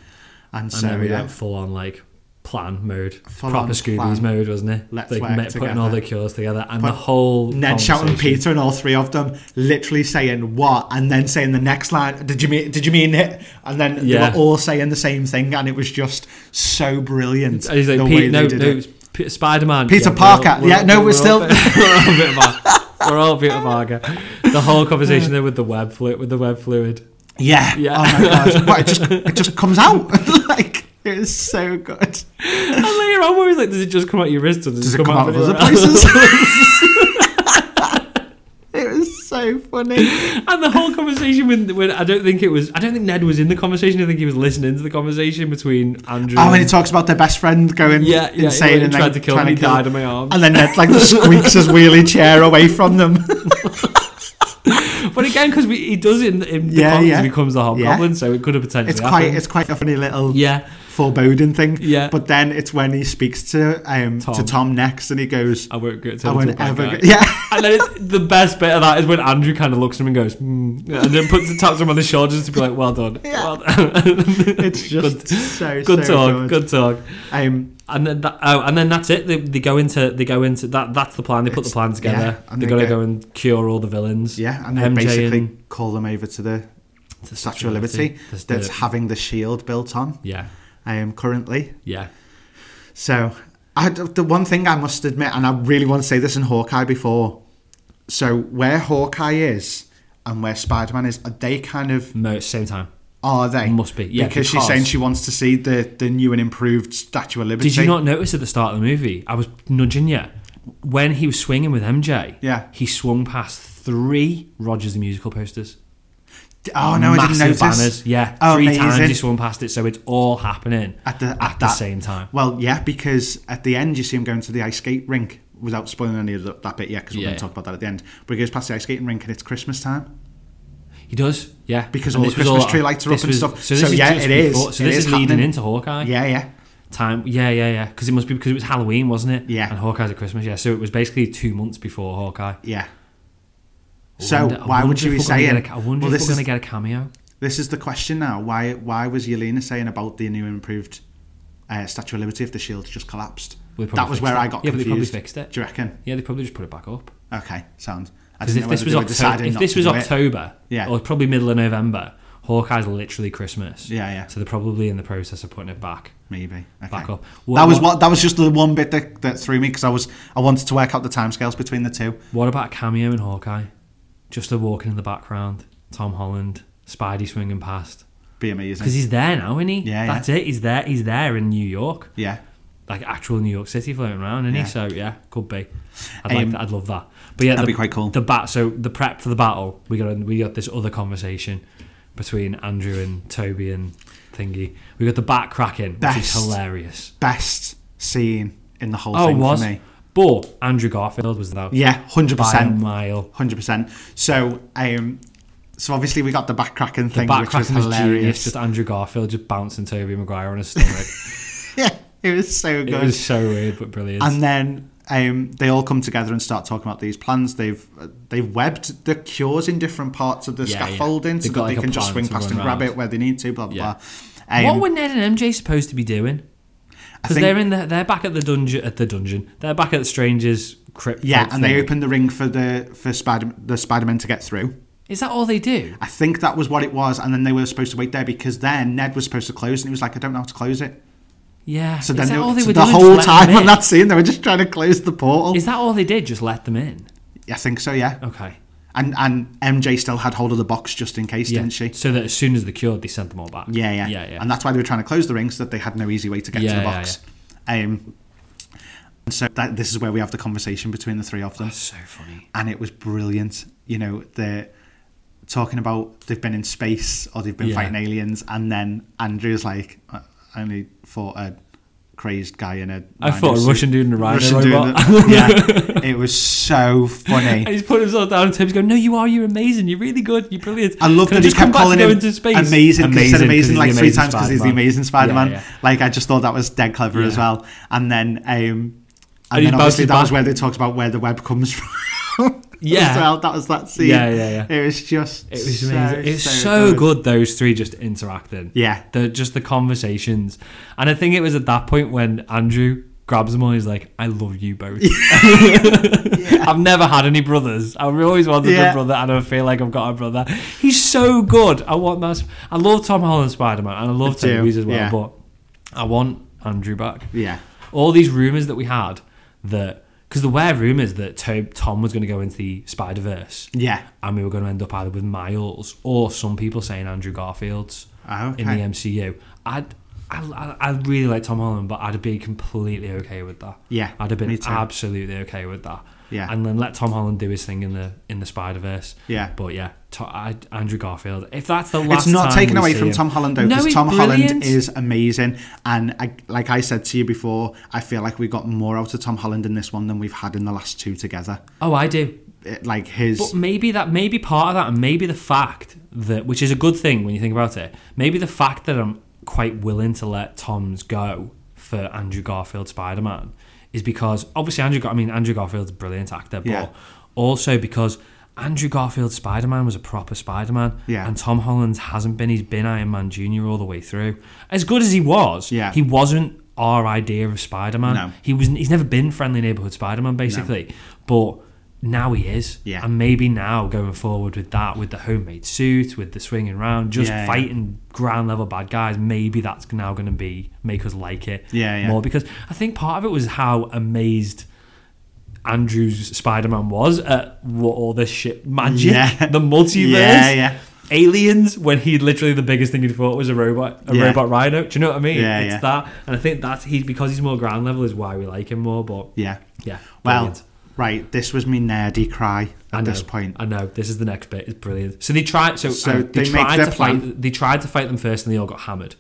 Speaker 3: and,
Speaker 2: And
Speaker 3: so
Speaker 2: then we
Speaker 3: yeah.
Speaker 2: went full on like plan mode,
Speaker 3: Full on
Speaker 2: proper Scooby's
Speaker 3: plan.
Speaker 2: mode, wasn't it?
Speaker 3: Let's
Speaker 2: like
Speaker 3: work
Speaker 2: met- putting all
Speaker 3: together.
Speaker 2: the cures together and
Speaker 3: Put-
Speaker 2: the whole
Speaker 3: Ned shouting
Speaker 2: conversation.
Speaker 3: Peter and all three of them literally saying what and then saying the next line did you mean did you mean it and then
Speaker 2: Yeah.
Speaker 3: they were all saying the same thing and it was just so brilliant
Speaker 2: And Uh, he's like,
Speaker 3: the
Speaker 2: Pete,
Speaker 3: way
Speaker 2: no,
Speaker 3: they did
Speaker 2: no,
Speaker 3: it.
Speaker 2: Spider Man.
Speaker 3: Peter Parker. Yeah, no, we're still-
Speaker 2: All, we're all Peter Parker. We're all Peter Parker. The whole conversation there with the web fluid, with the web fluid.
Speaker 3: yeah
Speaker 2: Yeah.
Speaker 3: oh my god What, it just it just comes out like it is so good
Speaker 2: And later on, where he's like, does it just come out your wrist or does,
Speaker 3: does it come out of
Speaker 2: anywhere
Speaker 3: other
Speaker 2: else?
Speaker 3: places it was so funny
Speaker 2: And the whole conversation when, when I don't think it was, I don't think Ned was in the conversation. I think he was listening to the conversation between Andrew.
Speaker 3: oh and
Speaker 2: and-
Speaker 3: it talks about their best friend going
Speaker 2: Yeah, yeah,
Speaker 3: insane
Speaker 2: he
Speaker 3: and
Speaker 2: tried
Speaker 3: then
Speaker 2: to kill
Speaker 3: trying
Speaker 2: me,
Speaker 3: to kill
Speaker 2: died in my arms.
Speaker 3: and then Ned like squeaks his wheelie chair away from them
Speaker 2: but But again, because he does it in, in the
Speaker 3: Yeah,
Speaker 2: comics,
Speaker 3: yeah.
Speaker 2: he becomes the Hobgoblin, so it could have potentially
Speaker 3: It's quite
Speaker 2: happened.
Speaker 3: it's quite a funny little
Speaker 2: yeah,
Speaker 3: foreboding thing.
Speaker 2: Yeah.
Speaker 3: But then it's when he speaks to um to
Speaker 2: Tom. Oh,
Speaker 3: Tom next and he goes,
Speaker 2: I won't get to
Speaker 3: I
Speaker 2: it
Speaker 3: won't
Speaker 2: until
Speaker 3: ever
Speaker 2: back
Speaker 3: go-"
Speaker 2: out.
Speaker 3: Yeah.
Speaker 2: And then it's, the best bit of that is when Andrew kind of looks at him and goes, hmm, and then puts taps him on the shoulders to be like, well done.
Speaker 3: Yeah.
Speaker 2: Well done.
Speaker 3: It's
Speaker 2: good,
Speaker 3: just so
Speaker 2: good
Speaker 3: so
Speaker 2: talk,
Speaker 3: good.
Speaker 2: good talk.
Speaker 3: Um
Speaker 2: And then that, oh, and then that's it. They, they go into they go into that. That's the plan. They put the
Speaker 3: It's-
Speaker 2: plan
Speaker 3: yeah,
Speaker 2: together.
Speaker 3: and
Speaker 2: They're
Speaker 3: they
Speaker 2: gonna
Speaker 3: go-
Speaker 2: go and cure all the villains.
Speaker 3: yeah, and they
Speaker 2: MJ
Speaker 3: basically
Speaker 2: and-
Speaker 3: call them over to the
Speaker 2: to
Speaker 3: Statue of Liberty
Speaker 2: There's the-
Speaker 3: that's having the shield built on
Speaker 2: yeah,
Speaker 3: um currently.
Speaker 2: yeah.
Speaker 3: So, I, the one thing I must admit, and I really want to say this in Hawkeye before, so where Hawkeye is and where Spider Man is, are they kind of
Speaker 2: No, it's same time.
Speaker 3: Oh, are they
Speaker 2: Must be, yeah,
Speaker 3: because, she's
Speaker 2: because-
Speaker 3: saying she wants to see the the new and improved Statue of Liberty.
Speaker 2: Did you not notice at the start of the movie? I was nudging you when he was swinging with MJ.
Speaker 3: Yeah.
Speaker 2: he swung past three Rogers the Musical posters.
Speaker 3: Oh no, I didn't
Speaker 2: Massive
Speaker 3: notice.
Speaker 2: banners. Yeah,
Speaker 3: Oh,
Speaker 2: three
Speaker 3: amazing.
Speaker 2: times he swung past it, so it's all happening
Speaker 3: At the- at
Speaker 2: the
Speaker 3: that-
Speaker 2: same time.
Speaker 3: Well, yeah, because at the end you see him going to the ice skate rink without spoiling any of that that bit yet, because we're
Speaker 2: Yeah.
Speaker 3: going to talk about that at the end. But he goes past the ice skating rink and it's Christmas time.
Speaker 2: He does, yeah.
Speaker 3: Because
Speaker 2: And
Speaker 3: all
Speaker 2: this
Speaker 3: the
Speaker 2: was
Speaker 3: Christmas tree lights are up
Speaker 2: this
Speaker 3: and
Speaker 2: was-
Speaker 3: stuff.
Speaker 2: So, this
Speaker 3: So,
Speaker 2: is
Speaker 3: yeah,
Speaker 2: just
Speaker 3: it is.
Speaker 2: before- So
Speaker 3: It
Speaker 2: this
Speaker 3: is
Speaker 2: is, leading
Speaker 3: happening.
Speaker 2: into Hawkeye.
Speaker 3: Yeah, yeah,
Speaker 2: Time. Yeah, yeah, yeah. Because it must be because it was Halloween, wasn't it?
Speaker 3: Yeah.
Speaker 2: And Hawkeye's at Christmas. Yeah. So it was basically two months before Hawkeye.
Speaker 3: yeah.
Speaker 2: I
Speaker 3: So
Speaker 2: wonder- I
Speaker 3: why
Speaker 2: wonder
Speaker 3: would you
Speaker 2: if
Speaker 3: be
Speaker 2: we're gonna
Speaker 3: saying?
Speaker 2: get a- I wonder
Speaker 3: well,
Speaker 2: if
Speaker 3: this
Speaker 2: we're
Speaker 3: is
Speaker 2: going to get a cameo.
Speaker 3: this is the question now. Why why was Yelena saying about the new and improved uh, Statue of Liberty if the shield just collapsed?
Speaker 2: Well, they probably
Speaker 3: That was
Speaker 2: fixed
Speaker 3: where
Speaker 2: it.
Speaker 3: I got
Speaker 2: Yeah, but they
Speaker 3: confused.
Speaker 2: probably fixed it.
Speaker 3: Do you reckon?
Speaker 2: Yeah, they probably just put it back up.
Speaker 3: Okay, sound. I
Speaker 2: Because
Speaker 3: didn't
Speaker 2: if this
Speaker 3: know whether
Speaker 2: was
Speaker 3: they were
Speaker 2: October,
Speaker 3: deciding
Speaker 2: if
Speaker 3: not
Speaker 2: this
Speaker 3: to
Speaker 2: was
Speaker 3: do it.
Speaker 2: October,
Speaker 3: Yeah.
Speaker 2: or probably middle of November, Hawkeye's literally Christmas.
Speaker 3: Yeah, yeah.
Speaker 2: So they're probably in the process of putting it back.
Speaker 3: maybe okay.
Speaker 2: Back up.
Speaker 3: that
Speaker 2: What-
Speaker 3: was what that was just the one bit that, that threw me because I was I wanted to work out the timescales between the two.
Speaker 2: What about a cameo in Hawkeye? Just a walking in the background, Tom Holland, Spidey swinging past.
Speaker 3: Be
Speaker 2: Because
Speaker 3: amazing.
Speaker 2: he's there now, isn't he?
Speaker 3: Yeah, yeah.
Speaker 2: That's it. He's there. He's there in New York,
Speaker 3: Yeah,
Speaker 2: like actual New York City, floating around, isn't
Speaker 3: Yeah.
Speaker 2: he? So yeah, could be. I'd
Speaker 3: Um,
Speaker 2: like. That. I'd love that. But yeah,
Speaker 3: that'd
Speaker 2: the-
Speaker 3: be quite cool.
Speaker 2: The bat. So the prep for the battle. We got. We got this other conversation between Andrew and Toby and Thingy. We got the bat cracking, which is
Speaker 3: Best.
Speaker 2: hilarious.
Speaker 3: best scene in the whole
Speaker 2: Oh, it
Speaker 3: thing
Speaker 2: was.
Speaker 3: for me.
Speaker 2: But Andrew Garfield was that.
Speaker 3: Yeah, hundred
Speaker 2: By a
Speaker 3: percent,
Speaker 2: mile.
Speaker 3: hundred percent. So um, so obviously we got the back cracking
Speaker 2: The
Speaker 3: thing,
Speaker 2: bat
Speaker 3: which was
Speaker 2: cracking was, genius.
Speaker 3: hilarious.
Speaker 2: Just Andrew Garfield just bouncing Toby Maguire on his stomach.
Speaker 3: yeah, it was so
Speaker 2: it
Speaker 3: good.
Speaker 2: was so weird but brilliant.
Speaker 3: and then um, they all come together and start talking about these plans. They've they've webbed the cures in different parts of the
Speaker 2: Yeah, yeah.
Speaker 3: scaffolding so
Speaker 2: They've
Speaker 3: that
Speaker 2: got
Speaker 3: they
Speaker 2: like a
Speaker 3: can just
Speaker 2: plan
Speaker 3: swing
Speaker 2: to
Speaker 3: past
Speaker 2: run
Speaker 3: and grab
Speaker 2: round.
Speaker 3: it where they need to. Blah blah.
Speaker 2: Yeah.
Speaker 3: blah. Um,
Speaker 2: what were Ned and MJ supposed to be doing?
Speaker 3: I
Speaker 2: Because
Speaker 3: think-
Speaker 2: they're in the, they're back at the dungeon at the dungeon. They're back at the strangers' crypt.
Speaker 3: yeah,
Speaker 2: type
Speaker 3: and they
Speaker 2: thing.
Speaker 3: opened the ring for the for Spider the Spider Man to get through.
Speaker 2: Is that all they do?
Speaker 3: I think that was what it was, and then they were supposed to wait there because then Ned was supposed to close, and he was like, "I don't know how to close it."
Speaker 2: Yeah.
Speaker 3: So
Speaker 2: is
Speaker 3: then
Speaker 2: that
Speaker 3: they-
Speaker 2: all they
Speaker 3: so
Speaker 2: were
Speaker 3: the
Speaker 2: doing? Just
Speaker 3: whole
Speaker 2: let
Speaker 3: time
Speaker 2: them
Speaker 3: on
Speaker 2: in?
Speaker 3: that scene, they were just trying to close the portal.
Speaker 2: Is Oh. that all they did? Just let them in.
Speaker 3: I think so, yeah.
Speaker 2: Okay.
Speaker 3: And and MJ still had hold of the box just in case,
Speaker 2: Yeah.
Speaker 3: didn't she?
Speaker 2: So that as soon as they're cured, they sent them all back.
Speaker 3: Yeah, yeah,
Speaker 2: yeah, yeah.
Speaker 3: And that's why they were trying to close the ring so that they had no easy way to get to
Speaker 2: Yeah,
Speaker 3: the
Speaker 2: yeah,
Speaker 3: box. Um, and so that, this is where we have the conversation between the three of them,
Speaker 2: That's so funny.
Speaker 3: and it was brilliant. You know, they're talking about they've been in space or they've been
Speaker 2: Yeah.
Speaker 3: fighting aliens, and then Andrew's like, "I I only fought a crazed guy in a
Speaker 2: I
Speaker 3: rhino
Speaker 2: fought a
Speaker 3: suit."
Speaker 2: Russian dude in a rhino
Speaker 3: dude in
Speaker 2: robot.
Speaker 3: a- yeah, it was so funny.
Speaker 2: And he's putting himself down and Tim's going, No, you are, you're amazing, you're really good, you're brilliant.
Speaker 3: I love
Speaker 2: Can
Speaker 3: that he
Speaker 2: just come
Speaker 3: kept
Speaker 2: back to
Speaker 3: calling
Speaker 2: go
Speaker 3: him
Speaker 2: into space?
Speaker 3: amazing because he said amazing
Speaker 2: he's
Speaker 3: like
Speaker 2: the
Speaker 3: three
Speaker 2: amazing
Speaker 3: times because he's the
Speaker 2: Spider-Man.
Speaker 3: amazing Spider-Man.
Speaker 2: Yeah, yeah.
Speaker 3: Like I just thought that was dead clever as
Speaker 2: Yeah.
Speaker 3: well. And then, um, and,
Speaker 2: And he
Speaker 3: then obviously
Speaker 2: bounces
Speaker 3: that was
Speaker 2: back.
Speaker 3: where they talked about where the web comes from.
Speaker 2: Yeah.
Speaker 3: as well. That was that scene.
Speaker 2: Yeah, yeah,
Speaker 3: It was just.
Speaker 2: It was
Speaker 3: so,
Speaker 2: amazing. It's so, good. those three just interacting.
Speaker 3: Yeah.
Speaker 2: The just the conversations. And I think it was at that point when Andrew grabs him all he's like, I love you both. I've never had any brothers. I've always wanted
Speaker 3: Yeah.
Speaker 2: a brother and I feel like I've got a brother. He's so good. I want that I love Tom Holland Spider Man and I love
Speaker 3: I do,
Speaker 2: Tom Cruise as well,
Speaker 3: yeah.
Speaker 2: but I want Andrew back
Speaker 3: Yeah,
Speaker 2: all these rumors that we had that because there were rumors that To- Tom was going to go into the Spider Verse,
Speaker 3: yeah.
Speaker 2: and we were going to end up either with Miles or some people saying Andrew Garfield's
Speaker 3: Oh,
Speaker 2: in the
Speaker 3: okay.
Speaker 2: MCU. I'd, I, I I really like Tom Holland, but I'd be completely okay with that.
Speaker 3: Yeah,
Speaker 2: I'd have been
Speaker 3: me too.
Speaker 2: absolutely okay with that.
Speaker 3: Yeah.
Speaker 2: and then let Tom Holland do his thing in the in the Spider Verse.
Speaker 3: Yeah.
Speaker 2: but yeah, to, I, Andrew Garfield. If that's the last,
Speaker 3: it's not
Speaker 2: time
Speaker 3: taken
Speaker 2: we
Speaker 3: away
Speaker 2: see
Speaker 3: from
Speaker 2: him-
Speaker 3: Tom Holland though,
Speaker 2: No,
Speaker 3: because
Speaker 2: he's
Speaker 3: Tom Holland
Speaker 2: brilliant.
Speaker 3: is amazing. And I, like I said to you before, I feel like we got more out of Tom Holland in this one than we've had in the last two together.
Speaker 2: Oh, I do.
Speaker 3: it- like his.
Speaker 2: But maybe that, maybe part of that, and maybe the fact that, which is a good thing when you think about it, maybe the fact that I'm quite willing to let Tom's go for Andrew Garfield Spider Man is because obviously Andrew, Gar- I mean Andrew Garfield's a brilliant actor, but
Speaker 3: Yeah.
Speaker 2: also because Andrew Garfield Spider Man was a proper Spider Man,
Speaker 3: Yeah.
Speaker 2: and Tom Holland hasn't been. He's been Iron Man Junior all the way through. As good as he was,
Speaker 3: Yeah.
Speaker 2: he wasn't our idea of Spider Man.
Speaker 3: No.
Speaker 2: He was. He's never been friendly neighborhood Spider Man, basically. But now he is.
Speaker 3: Yeah.
Speaker 2: And maybe now going forward with that, with the homemade suit, with the swinging round, just
Speaker 3: Yeah, yeah.
Speaker 2: fighting ground level bad guys, maybe that's now going to be make us like it
Speaker 3: Yeah, yeah.
Speaker 2: more because I think part of it was how amazed Andrew's Spider Man was at what all this shit magic,
Speaker 3: Yeah.
Speaker 2: the multiverse,
Speaker 3: Yeah, yeah.
Speaker 2: aliens. When he literally the biggest thing he thought was a robot, a
Speaker 3: Yeah.
Speaker 2: robot rhino. Do you know what I mean?
Speaker 3: Yeah,
Speaker 2: it's
Speaker 3: yeah.
Speaker 2: that, and I think that's he's because he's more ground level is why we like him more. But
Speaker 3: yeah.
Speaker 2: yeah,
Speaker 3: Well,
Speaker 2: brilliant.
Speaker 3: right. This was me nerdy cry at
Speaker 2: I know,
Speaker 3: this point.
Speaker 2: I know this is the next bit. It's brilliant. So they tried. So,
Speaker 3: So
Speaker 2: uh,
Speaker 3: they
Speaker 2: they,
Speaker 3: make
Speaker 2: tried
Speaker 3: their
Speaker 2: to
Speaker 3: plan.
Speaker 2: fight. They tried to fight them first, and they all got hammered.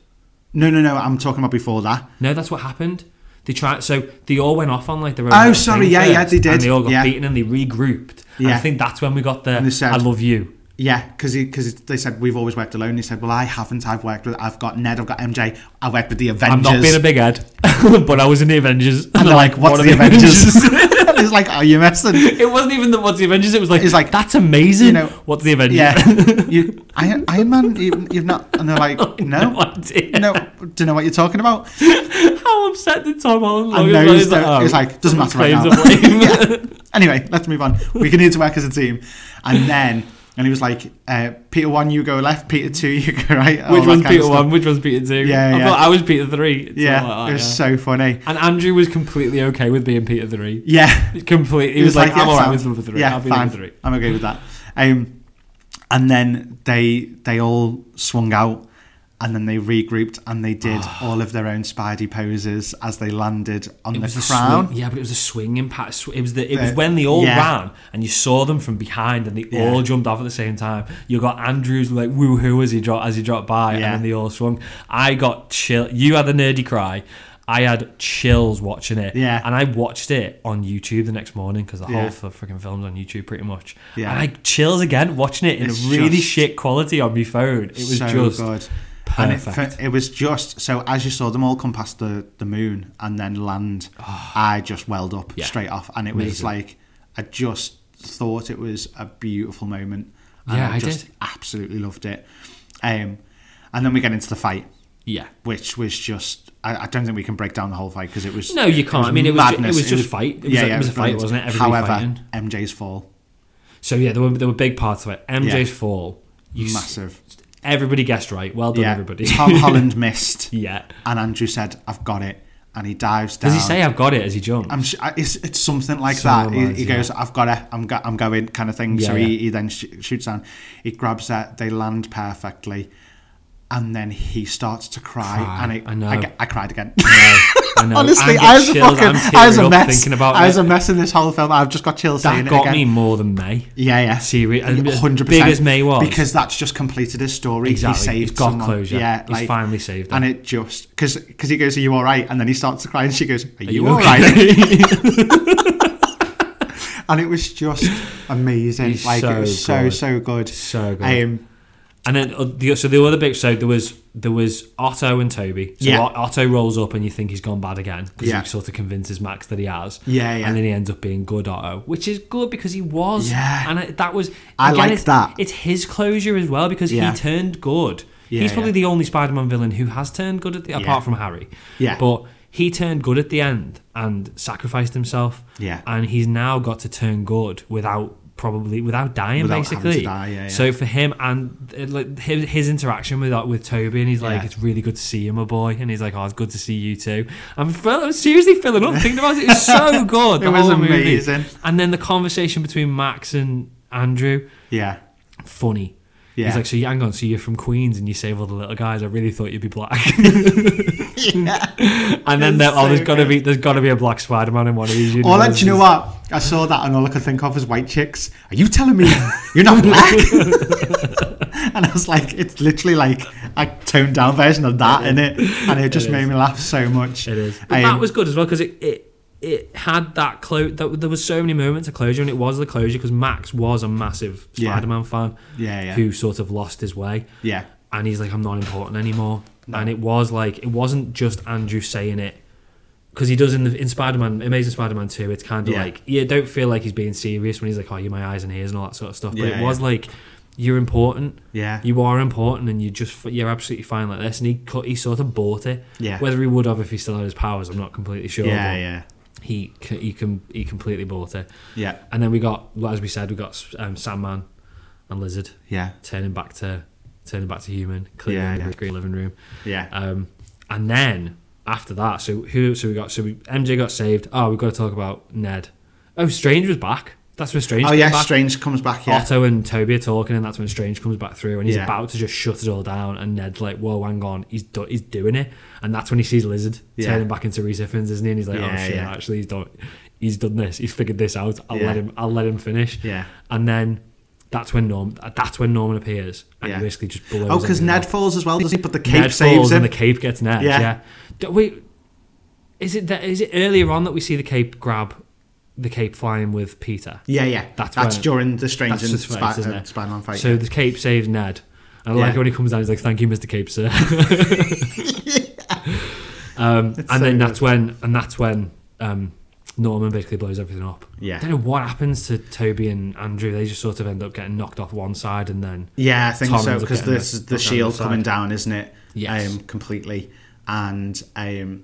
Speaker 3: No, no, no. I'm talking about before that.
Speaker 2: No, that's what happened. They tried. So they all went off on like their own.
Speaker 3: Oh,
Speaker 2: little
Speaker 3: sorry,
Speaker 2: thing
Speaker 3: yeah, yeah,
Speaker 2: first,
Speaker 3: they did,
Speaker 2: And they all got
Speaker 3: yeah.
Speaker 2: beaten, and they regrouped. And I
Speaker 3: Yeah.
Speaker 2: think that's when we got the
Speaker 3: And they said-
Speaker 2: "I love you."
Speaker 3: Yeah, because because they said we've always worked alone. He said, "Well, I haven't. I've worked with. I've got Ned. I've got MJ. I worked with the Avengers."
Speaker 2: I'm not being a big head, but I was in the Avengers.
Speaker 3: and they're like, "What's
Speaker 2: "What are
Speaker 3: the Avengers?" and he's like, "Are you messing?"
Speaker 2: it wasn't even the "What's the Avengers." It was like,
Speaker 3: It's like,
Speaker 2: that's amazing."
Speaker 3: you know,
Speaker 2: "What's the Avengers?"
Speaker 3: Yeah, you Iron, Iron Man. You, you've not, and they're like,
Speaker 2: no
Speaker 3: "No,
Speaker 2: idea.
Speaker 3: no, do you know what you're talking about?"
Speaker 2: How upset did Tom Holland look?
Speaker 3: And
Speaker 2: He was
Speaker 3: no, he's,
Speaker 2: like,
Speaker 3: there-
Speaker 2: "Oh,
Speaker 3: he's like, "Doesn't matter right
Speaker 2: claims
Speaker 3: now."
Speaker 2: of blame."
Speaker 3: yeah. Anyway, let's move on. We can need to work as a team, and then. And he was like, uh, Peter 1, you go left, Peter 2, you go right. all
Speaker 2: oh, Which
Speaker 3: oh,
Speaker 2: one's
Speaker 3: that kind of
Speaker 2: Peter
Speaker 3: stuff.
Speaker 2: one? Which one's Peter two?
Speaker 3: Yeah,
Speaker 2: I
Speaker 3: yeah.
Speaker 2: thought I was Peter three. It's
Speaker 3: Yeah,
Speaker 2: all like
Speaker 3: it
Speaker 2: that,
Speaker 3: was so funny.
Speaker 2: And Andrew was completely okay with being Peter three.
Speaker 3: Yeah.
Speaker 2: Completely, he was, like,
Speaker 3: yeah,
Speaker 2: "I'm alright
Speaker 3: sound.
Speaker 2: with number three.
Speaker 3: Yeah,
Speaker 2: I'll be
Speaker 3: fine.
Speaker 2: number three.
Speaker 3: I'm okay with that. Um, and then they they all swung out, and then they regrouped and they did all of their own Spidey poses as they landed on the crown.
Speaker 2: swing, yeah, but it was a swinging pass. It was the it was
Speaker 3: The-
Speaker 2: when they all
Speaker 3: yeah.
Speaker 2: ran and you saw them from behind and they
Speaker 3: Yeah.
Speaker 2: all jumped off at the same time. You got Andrews like woohoo as he dropped as he dropped by,
Speaker 3: Yeah.
Speaker 2: and then they all swung. I got chill. You had the nerdy cry. I had chills watching it.
Speaker 3: Yeah.
Speaker 2: and I watched it on YouTube the next morning because the
Speaker 3: Yeah.
Speaker 2: whole f- freaking film's on YouTube pretty much.
Speaker 3: Yeah.
Speaker 2: and I chills again watching it in
Speaker 3: It's
Speaker 2: a really
Speaker 3: just-
Speaker 2: shit quality on my phone. It was
Speaker 3: so
Speaker 2: just
Speaker 3: good. And it,
Speaker 2: perfect.
Speaker 3: for- it was just so as you saw them all come past the, the moon and then land, I just welled up
Speaker 2: Oh. Yeah.
Speaker 3: straight off, and it was
Speaker 2: Amazing.
Speaker 3: like I just thought it was a beautiful moment. And
Speaker 2: Yeah, I
Speaker 3: just
Speaker 2: did.
Speaker 3: absolutely loved it. Um, and then we get into the fight,
Speaker 2: yeah.
Speaker 3: which was just I, I don't think we can break down the whole fight because it was
Speaker 2: No, you can't.
Speaker 3: was
Speaker 2: I mean, it was ju- it
Speaker 3: madness.
Speaker 2: was just fight. It was a- it was a fight,
Speaker 3: brilliant.
Speaker 2: wasn't it? Everybody
Speaker 3: However,
Speaker 2: fighting.
Speaker 3: MJ's fall
Speaker 2: So yeah, there were there were big parts of it. MJ's
Speaker 3: Yeah.
Speaker 2: fall. You s-
Speaker 3: massive.
Speaker 2: Everybody guessed right. Well done,
Speaker 3: yeah,
Speaker 2: everybody.
Speaker 3: Tom Holland missed.
Speaker 2: yeah.
Speaker 3: And Andrew said, "I've got it," and he dives down.
Speaker 2: Does he say I've got it as he jumps?
Speaker 3: Um, I'm sh- I- it's, it's something like
Speaker 2: Something
Speaker 3: that. He,
Speaker 2: like
Speaker 3: he
Speaker 2: that.
Speaker 3: goes, "I've got it. I'm, go- I'm going," kind of thing. so
Speaker 2: Yeah, yeah.
Speaker 3: He, he then sh- shoots down. He grabs that. They land perfectly, and then he starts to cry.
Speaker 2: Cry.
Speaker 3: And it,
Speaker 2: I know.
Speaker 3: I, ge- I cried again.
Speaker 2: No, I know.
Speaker 3: Honestly,
Speaker 2: get
Speaker 3: I was a
Speaker 2: chills.
Speaker 3: fucking,
Speaker 2: I'm
Speaker 3: I was
Speaker 2: tearing
Speaker 3: a
Speaker 2: up
Speaker 3: mess.
Speaker 2: Thinking about
Speaker 3: I was
Speaker 2: it.
Speaker 3: a mess in this whole film. I've just got chills
Speaker 2: that
Speaker 3: saying it
Speaker 2: got
Speaker 3: again.
Speaker 2: me more than May.
Speaker 3: Yeah, yeah.
Speaker 2: Serious,
Speaker 3: hundred
Speaker 2: big
Speaker 3: percent.
Speaker 2: as May was.
Speaker 3: because that's just completed his story.
Speaker 2: Exactly.
Speaker 3: He saved
Speaker 2: He's got
Speaker 3: someone.
Speaker 2: closure.
Speaker 3: Yeah,
Speaker 2: He's finally saved her.
Speaker 3: And it just because because he goes, "Are you all right?" And then he starts to cry, and she goes, "Are, you, all right?"
Speaker 2: right?
Speaker 3: And it was just amazing.
Speaker 2: He's
Speaker 3: like
Speaker 2: so
Speaker 3: it was so
Speaker 2: good.
Speaker 3: so good.
Speaker 2: So good.
Speaker 3: Um,
Speaker 2: And then uh, the, so the other big so there was there was Otto and Toby. So
Speaker 3: Yeah.
Speaker 2: O- Otto rolls up and you think he's gone bad again because
Speaker 3: Yeah.
Speaker 2: he sort of convinces Max that he has.
Speaker 3: Yeah, yeah.
Speaker 2: And then he ends up being good Otto, which is good because he was.
Speaker 3: Yeah.
Speaker 2: And it- that was
Speaker 3: I liked
Speaker 2: it's,
Speaker 3: that.
Speaker 2: It's his closure as well because
Speaker 3: Yeah.
Speaker 2: he turned good.
Speaker 3: Yeah,
Speaker 2: he's probably
Speaker 3: yeah.
Speaker 2: the only Spider-Man villain who has turned good at the apart from Harry.
Speaker 3: Yeah.
Speaker 2: But he turned good at the end and sacrificed himself.
Speaker 3: Yeah.
Speaker 2: And he's now got to turn good without probably without dying
Speaker 3: Without having to
Speaker 2: basically.
Speaker 3: die, yeah, yeah.
Speaker 2: So for him and uh, like his, his interaction with uh, with Toby, and he's like,
Speaker 3: Yeah.
Speaker 2: "It's really good to see you, my boy," and he's like, "Oh, it's good to see you too." I'm, fill- I'm seriously filling up thinking about it. It's so good.
Speaker 3: It
Speaker 2: the
Speaker 3: was
Speaker 2: whole movie.
Speaker 3: amazing.
Speaker 2: And then the conversation between Max and Andrew,
Speaker 3: yeah,
Speaker 2: funny.
Speaker 3: Yeah.
Speaker 2: He's like, so you hang on, so you're from Queens and you save all the little guys. I really thought you'd be black. and then
Speaker 3: It's
Speaker 2: there, oh,
Speaker 3: so
Speaker 2: there's gotta
Speaker 3: good.
Speaker 2: be there's gotta be a black Spider Man in one of these.
Speaker 3: All
Speaker 2: universes.
Speaker 3: that, do you know what? I saw that and all I could think of was white chicks. Are you telling me you're not black? and I was like, it's literally like a toned down version of that, innit? And it just made me laugh so much.
Speaker 2: It is. But
Speaker 3: Um,
Speaker 2: that was good as well because it, it it had that close. That there was so many moments of closure, and it was the closure because Max was a massive
Speaker 3: Yeah.
Speaker 2: Spider-Man fan,
Speaker 3: Yeah, yeah.
Speaker 2: who sort of lost his way.
Speaker 3: Yeah.
Speaker 2: and he's like, I'm not important anymore. And it was like it wasn't just Andrew saying it because he does in the in Spider-Man, Amazing Spider-Man Two. It's kind of
Speaker 3: Yeah.
Speaker 2: like you don't feel like he's being serious when he's like, "Oh, you're my eyes and ears" and all that sort of stuff. But
Speaker 3: Yeah,
Speaker 2: it was
Speaker 3: yeah.
Speaker 2: like you're important.
Speaker 3: Yeah.
Speaker 2: you are important, and you just you're absolutely fine like this. And he cut, he sort of bought it.
Speaker 3: Yeah.
Speaker 2: whether he would have if he still had his powers, I'm not completely sure.
Speaker 3: Yeah,
Speaker 2: but
Speaker 3: yeah.
Speaker 2: he c- he can he completely bought it.
Speaker 3: Yeah.
Speaker 2: And then we got, well, as we said, we got um, Sandman and Lizard
Speaker 3: Yeah.
Speaker 2: turning back to turning back to human, cleaning
Speaker 3: Yeah,
Speaker 2: the
Speaker 3: yeah.
Speaker 2: green living room.
Speaker 3: Yeah.
Speaker 2: Um, and then after that, so who? So we got so we, MJ got saved. Oh, we've got to talk about Ned. Oh, Strange was back. That's when Strange.
Speaker 3: Oh
Speaker 2: came
Speaker 3: yeah,
Speaker 2: back.
Speaker 3: Strange comes back. Yeah.
Speaker 2: Otto and Toby are talking, and that's when Strange comes back through, and he's
Speaker 3: Yeah.
Speaker 2: about to just shut it all down. And Ned's like, "Whoa, hang on, he's do- he's doing it," and that's when he sees Lizard
Speaker 3: Yeah.
Speaker 2: turning back into Reese Iffins, isn't he? And he's like, "Oh
Speaker 3: Yeah,
Speaker 2: shit,
Speaker 3: yeah.
Speaker 2: actually, he's done, he's done this. He's figured this out. I'll
Speaker 3: Yeah.
Speaker 2: let him. I'll let him finish."
Speaker 3: Yeah.
Speaker 2: and then that's when Norm. That's when Norman appears, and
Speaker 3: Yeah.
Speaker 2: he basically just blows.
Speaker 3: Oh, because
Speaker 2: everything
Speaker 3: Ned
Speaker 2: up.
Speaker 3: falls as well, doesn't he? But the cape
Speaker 2: Ned
Speaker 3: saves
Speaker 2: falls,
Speaker 3: him.
Speaker 2: and the cape gets Ned.
Speaker 3: Yeah.
Speaker 2: Yeah. Do- wait, is it that? Is it earlier on that we see the cape grab the cape flying with Peter?
Speaker 3: Yeah, yeah.
Speaker 2: That's
Speaker 3: That's that's
Speaker 2: when-
Speaker 3: during the Strange
Speaker 2: That's
Speaker 3: and
Speaker 2: just
Speaker 3: Spi-
Speaker 2: facts, isn't
Speaker 3: uh,
Speaker 2: it?
Speaker 3: Spider-Man fight.
Speaker 2: So the cape saves Ned. And I like
Speaker 3: Yeah.
Speaker 2: it when he comes down, he's like, "Thank you, Mister Cape, sir." um, and
Speaker 3: so
Speaker 2: then
Speaker 3: good.
Speaker 2: that's when, and that's when um, Norman basically blows everything up.
Speaker 3: Yeah.
Speaker 2: I don't know what happens to Toby and Andrew. They just sort of end up getting knocked off one side, and then
Speaker 3: yeah, I think
Speaker 2: Tom
Speaker 3: so
Speaker 2: ends up
Speaker 3: because
Speaker 2: getting knocked-
Speaker 3: this is the
Speaker 2: knocked down
Speaker 3: shield
Speaker 2: the side.
Speaker 3: coming down, isn't it?
Speaker 2: Yes.
Speaker 3: Um, completely, and um,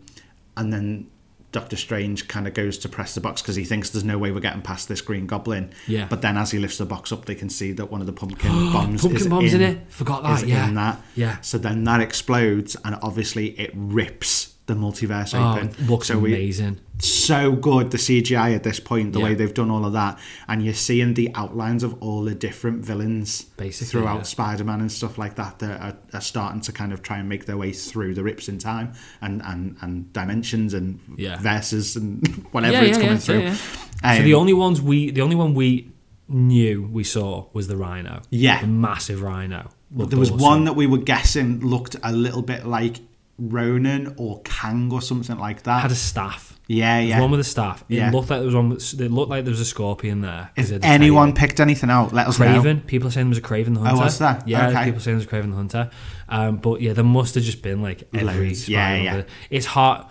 Speaker 3: and then Doctor Strange kind of goes to press the box because he thinks there's no way we're getting past this Green Goblin.
Speaker 2: Yeah.
Speaker 3: But then as he lifts the box up, they can see that one of the pumpkin bombs
Speaker 2: Pumpkin
Speaker 3: is
Speaker 2: bombs
Speaker 3: in,
Speaker 2: in it? Forgot that,
Speaker 3: is
Speaker 2: yeah.
Speaker 3: In that.
Speaker 2: Yeah.
Speaker 3: So then that explodes, and obviously it rips the multiverse
Speaker 2: oh,
Speaker 3: open.
Speaker 2: it looks
Speaker 3: so we,
Speaker 2: amazing.
Speaker 3: so good the CGI at this point, the
Speaker 2: Yeah.
Speaker 3: way they've done all of that, and you're seeing the outlines of all the different villains
Speaker 2: Basically,
Speaker 3: throughout
Speaker 2: yeah.
Speaker 3: Spider-Man and stuff like that that are, are starting to kind of try and make their way through the rips in time and and and dimensions and
Speaker 2: Yeah.
Speaker 3: verses and whatever
Speaker 2: Yeah,
Speaker 3: it's
Speaker 2: yeah,
Speaker 3: coming
Speaker 2: yeah,
Speaker 3: through.
Speaker 2: yeah,
Speaker 3: Um,
Speaker 2: so the only ones we, the only one we knew we saw was the Rhino.
Speaker 3: Yeah.
Speaker 2: the massive Rhino. Looked
Speaker 3: there was
Speaker 2: awesome.
Speaker 3: one that we were guessing looked a little bit like Ronan or Kang or something like that.
Speaker 2: had a staff.
Speaker 3: yeah,
Speaker 2: There's
Speaker 3: yeah.
Speaker 2: One with a staff. It
Speaker 3: Yeah.
Speaker 2: looked like there was one. with- It looked like there was a scorpion there. 'cause
Speaker 3: if
Speaker 2: they'd
Speaker 3: anyone picked anything out, let us know.
Speaker 2: Craven. People are saying there was a Craven the Hunter.
Speaker 3: was there?
Speaker 2: Yeah,
Speaker 3: Okay.
Speaker 2: people saying there was a Craven the Hunter. Um, but yeah, there must have just been like every
Speaker 3: Loads. Yeah,
Speaker 2: Spider-Man
Speaker 3: yeah.
Speaker 2: villain. It's hard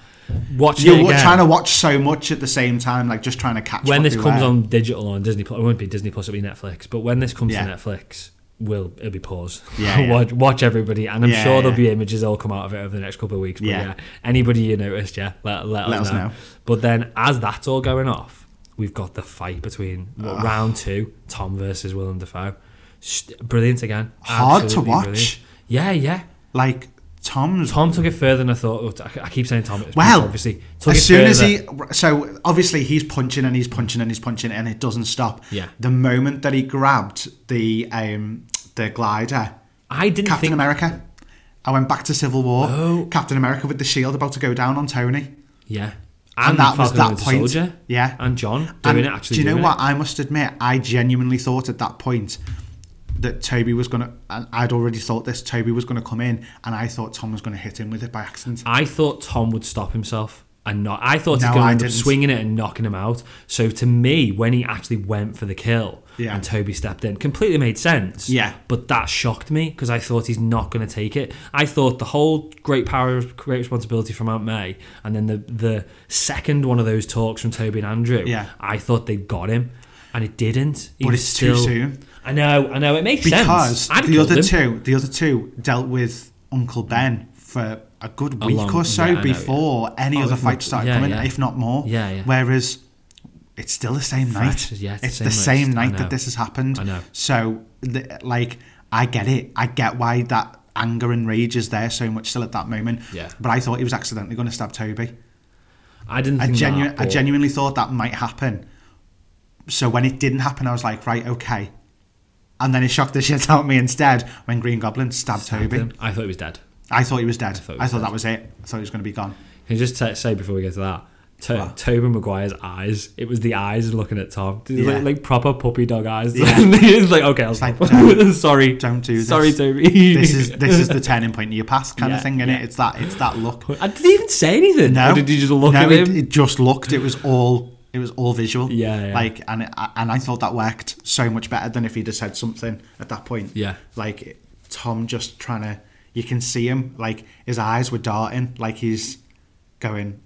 Speaker 2: watching
Speaker 3: You're
Speaker 2: it
Speaker 3: wa-
Speaker 2: again.
Speaker 3: trying to watch so much at the same time, like just trying to catch
Speaker 2: when
Speaker 3: what
Speaker 2: this
Speaker 3: they
Speaker 2: comes
Speaker 3: were.
Speaker 2: on digital on Disney, Plus- it won't be Disney Plus, it'll be Netflix. But when this comes
Speaker 3: Yeah.
Speaker 2: to Netflix, will it'll be pause.
Speaker 3: Yeah, yeah.
Speaker 2: watch, watch everybody, and I'm
Speaker 3: Yeah,
Speaker 2: sure there'll
Speaker 3: yeah.
Speaker 2: be images that'll come out of it over the next couple of weeks. But
Speaker 3: Yeah.
Speaker 2: yeah, anybody you noticed, yeah, let, let, us, know. But then as that's all going off, we've got the fight between what, round two, Tom versus Willem Dafoe. St- Brilliant again.
Speaker 3: Hard to
Speaker 2: Absolutely
Speaker 3: watch.
Speaker 2: Yeah, yeah.
Speaker 3: Like Tom's.
Speaker 2: Tom took it further than I thought. I- I keep saying Tom. it's
Speaker 3: Well,
Speaker 2: Peter, obviously, took it
Speaker 3: as soon as
Speaker 2: further.
Speaker 3: he, so obviously he's punching and he's punching and he's punching and it doesn't stop.
Speaker 2: Yeah.
Speaker 3: The moment that he grabbed the um the glider,
Speaker 2: I didn't
Speaker 3: Captain
Speaker 2: think
Speaker 3: America. I went back to Civil War.
Speaker 2: Oh.
Speaker 3: Captain America with the shield about to go down on Tony.
Speaker 2: Yeah.
Speaker 3: And that was
Speaker 2: Falcon
Speaker 3: that
Speaker 2: Winter
Speaker 3: point.
Speaker 2: Soldier.
Speaker 3: Yeah.
Speaker 2: And John doing
Speaker 3: And
Speaker 2: it actually.
Speaker 3: Do you know
Speaker 2: doing
Speaker 3: what?
Speaker 2: It.
Speaker 3: I must admit, I genuinely thought at that point that Toby was gonna. And I'd already thought this. Toby was gonna come in, and I thought Tom was gonna hit him with it by accident.
Speaker 2: I thought Tom would stop himself and not. I thought
Speaker 3: No,
Speaker 2: he's going
Speaker 3: I
Speaker 2: to end up
Speaker 3: didn't.
Speaker 2: swinging it and knocking him out. So to me, when he actually went for the kill
Speaker 3: Yeah.
Speaker 2: and Toby stepped in, completely made sense.
Speaker 3: Yeah.
Speaker 2: But that shocked me because I thought he's not going to take it. I thought the whole great power, great responsibility from Aunt May, and then the the second one of those talks from Toby and Andrew.
Speaker 3: Yeah.
Speaker 2: I thought they got him. And it didn't. He
Speaker 3: But
Speaker 2: was
Speaker 3: it's too
Speaker 2: still,
Speaker 3: soon.
Speaker 2: I know. I know. It makes
Speaker 3: because
Speaker 2: sense. I'd
Speaker 3: the
Speaker 2: killed
Speaker 3: other
Speaker 2: him.
Speaker 3: two, the other two dealt with Uncle Ben for a good week
Speaker 2: long-
Speaker 3: or so
Speaker 2: yeah, I know,
Speaker 3: before any
Speaker 2: Oh,
Speaker 3: other
Speaker 2: if
Speaker 3: fight
Speaker 2: not-
Speaker 3: started
Speaker 2: yeah,
Speaker 3: coming,
Speaker 2: yeah.
Speaker 3: if not more.
Speaker 2: Yeah, yeah.
Speaker 3: Whereas it's still the same
Speaker 2: Fresh,
Speaker 3: night.
Speaker 2: yeah, it's the
Speaker 3: it's the
Speaker 2: same
Speaker 3: same
Speaker 2: night. I
Speaker 3: night that
Speaker 2: know.
Speaker 3: this has happened.
Speaker 2: I know.
Speaker 3: So, the, like, I get it. I get why that anger and rage is there so much still at that moment.
Speaker 2: Yeah.
Speaker 3: But I thought he was accidentally going to stab Toby.
Speaker 2: I didn't.
Speaker 3: I,
Speaker 2: think
Speaker 3: genu-
Speaker 2: that,
Speaker 3: I
Speaker 2: but-
Speaker 3: genuinely thought that might happen. So when it didn't happen, I was like, right, okay. And then it shocked the shit out of me instead when Green Goblin stabbed, Toby.
Speaker 2: Him. I thought he was dead.
Speaker 3: I thought he was dead. I
Speaker 2: thought
Speaker 3: thought,
Speaker 2: he was
Speaker 3: that was it. I thought he was going to be gone.
Speaker 2: Can you just t- say before we get to that, To- Tobey Maguire's eyes. It was the eyes looking at Tom. These
Speaker 4: Yeah.
Speaker 2: Like, like proper puppy dog eyes.
Speaker 3: Yeah.
Speaker 2: He's like, okay, I'll
Speaker 3: like,
Speaker 2: stop.
Speaker 3: don't-
Speaker 2: sorry,
Speaker 3: don't do this.
Speaker 2: Sorry, Toby.
Speaker 3: This is this is the turning point of your past kind
Speaker 2: Yeah,
Speaker 3: of thing, and
Speaker 2: yeah.
Speaker 3: it? It's that it's that look.
Speaker 2: I didn't even say anything.
Speaker 3: No,
Speaker 2: Or did you just look
Speaker 3: no,
Speaker 2: at
Speaker 3: it,
Speaker 2: him?
Speaker 3: It just looked. It was all. It was all visual.
Speaker 2: Yeah, yeah.
Speaker 3: Like, and it, and I thought that worked so much better than if he'd have said something at that point.
Speaker 2: Yeah.
Speaker 3: Like Tom just trying to. You can see him. Like his eyes were darting. Like he's going.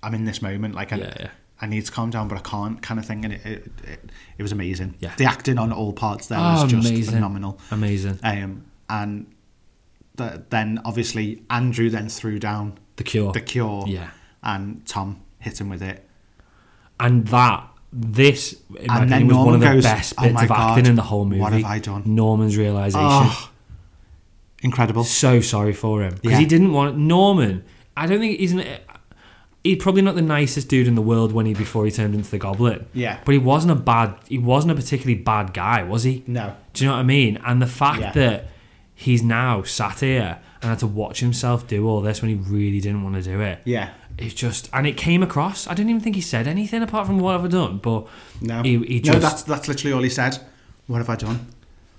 Speaker 3: I'm in this moment. Like I.
Speaker 2: Yeah, yeah.
Speaker 3: I need to calm down, but I can't, kind of thing, and it it, it, it was amazing.
Speaker 2: Yeah.
Speaker 3: The acting on all parts there
Speaker 2: Oh,
Speaker 3: was just
Speaker 2: amazing.
Speaker 3: phenomenal.
Speaker 2: Amazing.
Speaker 3: Um, and th- then obviously Andrew then threw down
Speaker 2: The Cure.
Speaker 3: the Cure.
Speaker 2: Oh, Yeah.
Speaker 3: And Tom hit him with it.
Speaker 2: and that this in my
Speaker 3: And then
Speaker 2: opinion, was one
Speaker 3: Norman
Speaker 2: of the
Speaker 3: goes,
Speaker 2: best
Speaker 3: "Oh
Speaker 2: bits
Speaker 3: my
Speaker 2: of
Speaker 3: God,
Speaker 2: acting in the whole movie.
Speaker 3: what have I done?
Speaker 2: Norman's realization.
Speaker 3: Oh, incredible.
Speaker 2: So sorry for him because
Speaker 3: Yeah.
Speaker 2: he didn't want Norman. I don't think he's. An, he's probably not the nicest dude in the world when he before he turned into the Goblet.
Speaker 3: Yeah.
Speaker 2: but he wasn't a bad. He wasn't a particularly bad guy, was he?
Speaker 3: No.
Speaker 2: Do you know what I mean? And the fact
Speaker 3: Yeah.
Speaker 2: that he's now sat here and had to watch himself do all this when he really didn't want to do it.
Speaker 3: Yeah.
Speaker 2: It's just, and it came across. I didn't even think he said anything apart from what have I done, but
Speaker 3: No.
Speaker 2: he, he
Speaker 3: no,
Speaker 2: just
Speaker 3: that's that's literally all he said. What have I done?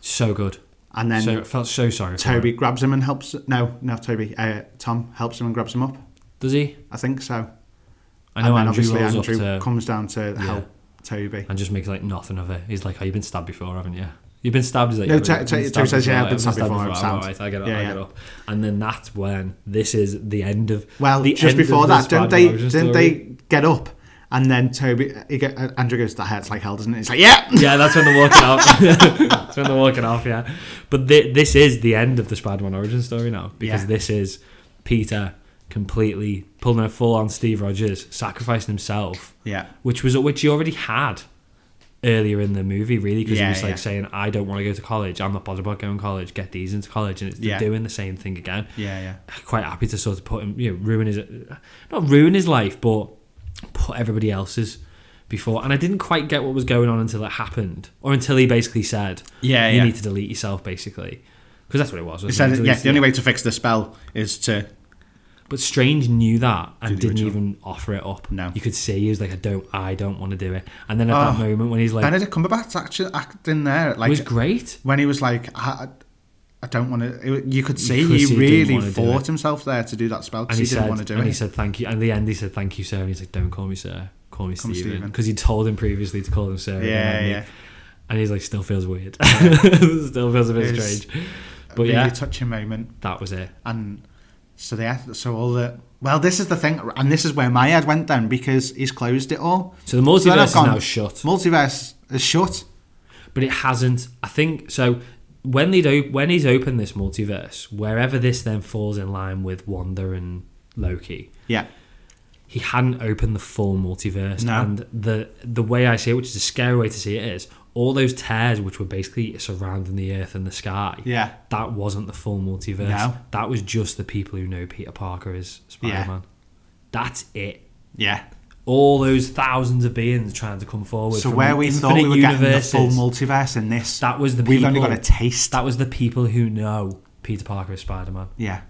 Speaker 2: so good.
Speaker 3: And then
Speaker 2: so I felt so sorry. for
Speaker 3: Toby
Speaker 2: him.
Speaker 3: grabs him and helps. No, no, Toby. Uh, Tom helps him and grabs him up.
Speaker 2: does he?
Speaker 3: I think so.
Speaker 2: I know
Speaker 3: and then
Speaker 2: Andrew
Speaker 3: obviously
Speaker 2: rolls
Speaker 3: Andrew
Speaker 2: up to
Speaker 3: comes down to help Toby.
Speaker 2: and just makes like nothing of it. He's like, "Oh, you've been stabbed before, haven't you? You've been stabbed." He's like,
Speaker 3: No,
Speaker 2: "Yeah, but
Speaker 3: Ta-
Speaker 2: you've
Speaker 3: Ta-
Speaker 2: been
Speaker 3: Toby
Speaker 2: stabbed
Speaker 3: says, "Yeah, I've
Speaker 2: before,
Speaker 3: been stabbed
Speaker 2: stabbed
Speaker 3: before, I'm
Speaker 2: before,
Speaker 3: stabbed."
Speaker 2: Alright, I get up,
Speaker 3: Yeah,
Speaker 2: I
Speaker 3: yeah.
Speaker 2: get up, and then that's when this is the end of
Speaker 3: Well,
Speaker 2: the
Speaker 3: just
Speaker 2: end of the
Speaker 3: before that, didn't they?
Speaker 2: Spider-Man origin
Speaker 3: Didn't
Speaker 2: story.
Speaker 3: they get up? And then Toby, he get, uh, Andrew goes, "That hurts like hell, doesn't it?" He's like, "Yeah."
Speaker 2: yeah, that's when they're walking off. that's when they're walking off, yeah. But thi- this is the end of the Spider Man origin story now because
Speaker 3: Yeah.
Speaker 2: this is Peter completely pulling a full on Steve Rogers, sacrificing himself,
Speaker 3: Yeah.
Speaker 2: which was which he already had earlier in the movie, really, because
Speaker 3: Yeah,
Speaker 2: he was like
Speaker 3: yeah.
Speaker 2: saying, "I don't want to go to college. I'm not bothered about going to college. Get these into college," and it's
Speaker 3: Yeah.
Speaker 2: doing the same thing again
Speaker 3: Yeah, yeah.
Speaker 2: quite happy to sort of put him, you know, ruin his, not ruin his life, but put everybody else's before. And I didn't quite get what was going on until it happened, or until he basically said,
Speaker 3: Yeah,
Speaker 2: you
Speaker 3: yeah.
Speaker 2: need to delete yourself," basically, because that's what it was.
Speaker 3: He
Speaker 2: Wasn't
Speaker 3: said,
Speaker 2: it?
Speaker 3: "Yeah, the only way to fix the spell is to
Speaker 2: But Strange knew that and
Speaker 3: the
Speaker 2: didn't
Speaker 3: original.
Speaker 2: even offer it up.
Speaker 3: No.
Speaker 2: you could see he was like, "I don't, I don't want to do it." And then at that
Speaker 3: Oh.
Speaker 2: moment when he's like,
Speaker 3: Benedict Cumberbatch actually acting there,
Speaker 2: "It
Speaker 3: like
Speaker 2: was great."
Speaker 3: when he was like, I, I don't want to. You could see
Speaker 2: could
Speaker 3: he
Speaker 2: see he didn't
Speaker 3: really
Speaker 2: wanna do
Speaker 3: fought
Speaker 2: it.
Speaker 3: himself there to do that spell
Speaker 2: and
Speaker 3: because
Speaker 2: he,
Speaker 3: he,
Speaker 2: said,
Speaker 3: didn't want to do
Speaker 2: and
Speaker 3: it.
Speaker 2: he said thank you. And at the end, he said thank you, sir. And he's like, don't call me sir, call me
Speaker 3: Call me
Speaker 2: Stephen,
Speaker 3: Stephen.
Speaker 2: because he told him previously to call him sir. and
Speaker 3: Yeah,
Speaker 2: then he-
Speaker 3: yeah.
Speaker 2: And he's like, still feels weird. still feels a bit
Speaker 3: It's-
Speaker 2: strange. But
Speaker 3: really
Speaker 2: yeah,
Speaker 3: touching moment.
Speaker 2: that was it.
Speaker 3: and so they had- so all the well this is the thing and this is where my head went then because he's closed it all
Speaker 2: So the
Speaker 3: then
Speaker 2: multiverse
Speaker 3: I've
Speaker 2: is
Speaker 3: gone,
Speaker 2: now shut,
Speaker 3: multiverse is shut
Speaker 2: but it hasn't. I think so. When they do, when he's opened this multiverse, wherever this then falls in line with Wanda and Loki,
Speaker 3: yeah
Speaker 2: he hadn't opened the full multiverse.
Speaker 3: No.
Speaker 2: And the the way I see it, which is a scary way to see it, is all those tears which were basically surrounding the Earth and the sky.
Speaker 3: Yeah.
Speaker 2: that wasn't the full multiverse.
Speaker 3: No.
Speaker 2: That was just the people who know Peter Parker is
Speaker 3: Yeah.
Speaker 2: Spider Man. That's it.
Speaker 3: yeah
Speaker 2: All those thousands of beings trying to come forward.
Speaker 3: so
Speaker 2: from
Speaker 3: where we thought we
Speaker 2: infinite
Speaker 3: were
Speaker 2: universes,
Speaker 3: getting the full multiverse in this
Speaker 2: That was the
Speaker 3: we've only
Speaker 2: people-
Speaker 3: got a taste
Speaker 2: That was the people who know Peter Parker is Spider Man.
Speaker 3: yeah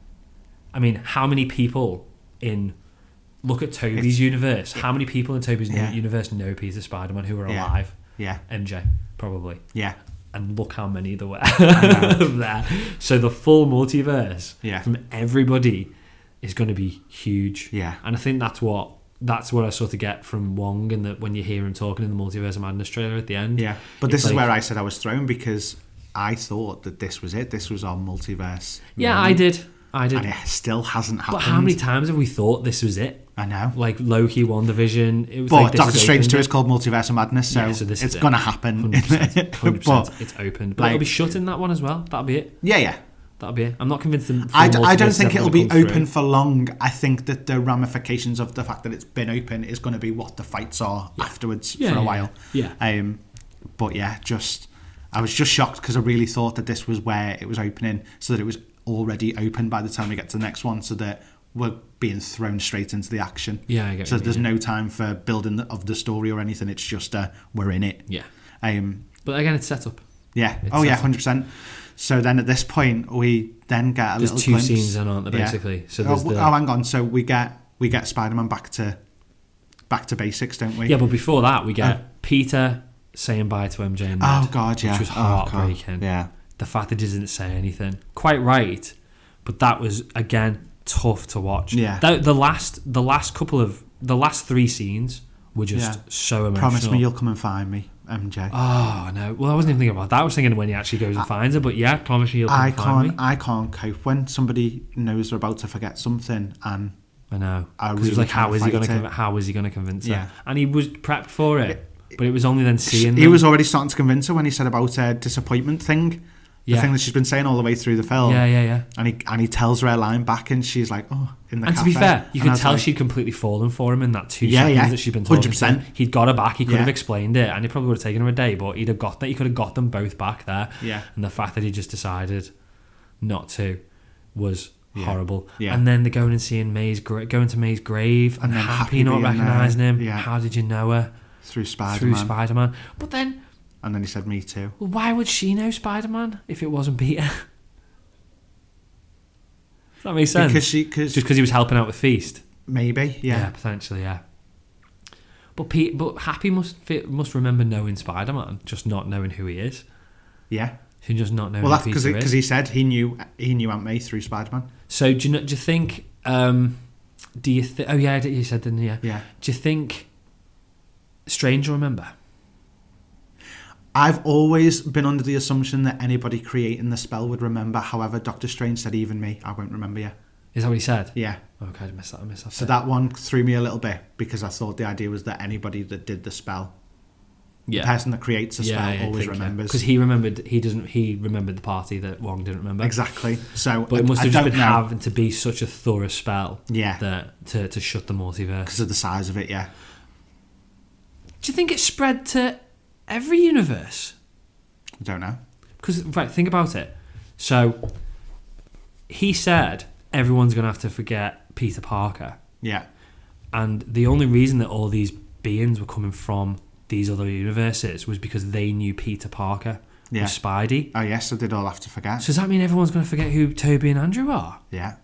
Speaker 2: I mean, how many people in look at Toby's
Speaker 3: It's-
Speaker 2: universe? How many people in Toby's
Speaker 3: Yeah.
Speaker 2: universe know Peter Spider Man who are
Speaker 3: Yeah.
Speaker 2: alive?
Speaker 3: yeah
Speaker 2: MJ, probably.
Speaker 3: yeah
Speaker 2: And look how many there were there. So the full multiverse
Speaker 3: Yeah.
Speaker 2: from everybody is going to be huge.
Speaker 3: Yeah.
Speaker 2: And I think that's what that's what I sort of get from Wong and that when you hear him talking in the Multiverse of Madness trailer at the end.
Speaker 3: yeah but
Speaker 2: It's
Speaker 3: this is
Speaker 2: like-
Speaker 3: where i said i was thrown because i thought that this was it this was our multiverse
Speaker 2: Yeah, I did. I did.
Speaker 3: and it still hasn't happened
Speaker 2: but how many times have we thought this was it?
Speaker 3: Mm. i know
Speaker 2: Like Loki, WandaVision. It was
Speaker 3: but
Speaker 2: like this
Speaker 3: Doctor
Speaker 2: is
Speaker 3: Strange
Speaker 2: opened.
Speaker 3: 2 is called Multiverse of Madness, so,
Speaker 2: Yeah, so this is
Speaker 3: it's
Speaker 2: it.
Speaker 3: going to happen.
Speaker 2: 100%, 100%,
Speaker 3: but,
Speaker 2: it's opened. But
Speaker 3: like-
Speaker 2: it'll be shut in that one as well. That'll be it.
Speaker 3: yeah, yeah.
Speaker 2: That'll be it. I'm not convinced. the full
Speaker 3: I, d- I don't
Speaker 2: multiverse
Speaker 3: think
Speaker 2: is ever
Speaker 3: it'll be
Speaker 2: gonna come through.
Speaker 3: open for long. I think that the ramifications of the fact that it's been open is going to be what the fights are afterwards
Speaker 2: Yeah,
Speaker 3: for a
Speaker 2: yeah,
Speaker 3: while.
Speaker 2: yeah.
Speaker 3: Um, but yeah, just I was just shocked because I really thought that this was where it was opening, so that it was already open by the time we get to the next one, so that we're being thrown straight into the action.
Speaker 2: Yeah, I get what
Speaker 3: So
Speaker 2: you mean,
Speaker 3: there's no time for building the, of the story or anything. It's just uh, we're in it.
Speaker 2: Yeah.
Speaker 3: Um,
Speaker 2: But again, it's set up.
Speaker 3: yeah. oh yeah,
Speaker 2: that's-
Speaker 3: hundred percent. So then at this point we then get a
Speaker 2: There's
Speaker 3: little
Speaker 2: two
Speaker 3: glimpse.
Speaker 2: scenes then, aren't there,
Speaker 3: Yeah.
Speaker 2: basically? So
Speaker 3: oh,
Speaker 2: there's
Speaker 3: w-
Speaker 2: the-
Speaker 3: oh, hang on. So we get we get Spider Man back to back to basics, don't we?
Speaker 2: Yeah, but before that, we get Peter saying bye to MJ and
Speaker 3: Uh, Oh
Speaker 2: Ned,
Speaker 3: God, yeah.
Speaker 2: which was
Speaker 3: Oh, God.
Speaker 2: heartbreaking.
Speaker 3: Yeah.
Speaker 2: the fact that he didn't say anything, quite right, but that was again tough to watch.
Speaker 3: Yeah.
Speaker 2: the, the last, the last couple of the last three scenes were just
Speaker 3: Yeah.
Speaker 2: so emotional.
Speaker 3: Promise me you'll come and find me, MJ.
Speaker 2: Oh no! Well, I wasn't even thinking about that. I was thinking when he actually goes and finds her. But yeah, promise you you'll come
Speaker 3: I
Speaker 2: find
Speaker 3: can't.
Speaker 2: me.
Speaker 3: I can't cope when somebody knows they're about to forget something and
Speaker 2: I know.
Speaker 3: I
Speaker 2: 'Cause it
Speaker 3: really
Speaker 2: was like, how
Speaker 3: can't
Speaker 2: is he going
Speaker 3: fight
Speaker 2: to?
Speaker 3: it.
Speaker 2: Con- how is he going to convince
Speaker 3: Yeah.
Speaker 2: her? And he was prepped for it, but it was only then seeing.
Speaker 3: he
Speaker 2: them.
Speaker 3: was already starting to convince her when he said about her disappointment thing,
Speaker 2: Yeah.
Speaker 3: the thing that she's been saying all the way through the film.
Speaker 2: Yeah, yeah, yeah.
Speaker 3: And he and he tells her a line back, and she's like, "Oh, in the."
Speaker 2: And to be
Speaker 3: cafe."
Speaker 2: fair, you
Speaker 3: And I
Speaker 2: could
Speaker 3: was
Speaker 2: tell
Speaker 3: like,
Speaker 2: she'd completely fallen for him in that two
Speaker 3: Yeah,
Speaker 2: seconds
Speaker 3: yeah.
Speaker 2: that she'd been talking to him.
Speaker 3: 100%.
Speaker 2: He'd got her back. He could have
Speaker 3: Yeah.
Speaker 2: explained it, and it probably would have taken him a day. But he'd have got that. He could have got them both back there.
Speaker 3: Yeah.
Speaker 2: And the fact that he just decided not to was horrible.
Speaker 3: Yeah.
Speaker 2: And then the going and seeing May's gra- going to May's grave and,
Speaker 3: then
Speaker 2: happy,
Speaker 3: Happy
Speaker 2: not
Speaker 3: being there.
Speaker 2: recognizing him.
Speaker 3: Yeah.
Speaker 2: How did you know her
Speaker 3: through
Speaker 2: through
Speaker 3: Spider-Man,
Speaker 2: Spider Man? But then,
Speaker 3: and then he said, "Me too."
Speaker 2: why would she know Spider Man if it wasn't Peter? Does that make sense?
Speaker 3: Because she, because
Speaker 2: just because he was helping out with Feast.
Speaker 3: maybe,
Speaker 2: Yeah,
Speaker 3: yeah.
Speaker 2: potentially, yeah. But Pete, but Happy must fit, must remember knowing Spider Man, just not knowing who he is,
Speaker 3: yeah,
Speaker 2: and just not knowing
Speaker 3: Well, that's
Speaker 2: who
Speaker 3: because
Speaker 2: Peter
Speaker 3: because
Speaker 2: is.
Speaker 3: he said he knew he knew Aunt May through Spider-Man.
Speaker 2: so do you know, do you think? Um, do you think? Oh yeah, I did- you said didn't you? Yeah.
Speaker 3: Yeah,
Speaker 2: Do you think? Strange will remember?
Speaker 3: I've always been under the assumption that anybody creating the spell would remember. However, Doctor Strange said, "Even me, I won't remember you."
Speaker 2: Is that what he said?
Speaker 3: Yeah,
Speaker 2: Okay, I missed that. I missed that.
Speaker 3: so
Speaker 2: bit.
Speaker 3: that one threw me a little bit because I thought the idea was that anybody that did the spell, the
Speaker 2: yeah.
Speaker 3: person that creates the spell, always remembers.
Speaker 2: because he remembered. He doesn't. He remembered the party that Wong didn't remember.
Speaker 3: Exactly. So,
Speaker 2: But it must
Speaker 3: I,
Speaker 2: have
Speaker 3: I
Speaker 2: just
Speaker 3: don't
Speaker 2: been
Speaker 3: know
Speaker 2: having to be such a thorough spell.
Speaker 3: Yeah.
Speaker 2: That to to shut the multiverse.
Speaker 3: because of the size of it. Yeah,
Speaker 2: Do you think it spread to every universe?
Speaker 3: I don't know.
Speaker 2: Because right, think about it. So he said everyone's going to have to forget Peter Parker,
Speaker 3: Yeah,
Speaker 2: and the only reason that all these beings were coming from these other universes was because they knew Peter Parker
Speaker 3: Yeah.
Speaker 2: was Spidey.
Speaker 3: oh yes, I did all have to forget.
Speaker 2: So does that mean everyone's going to forget who Toby and Andrew are?
Speaker 3: yeah,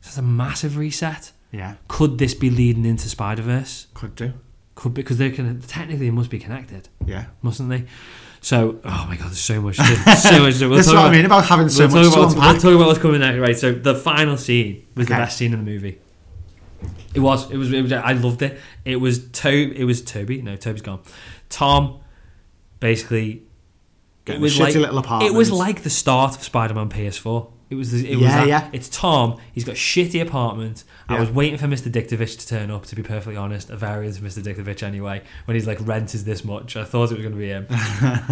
Speaker 2: So that's a massive reset.
Speaker 3: yeah,
Speaker 2: Could this be leading into Spider Verse?
Speaker 3: could do.
Speaker 2: Could because they're gonna, technically they must be connected.
Speaker 3: Yeah.
Speaker 2: mustn't they? So, oh my god, there's so much, to- so much. to- We'll
Speaker 3: That's
Speaker 2: talk
Speaker 3: what I mean about having so
Speaker 2: we'll talk
Speaker 3: much to
Speaker 2: about,
Speaker 3: unpack.
Speaker 2: We'll talk about what's coming next, right? So, the final scene was the
Speaker 3: Okay.
Speaker 2: best scene in the movie. It was, it was. It was. I loved it. It was. To, it was Toby. No, Toby's gone. Tom, basically.
Speaker 3: Getting a shitty little apartment.
Speaker 2: It was like the start of Spider-Man PS4. It was. The, it was
Speaker 3: Yeah,
Speaker 2: that,
Speaker 3: yeah.
Speaker 2: It's Tom. He's got a shitty apartment. I
Speaker 3: Yeah.
Speaker 2: was waiting for Mr. Diktovich to turn up. To be perfectly honest, a variant of Mr. Diktovich anyway. When he's like, rent is this much. I thought it was going to be him.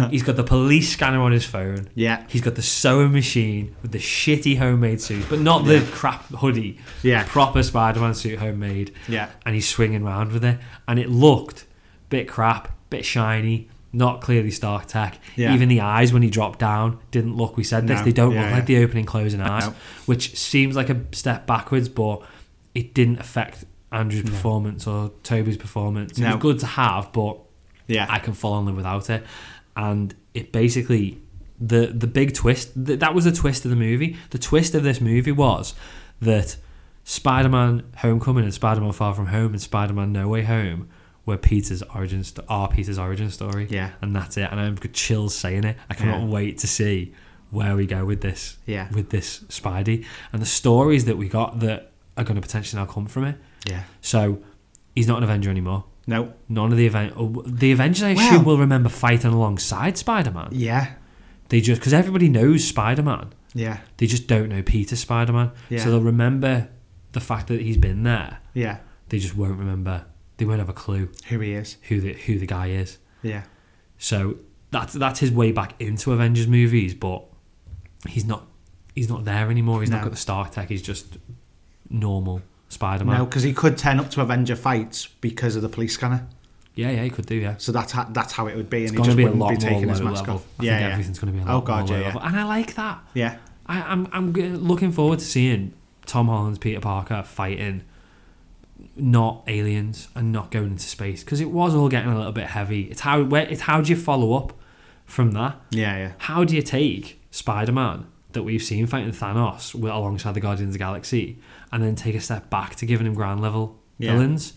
Speaker 2: he's got the police scanner on his phone.
Speaker 3: Yeah.
Speaker 2: He's got the sewing machine with the shitty homemade suit, but not the crap hoodie.
Speaker 3: Yeah.
Speaker 2: Proper Spider Man suit, homemade.
Speaker 3: Yeah.
Speaker 2: And he's swinging around with it. And it looked bit crap, bit shiny, not clearly Stark Tech.
Speaker 3: Yeah.
Speaker 2: Even the eyes when he dropped down didn't look, we said this,
Speaker 3: No.
Speaker 2: they don't
Speaker 3: Yeah,
Speaker 2: look
Speaker 3: yeah.
Speaker 2: like the opening closing eyes,
Speaker 3: No.
Speaker 2: which seems like a step backwards, but it didn't affect Andrew's performance or Toby's performance. It
Speaker 3: No.
Speaker 2: was good to have, but
Speaker 3: Yeah.
Speaker 2: I can fall in love without it. And it basically the the big twist th- that was the twist of the movie. The twist of this movie was that Spider-Man: Homecoming and Spider-Man: Far From Home and Spider-Man: No Way Home were Peter's origin st- are Peter's origin story.
Speaker 3: Yeah.
Speaker 2: and that's it. And I'm got chills saying it. I cannot
Speaker 3: Yeah.
Speaker 2: wait to see where we go with this.
Speaker 3: Yeah.
Speaker 2: with this Spidey and the stories that we got that are going to potentially now come from it.
Speaker 3: Yeah.
Speaker 2: So he's not an Avenger anymore.
Speaker 3: No.
Speaker 2: None of the event, oh, the Avengers, I
Speaker 3: Well-
Speaker 2: assume, will remember fighting alongside Spider Man.
Speaker 3: Yeah.
Speaker 2: They just because everybody knows Spider Man,
Speaker 3: Yeah.
Speaker 2: they just don't know Peter Spider Man.
Speaker 3: Yeah.
Speaker 2: So they'll remember the fact that he's been there.
Speaker 3: Yeah.
Speaker 2: They just won't remember. They won't have a clue
Speaker 3: Who he is.
Speaker 2: who the who the guy is.
Speaker 3: Yeah.
Speaker 2: So that's that's his way back into Avengers movies, but he's not he's not there anymore. He's not
Speaker 3: No.
Speaker 2: got the Star Tech. He's just normal Spider Man.
Speaker 3: No, because he could turn up to Avenger fights because of the police scanner.
Speaker 2: Yeah, yeah, he could do. Yeah.
Speaker 3: So that's how, that's how it would be, and
Speaker 2: It's
Speaker 3: he
Speaker 2: going to
Speaker 3: just
Speaker 2: be a
Speaker 3: wouldn't
Speaker 2: lot
Speaker 3: be
Speaker 2: more
Speaker 3: taking
Speaker 2: low
Speaker 3: his mask
Speaker 2: level.
Speaker 3: off.
Speaker 2: I
Speaker 3: yeah,
Speaker 2: think
Speaker 3: yeah.
Speaker 2: everything's going to be a lot
Speaker 3: Oh, God,
Speaker 2: more low
Speaker 3: yeah, yeah.
Speaker 2: level, and I like that.
Speaker 3: yeah,
Speaker 2: I, I'm I'm g- looking forward to seeing Tom Holland's Peter Parker fighting not aliens and not going into space because it was all getting a little bit heavy. It's how where, it's how do you follow up from that?
Speaker 3: yeah, yeah,
Speaker 2: How do you take Spider Man that we've seen fighting Thanos with, alongside the Guardians of the Galaxy and then take a step back to giving him ground level
Speaker 3: Yeah.
Speaker 2: villains?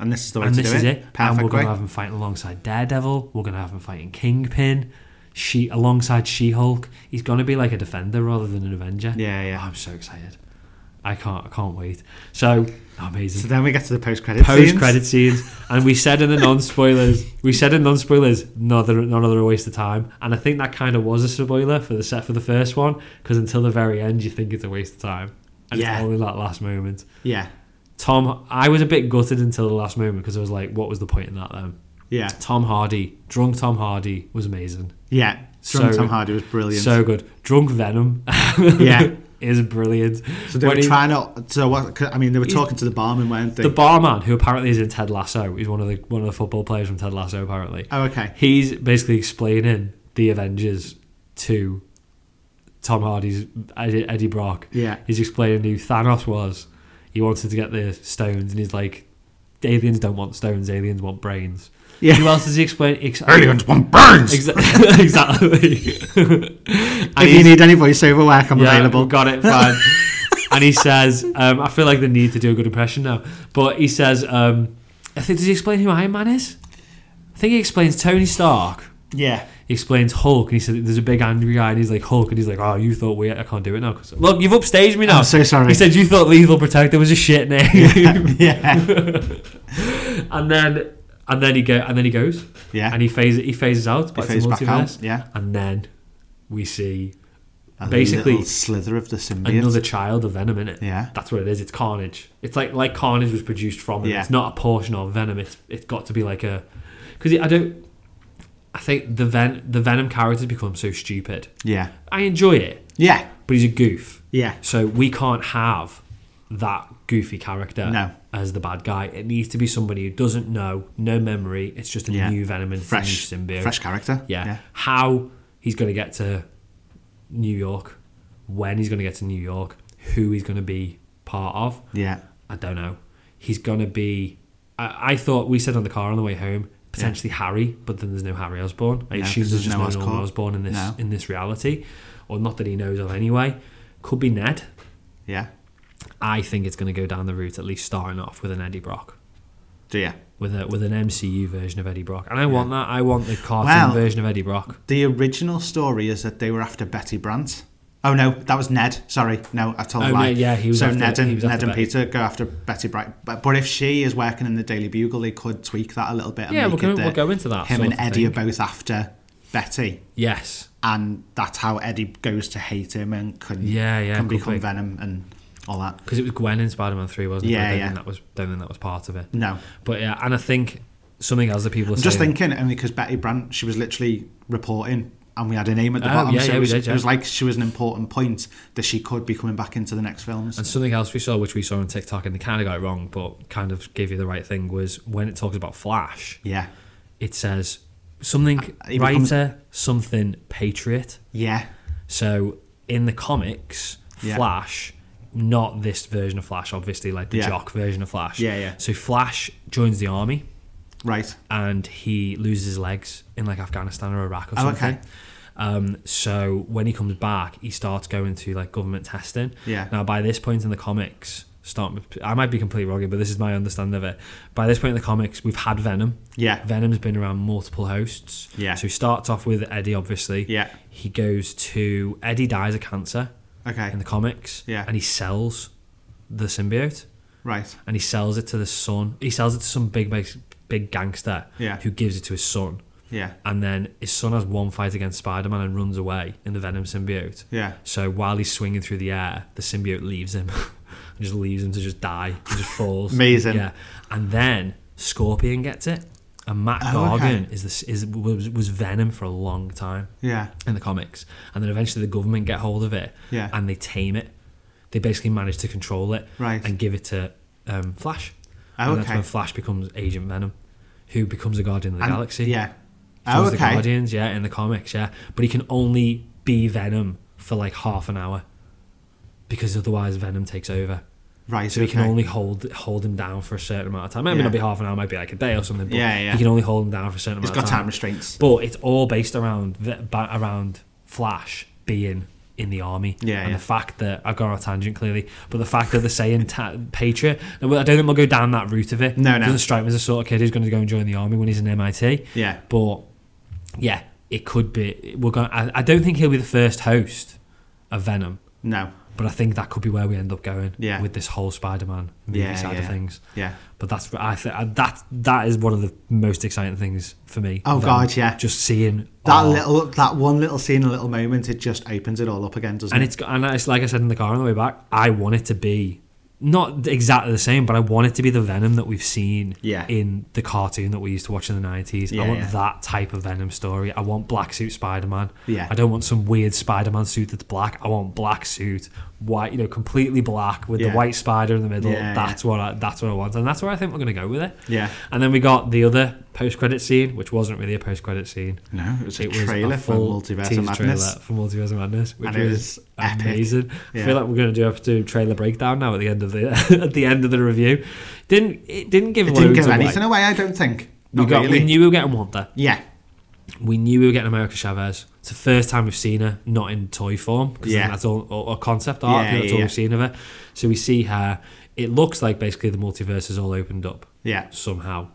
Speaker 3: And this is the way
Speaker 2: and
Speaker 3: to
Speaker 2: this
Speaker 3: do
Speaker 2: is
Speaker 3: it.
Speaker 2: it. and we're
Speaker 3: Perfect
Speaker 2: going
Speaker 3: way.
Speaker 2: to have him fighting alongside Daredevil. We're going to have him fighting Kingpin. She alongside She Hulk. He's going to be like a defender rather than an Avenger.
Speaker 3: Yeah, yeah.
Speaker 2: Oh, I'm so excited. I can't. I can't wait. So amazing.
Speaker 3: so then we get to the post credit.
Speaker 2: Post credit scenes, and we said in the non spoilers, we said in non spoilers, another another waste of time, and I think that kind of was a spoiler for the set for the first one because until the very end, you think it's a waste of time, and
Speaker 3: Yeah.
Speaker 2: it's only that last moment.
Speaker 3: Yeah,
Speaker 2: Tom, I was a bit gutted until the last moment because I was like, what was the point in that then?
Speaker 3: yeah,
Speaker 2: Tom Hardy, drunk Tom Hardy was amazing.
Speaker 3: yeah. Drunk
Speaker 2: So-
Speaker 3: Tom Hardy was brilliant.
Speaker 2: So good. Drunk Venom
Speaker 3: Yeah.
Speaker 2: is brilliant.
Speaker 3: So they
Speaker 2: When
Speaker 3: were e-
Speaker 2: he-
Speaker 3: trying to. So what? 'cause, I mean, they were talking to the barman, weren't they?
Speaker 2: the barman, who apparently is in Ted Lasso, he's one of the one of the football players from Ted Lasso, apparently.
Speaker 3: oh, okay.
Speaker 2: He's basically explaining the Avengers to Tom Hardy's Eddie, Eddie Brock.
Speaker 3: Yeah.
Speaker 2: He's explaining who Thanos was. He wanted to get the stones, and he's like, aliens don't want stones, aliens want brains.
Speaker 3: Yeah.
Speaker 2: Who else does he explain? Ex-
Speaker 3: Aliens want burns.
Speaker 2: Exa- exactly. and
Speaker 3: If you need any voiceover work, I'm
Speaker 2: yeah,
Speaker 3: available.
Speaker 2: Got it, fine. and he says, um, I feel like the need to do a good impression now. But he says, um, I think, does he explain who Iron Man is? I think he explains Tony Stark.
Speaker 3: Yeah.
Speaker 2: He explains Hulk, and he said there's a big angry guy, and he's like Hulk, and he's like, "Oh, you thought we? I can't do it now." 'cause- Look, you've upstaged me now.
Speaker 3: I'm so sorry.
Speaker 2: He said you thought Lethal Protector was a shit name,
Speaker 3: yeah.
Speaker 2: and then and then he go and then he goes,
Speaker 3: Yeah.
Speaker 2: and he phases he phases out back
Speaker 3: phases
Speaker 2: to
Speaker 3: back out,
Speaker 2: multiverse,
Speaker 3: yeah.
Speaker 2: and then we see
Speaker 3: A
Speaker 2: Basically,
Speaker 3: little slither of the symbiote.
Speaker 2: another child of Venom in it.
Speaker 3: Yeah.
Speaker 2: that's what it is. It's Carnage. It's like like Carnage was produced from it.
Speaker 3: Yeah.
Speaker 2: It's not a portion of Venom. It's it's got to be like a because I don't. I think the Ven the Venom characters become so stupid.
Speaker 3: Yeah.
Speaker 2: I enjoy it,
Speaker 3: Yeah.
Speaker 2: but he's a goof.
Speaker 3: Yeah.
Speaker 2: So we can't have that goofy character
Speaker 3: No.
Speaker 2: as the bad guy. It needs to be somebody who doesn't know, no memory. It's just a
Speaker 3: Yeah.
Speaker 2: new Venom and
Speaker 3: Fresh.
Speaker 2: new symbiote.
Speaker 3: Fresh character.
Speaker 2: Yeah. How he's going to get to New York, when he's going to get to New York, who he's going to be part of.
Speaker 3: Yeah.
Speaker 2: I don't know. He's going to be. I, I thought we said on the car on the way home potentially Harry, but then there's no Harry Osborne. I
Speaker 3: No,
Speaker 2: assume
Speaker 3: 'cause
Speaker 2: there's
Speaker 3: there's
Speaker 2: just
Speaker 3: no
Speaker 2: no Norman
Speaker 3: Oscorp.
Speaker 2: Osborne in this
Speaker 3: No.
Speaker 2: in this reality, or not that he knows of anyway. Could be Ned.
Speaker 3: Yeah.
Speaker 2: I think it's going to go down the route at least starting off with an Eddie Brock.
Speaker 3: Do you?
Speaker 2: With, a, with an MCU version of Eddie Brock, and I want that. I want the cartoon
Speaker 3: Well-
Speaker 2: version of Eddie Brock.
Speaker 3: The original story is that they were after Betty Brant. Oh no, that was Ned. Sorry, no, I told
Speaker 2: Oh,
Speaker 3: a lie.
Speaker 2: no, yeah, he was
Speaker 3: so
Speaker 2: after-
Speaker 3: Ned and,
Speaker 2: he was
Speaker 3: Ned
Speaker 2: after
Speaker 3: and
Speaker 2: Betty.
Speaker 3: Peter go after Betty Brant. But, but if she is working in the Daily Bugle, they could tweak that a little bit. And
Speaker 2: Yeah,
Speaker 3: make
Speaker 2: we're gonna-
Speaker 3: it that
Speaker 2: we'll go into that
Speaker 3: Him
Speaker 2: sort
Speaker 3: and
Speaker 2: of thing.
Speaker 3: Eddie are both after Betty,
Speaker 2: Yes,
Speaker 3: and that's how Eddie goes to hate him and can
Speaker 2: Yeah, yeah,
Speaker 3: can
Speaker 2: could
Speaker 3: become
Speaker 2: be.
Speaker 3: Venom and all that.
Speaker 2: because it was Gwen in Spider Man Three, wasn't it?
Speaker 3: Yeah,
Speaker 2: I don't
Speaker 3: yeah.
Speaker 2: think that was don't think that was part of it.
Speaker 3: No,
Speaker 2: But yeah, and I think something else that people are
Speaker 3: I'm just
Speaker 2: saying,
Speaker 3: thinking only because Betty Brant, she was literally reporting. And we had a name at the
Speaker 2: Oh,
Speaker 3: bottom,
Speaker 2: yeah,
Speaker 3: so
Speaker 2: yeah,
Speaker 3: it
Speaker 2: we
Speaker 3: was,
Speaker 2: did, yeah.
Speaker 3: it was like she was an important point that she could be coming back into the next films.
Speaker 2: and something else we saw, which we saw on TikTok, and they kind of got it wrong, but kind of gave you the right thing, was when it talks about Flash,
Speaker 3: yeah,
Speaker 2: it says something
Speaker 3: he
Speaker 2: writer,
Speaker 3: becomes-
Speaker 2: something patriot.
Speaker 3: yeah,
Speaker 2: So in the comics,
Speaker 3: Yeah.
Speaker 2: Flash, not this version of Flash, obviously, like the
Speaker 3: Yeah.
Speaker 2: jock version of Flash.
Speaker 3: Yeah, yeah.
Speaker 2: So Flash joins the army.
Speaker 3: right.
Speaker 2: and he loses his legs in like Afghanistan or Iraq or
Speaker 3: Oh, okay.
Speaker 2: something. Um, so when he comes back, he starts going to like government testing.
Speaker 3: Yeah.
Speaker 2: Now by this point in the comics, start. I might be completely wrong, here, but this is my understanding of it. By this point in the comics, we've had Venom.
Speaker 3: Yeah.
Speaker 2: Venom's been around multiple hosts.
Speaker 3: Yeah.
Speaker 2: So he starts off with Eddie, obviously.
Speaker 3: Yeah.
Speaker 2: He goes to Eddie dies of cancer
Speaker 3: Okay.
Speaker 2: in the comics.
Speaker 3: Yeah.
Speaker 2: And he sells the symbiote
Speaker 3: Right.
Speaker 2: and he sells it to the son. He sells it to some big big, big gangster
Speaker 3: Yeah.
Speaker 2: who gives it to his son.
Speaker 3: Yeah.
Speaker 2: And then his son has one fight against Spider Man and runs away in the Venom symbiote.
Speaker 3: Yeah.
Speaker 2: So while he's swinging through the air, the symbiote leaves him and just leaves him to just die. He just falls.
Speaker 3: Amazing.
Speaker 2: Yeah. And then Scorpion gets it. And Matt
Speaker 3: Oh, okay.
Speaker 2: Gargan is this is was, was Venom for a long time
Speaker 3: Yeah.
Speaker 2: in the comics, and then eventually the government get hold of it,
Speaker 3: Yeah.
Speaker 2: and they tame it. They basically manage to control it,
Speaker 3: Right.
Speaker 2: and give it to um, Flash,
Speaker 3: Oh,
Speaker 2: and that's
Speaker 3: okay.
Speaker 2: when Flash becomes Agent Venom, who becomes a Guardian of the
Speaker 3: And-
Speaker 2: Galaxy.
Speaker 3: Yeah.
Speaker 2: becomes
Speaker 3: Oh,
Speaker 2: the
Speaker 3: okay.
Speaker 2: Guardians, yeah, in the comics, yeah, but he can only be Venom for like half an hour, because otherwise Venom takes over.
Speaker 3: Right.
Speaker 2: So
Speaker 3: okay.
Speaker 2: he can only hold hold him down for a certain amount of time. Maybe
Speaker 3: Yeah.
Speaker 2: not be half an hour, might be like a day or something. But
Speaker 3: Yeah, yeah.
Speaker 2: He can only hold him down for a certain
Speaker 3: He's
Speaker 2: amount
Speaker 3: got
Speaker 2: of
Speaker 3: time restraints.
Speaker 2: but it's all based around the- ba- around Flash being in the army.
Speaker 3: Yeah,
Speaker 2: and
Speaker 3: yeah.
Speaker 2: the fact that I've gone on a tangent clearly, but the fact that they're saying ta- patriot, and well, I don't think we'll go down that route of it.
Speaker 3: No, no.
Speaker 2: Doesn't strike me as the sort of kid who's going to go and join the army when he's in MIT.
Speaker 3: Yeah.
Speaker 2: but yeah, it could be. We're going. I, I don't think he'll be the first host of Venom,
Speaker 3: No.
Speaker 2: but I think that could be where we end up going.
Speaker 3: Yeah.
Speaker 2: with this whole Spider-Man movie
Speaker 3: Yeah,
Speaker 2: side of
Speaker 3: yeah.
Speaker 2: things.
Speaker 3: Yeah.
Speaker 2: But that's I th- that that is one of the most exciting things for me.
Speaker 3: Oh,
Speaker 2: Venom.
Speaker 3: God, yeah.
Speaker 2: just seeing
Speaker 3: That
Speaker 2: our-
Speaker 3: little, that one little scene, a little moment, it just opens it all up again, doesn't
Speaker 2: and
Speaker 3: it?
Speaker 2: it's got- and it's like I said in the car on the way back. I want it to be not exactly the same, but I want it to be the Venom that we've seen
Speaker 3: Yeah.
Speaker 2: in the cartoon that we used to watch in the nineties.
Speaker 3: Yeah,
Speaker 2: I want
Speaker 3: yeah.
Speaker 2: that type of Venom story. I want black suit Spider Man.
Speaker 3: Yeah.
Speaker 2: I don't want some weird Spider Man suit that's black. I want black suit, white, you know, completely black with
Speaker 3: Yeah.
Speaker 2: the white spider in the middle.
Speaker 3: Yeah,
Speaker 2: that's what I, that's what I want, and that's where I think we're going to go with it.
Speaker 3: Yeah.
Speaker 2: And then we got the other post credit scene, which wasn't really a post credit scene.
Speaker 3: No, it was a
Speaker 2: It was
Speaker 3: trailer
Speaker 2: a
Speaker 3: for
Speaker 2: full
Speaker 3: Multiverse
Speaker 2: teaser
Speaker 3: of Madness.
Speaker 2: trailer for Multiverse of Madness, which
Speaker 3: And it
Speaker 2: was,
Speaker 3: was epic.
Speaker 2: amazing. I
Speaker 3: Yeah.
Speaker 2: feel like we're going to do have to do a trailer breakdown now at the end of the at the end of the review. Didn't it didn't give
Speaker 3: It
Speaker 2: loads
Speaker 3: didn't give
Speaker 2: away.
Speaker 3: anything away, I don't think.
Speaker 2: We
Speaker 3: Not
Speaker 2: got
Speaker 3: really.
Speaker 2: we knew we were getting Wanda.
Speaker 3: yeah,
Speaker 2: We knew we were getting America Chavez. It's the first time we've seen her not in toy form because
Speaker 3: Yeah.
Speaker 2: that's all or, or concept art. I
Speaker 3: Yeah,
Speaker 2: think that's all
Speaker 3: yeah,
Speaker 2: we've seen of her. So we see her. It looks like basically the multiverse is all opened up
Speaker 3: yeah.
Speaker 2: somehow.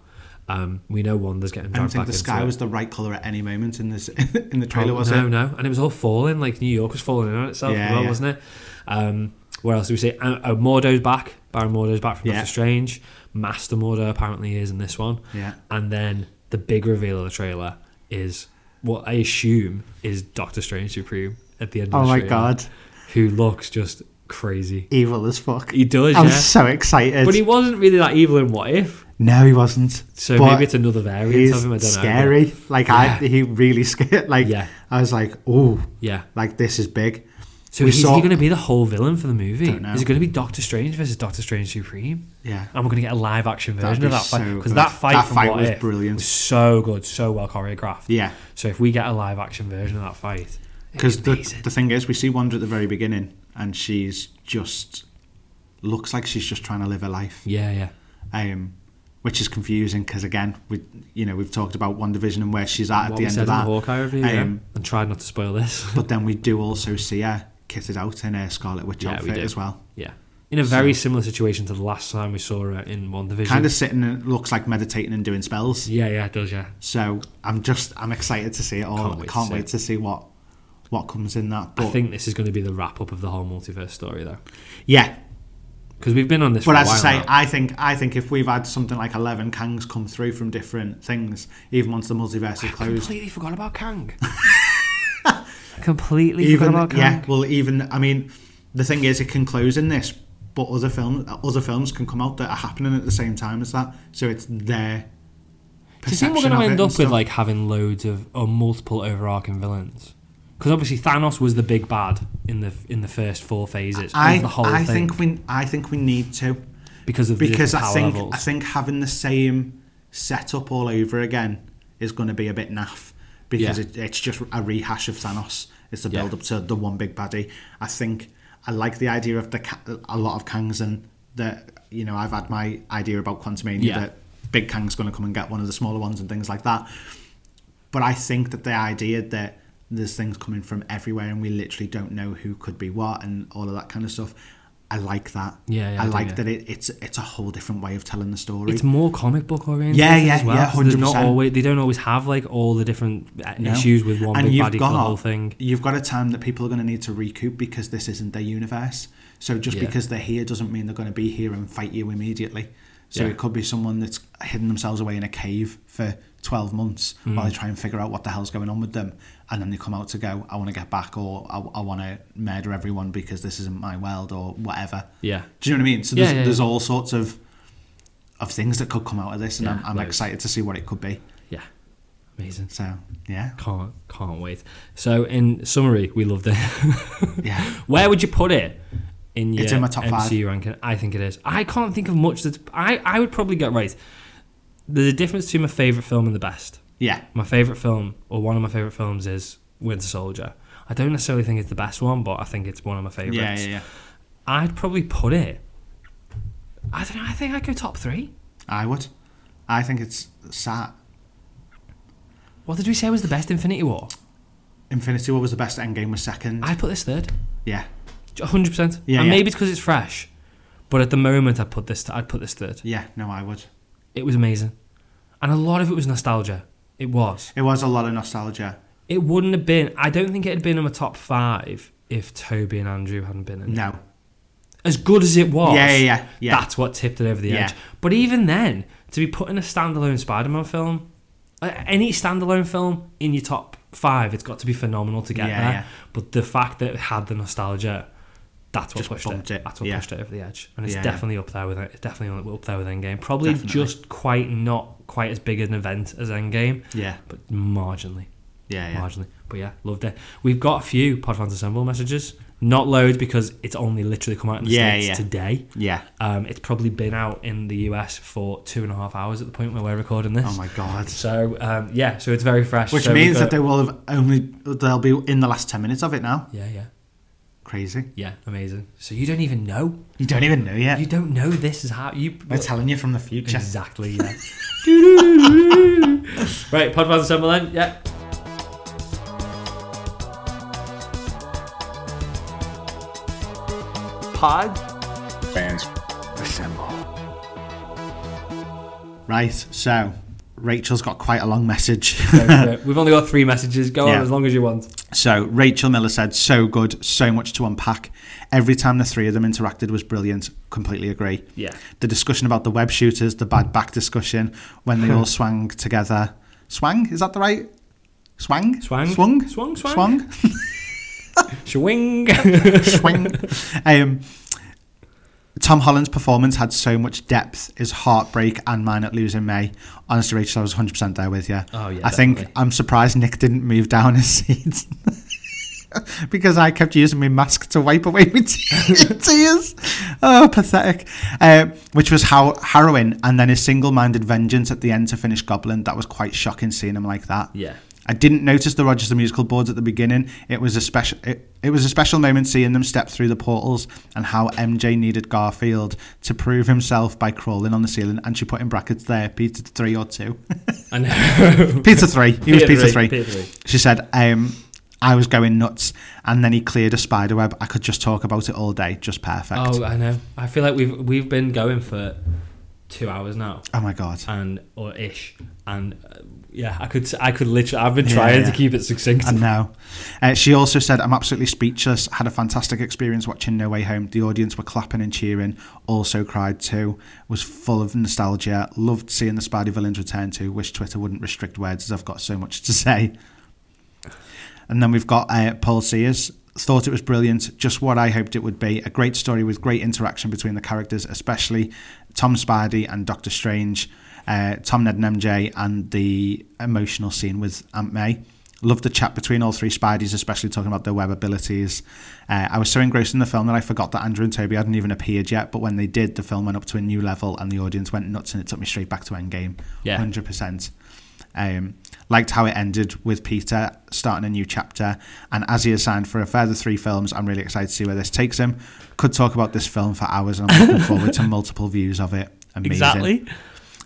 Speaker 2: Um, we know Wanda's getting
Speaker 3: I don't
Speaker 2: dragged
Speaker 3: think
Speaker 2: back
Speaker 3: the
Speaker 2: into
Speaker 3: sky
Speaker 2: it.
Speaker 3: was the right color at any moment in this in the trailer,
Speaker 2: Oh,
Speaker 3: was
Speaker 2: no,
Speaker 3: it?
Speaker 2: no, and it was all falling. Like New York was falling in on itself as
Speaker 3: Yeah,
Speaker 2: well,
Speaker 3: yeah.
Speaker 2: wasn't it? Um, where else do we see? Uh, oh, Mordo's back. Baron Mordo's back from
Speaker 3: Yeah.
Speaker 2: Doctor Strange. Master Mordo apparently is in this one.
Speaker 3: Yeah.
Speaker 2: And then the big reveal of the trailer is what I assume is Doctor Strange Supreme at the end. of
Speaker 3: Oh
Speaker 2: the
Speaker 3: my
Speaker 2: trailer,
Speaker 3: god,
Speaker 2: Who looks just crazy.
Speaker 3: evil as fuck.
Speaker 2: He does,
Speaker 3: I
Speaker 2: yeah.
Speaker 3: was so excited.
Speaker 2: But he wasn't really that evil in What If.
Speaker 3: no, he wasn't.
Speaker 2: So
Speaker 3: But
Speaker 2: maybe it's another variant
Speaker 3: he's
Speaker 2: of him. I don't know.
Speaker 3: scary. Like I, he really scared. Like
Speaker 2: Yeah.
Speaker 3: I was like, oh,
Speaker 2: but- Yeah.
Speaker 3: like this is big.
Speaker 2: So
Speaker 3: We
Speaker 2: is
Speaker 3: saw-
Speaker 2: he going to be the whole villain for the movie?
Speaker 3: Don't know.
Speaker 2: Is it going to be Doctor Strange versus Doctor Strange Supreme?
Speaker 3: Yeah.
Speaker 2: And we're going to get a live action version
Speaker 3: That'd
Speaker 2: of
Speaker 3: be
Speaker 2: that fight
Speaker 3: so
Speaker 2: because
Speaker 3: good.
Speaker 2: that fight
Speaker 3: That
Speaker 2: from
Speaker 3: fight
Speaker 2: What
Speaker 3: was
Speaker 2: If
Speaker 3: brilliant.
Speaker 2: was so good, so well choreographed.
Speaker 3: Yeah.
Speaker 2: So if we get a live action version of that fight,
Speaker 3: Because
Speaker 2: because
Speaker 3: the, the thing is, we see Wanda at the very beginning, and she's just looks like she's just trying to live her life,
Speaker 2: yeah, yeah,
Speaker 3: um, which is confusing. Because again, we you know we've talked about One Division and where she's at at
Speaker 2: what
Speaker 3: the
Speaker 2: we
Speaker 3: end
Speaker 2: said
Speaker 3: of
Speaker 2: in the
Speaker 3: that.
Speaker 2: Hawkeye review, yeah.
Speaker 3: Um,
Speaker 2: and tried not to spoil this.
Speaker 3: But then we do also see her kitted out in a Scarlet Witch
Speaker 2: Yeah, we
Speaker 3: outfit
Speaker 2: do.
Speaker 3: as well.
Speaker 2: yeah, in a very similar situation to the last time we saw her in One Division.
Speaker 3: Kind of sitting and looks like meditating and doing spells.
Speaker 2: Yeah, yeah, it does yeah.
Speaker 3: So I'm just I'm excited to see it all.
Speaker 2: Can't
Speaker 3: I
Speaker 2: wait to
Speaker 3: can't
Speaker 2: see
Speaker 3: wait
Speaker 2: it.
Speaker 3: to see what what comes in that. But
Speaker 2: I think this is going to be the wrap up of the whole multiverse story though,
Speaker 3: yeah,
Speaker 2: because we've been on this.
Speaker 3: but
Speaker 2: for a
Speaker 3: as I
Speaker 2: while
Speaker 3: say,
Speaker 2: now.
Speaker 3: I think I think if we've had something like eleven Kangs come through from different things, even once the multiverse is closed,
Speaker 2: completely forgot about Kang. completely
Speaker 3: even
Speaker 2: forgot about Kang.
Speaker 3: yeah, well, even I mean, the thing is, it can close in this, but other film other films can come out that are happening at the same time as that, so it's their.
Speaker 2: Do you think we're going
Speaker 3: perception of
Speaker 2: to
Speaker 3: it
Speaker 2: end
Speaker 3: and
Speaker 2: up with
Speaker 3: stuff.
Speaker 2: like having loads of or multiple overarching villains? Because obviously Thanos was the big bad in the in the first four phases
Speaker 3: I,
Speaker 2: of the whole
Speaker 3: I
Speaker 2: thing
Speaker 3: think we I think we need to
Speaker 2: because of the
Speaker 3: because
Speaker 2: different
Speaker 3: I
Speaker 2: power
Speaker 3: think
Speaker 2: levels.
Speaker 3: I think having the same setup all over again is going to be a bit naff because
Speaker 2: Yeah.
Speaker 3: it, it's just a rehash of Thanos. It's the
Speaker 2: Yeah.
Speaker 3: build up to the one big baddie. I think I like the idea of the Ka- a lot of Kangs and that you know I've had my idea about Quantumania
Speaker 2: Yeah.
Speaker 3: that big Kang's going to come and get one of the smaller ones and things like that. But I think that the idea that there's things coming from everywhere and we literally don't know who could be what and all of that kind of stuff. I like that.
Speaker 2: Yeah, yeah, I
Speaker 3: I
Speaker 2: do,
Speaker 3: like
Speaker 2: yeah.
Speaker 3: that it, it's it's a whole different way of telling the story.
Speaker 2: it's more comic book oriented.
Speaker 3: Yeah, yeah,
Speaker 2: as well,
Speaker 3: yeah,
Speaker 2: 'cause there's Not
Speaker 3: 100%.
Speaker 2: always, they don't always have like all the different uh,
Speaker 3: you know?
Speaker 2: issues with one
Speaker 3: And
Speaker 2: big
Speaker 3: you've
Speaker 2: baddie for the whole thing.
Speaker 3: You've got a time that people are going to need to recoup because this isn't their universe. So just
Speaker 2: Yeah.
Speaker 3: because they're here doesn't mean they're going to be here and fight you immediately. So
Speaker 2: Yeah.
Speaker 3: it could be someone that's hidden themselves away in a cave for 12 months
Speaker 2: Hmm.
Speaker 3: while they try and figure out what the hell's going on with them. And then they come out to go, I want to get back or I, I want to murder everyone because this isn't my world or whatever.
Speaker 2: Yeah.
Speaker 3: Do you know what I mean? So
Speaker 2: Yeah,
Speaker 3: there's,
Speaker 2: yeah,
Speaker 3: there's
Speaker 2: yeah.
Speaker 3: all sorts of of things that could come out of this, and
Speaker 2: Yeah,
Speaker 3: I'm, I'm
Speaker 2: loads.
Speaker 3: excited to see what it could be.
Speaker 2: Yeah, amazing.
Speaker 3: So yeah,
Speaker 2: Can't can't wait. So in summary, we loved it.
Speaker 3: yeah.
Speaker 2: Where would you put it? In your
Speaker 3: It's in my top
Speaker 2: MCU
Speaker 3: five.
Speaker 2: ranking. I think it is. I can't think of much that I, I would probably get right. There's a difference between my favourite film and the best.
Speaker 3: Yeah,
Speaker 2: My favourite film, or one of my favourite films, is Winter Soldier. I don't necessarily think it's the best one, but I think it's one of my favourites.
Speaker 3: yeah, yeah, yeah.
Speaker 2: I'd probably put it. I don't know. I think I'd go top three.
Speaker 3: I would. I think it's sat.
Speaker 2: What did we say was the best Infinity War?
Speaker 3: Infinity War was the best. Endgame was second.
Speaker 2: I put this third.
Speaker 3: yeah,
Speaker 2: 100%.
Speaker 3: Yeah,
Speaker 2: and
Speaker 3: yeah.
Speaker 2: maybe it's because it's fresh. But at the moment, I put this. I'd put this third.
Speaker 3: yeah. No, I would.
Speaker 2: It was amazing, and a lot of it was nostalgia. It was.
Speaker 3: It was a lot of nostalgia.
Speaker 2: It wouldn't have been. I don't think it'd been in my top five if Toby and Andrew hadn't been in. it.
Speaker 3: No,
Speaker 2: As good as it was.
Speaker 3: Yeah, yeah, yeah, yeah.
Speaker 2: That's what tipped it over the
Speaker 3: Yeah.
Speaker 2: edge. But even then, to be put in a standalone Spider-Man film, uh, any standalone film in your top five, it's got to be phenomenal to get
Speaker 3: Yeah,
Speaker 2: there.
Speaker 3: yeah.
Speaker 2: But the fact that it had the nostalgia, that's what
Speaker 3: Just
Speaker 2: pushed
Speaker 3: bumped
Speaker 2: it.
Speaker 3: it,
Speaker 2: That's what
Speaker 3: yeah.
Speaker 2: pushed it over the edge, and it's
Speaker 3: Yeah, yeah.
Speaker 2: definitely up there with it. It's definitely up there with Endgame. Probably
Speaker 3: Definitely.
Speaker 2: just quite not quite as big an event as Endgame,
Speaker 3: yeah,
Speaker 2: but marginally
Speaker 3: yeah, yeah.
Speaker 2: marginally. But yeah, loved it. We've got a few Podfans Assemble messages. Not loads because it's only literally come out in the
Speaker 3: Yeah,
Speaker 2: States
Speaker 3: yeah.
Speaker 2: today.
Speaker 3: Yeah.
Speaker 2: Um, it's probably been out in the US for two and a half hours at the point where we're recording this.
Speaker 3: Oh my god.
Speaker 2: So um, yeah, so it's very fresh.
Speaker 3: Which
Speaker 2: So we've
Speaker 3: means
Speaker 2: got-
Speaker 3: that they will have only they'll be in the last ten minutes of it now.
Speaker 2: yeah, yeah,
Speaker 3: Crazy.
Speaker 2: yeah, amazing. So you don't even know.
Speaker 3: You don't even know yet.
Speaker 2: You don't know this is how you.
Speaker 3: We're telling you from the future.
Speaker 2: Exactly. Yeah. Doo-doo-doo-doo-doo. right, Podfans Assemble then. Yeah.
Speaker 5: fans assemble.
Speaker 3: Right. So Rachel's got quite a long message.
Speaker 2: Go for it. We've only got three messages. Go on
Speaker 3: Yeah.
Speaker 2: as long as you want.
Speaker 3: So Rachel Miller said, "So good, so much to unpack. Every time the three of them interacted was brilliant. Completely agree.
Speaker 2: Yeah.
Speaker 3: The discussion about the web shooters, the bad back discussion, when they all swang together. Swang is that the right? Swang.
Speaker 2: Swang.
Speaker 3: Swung.
Speaker 2: Swung, swang.
Speaker 3: Swung.
Speaker 2: Swing.
Speaker 3: swing. Um, Tom Holland's performance had so much depth, his heartbreak and mine at losing May. Honestly, Rachel, I was 100% there with you.
Speaker 2: Oh, yeah,
Speaker 3: I think
Speaker 2: definitely.
Speaker 3: I'm surprised Nick didn't move down his seat because I kept using my mask to wipe away my te- tears. Oh, pathetic. Uh, which was how harrowing. And then his single minded vengeance at the end to finish Goblin. That was quite shocking seeing him like that.
Speaker 2: Yeah.
Speaker 3: I didn't notice the Rogers the Musical boards at the beginning. It was a special it, it was a special moment seeing them step through the portals and how MJ needed Garfield to prove himself by crawling on the ceiling and she put in brackets there Peter 3 or 2.
Speaker 2: I know.
Speaker 3: Peter 3. He was
Speaker 2: Peter
Speaker 3: Peter
Speaker 2: three,
Speaker 3: 3.
Speaker 2: Peter three.
Speaker 3: She said um I was going nuts and then he cleared a spider web. I could just talk about it all day. Just perfect.
Speaker 2: Oh, I know. I feel like we've we've been going for two hours now,
Speaker 3: Oh my god.
Speaker 2: and or ish, and uh, yeah, I could I could literally. I've been trying to
Speaker 3: yeah.
Speaker 2: keep it succinct.
Speaker 3: I know. Uh, she also said, I'm absolutely speechless. Had a fantastic experience watching No Way Home. The audience were clapping and cheering. Also cried too. Was full of nostalgia. Loved seeing the Spidey villains return to. Wish Twitter wouldn't restrict words as I've got so much to say. And then we've got uh, Paul Sears. Thought it was brilliant, just what I hoped it would be. A great story with great interaction between the characters, especially Tom Spidey and Doctor Strange, uh, Tom, Ned, and MJ, and the emotional scene with Aunt May. Loved the chat between all three Spideys, especially talking about their web abilities. Uh, I was so engrossed in the film that I forgot that Andrew and Toby hadn't even appeared yet, but when they did, the film went up to a new level and the audience went nuts and it took me straight back to Endgame.
Speaker 2: Yeah.
Speaker 3: 100%. Um, liked how it ended with Peter starting a new chapter, and as he has signed for a further three films, I'm really excited to see where this takes him. Could talk about this film for hours, and I'm looking forward to multiple views of it. Amazing.
Speaker 2: exactly.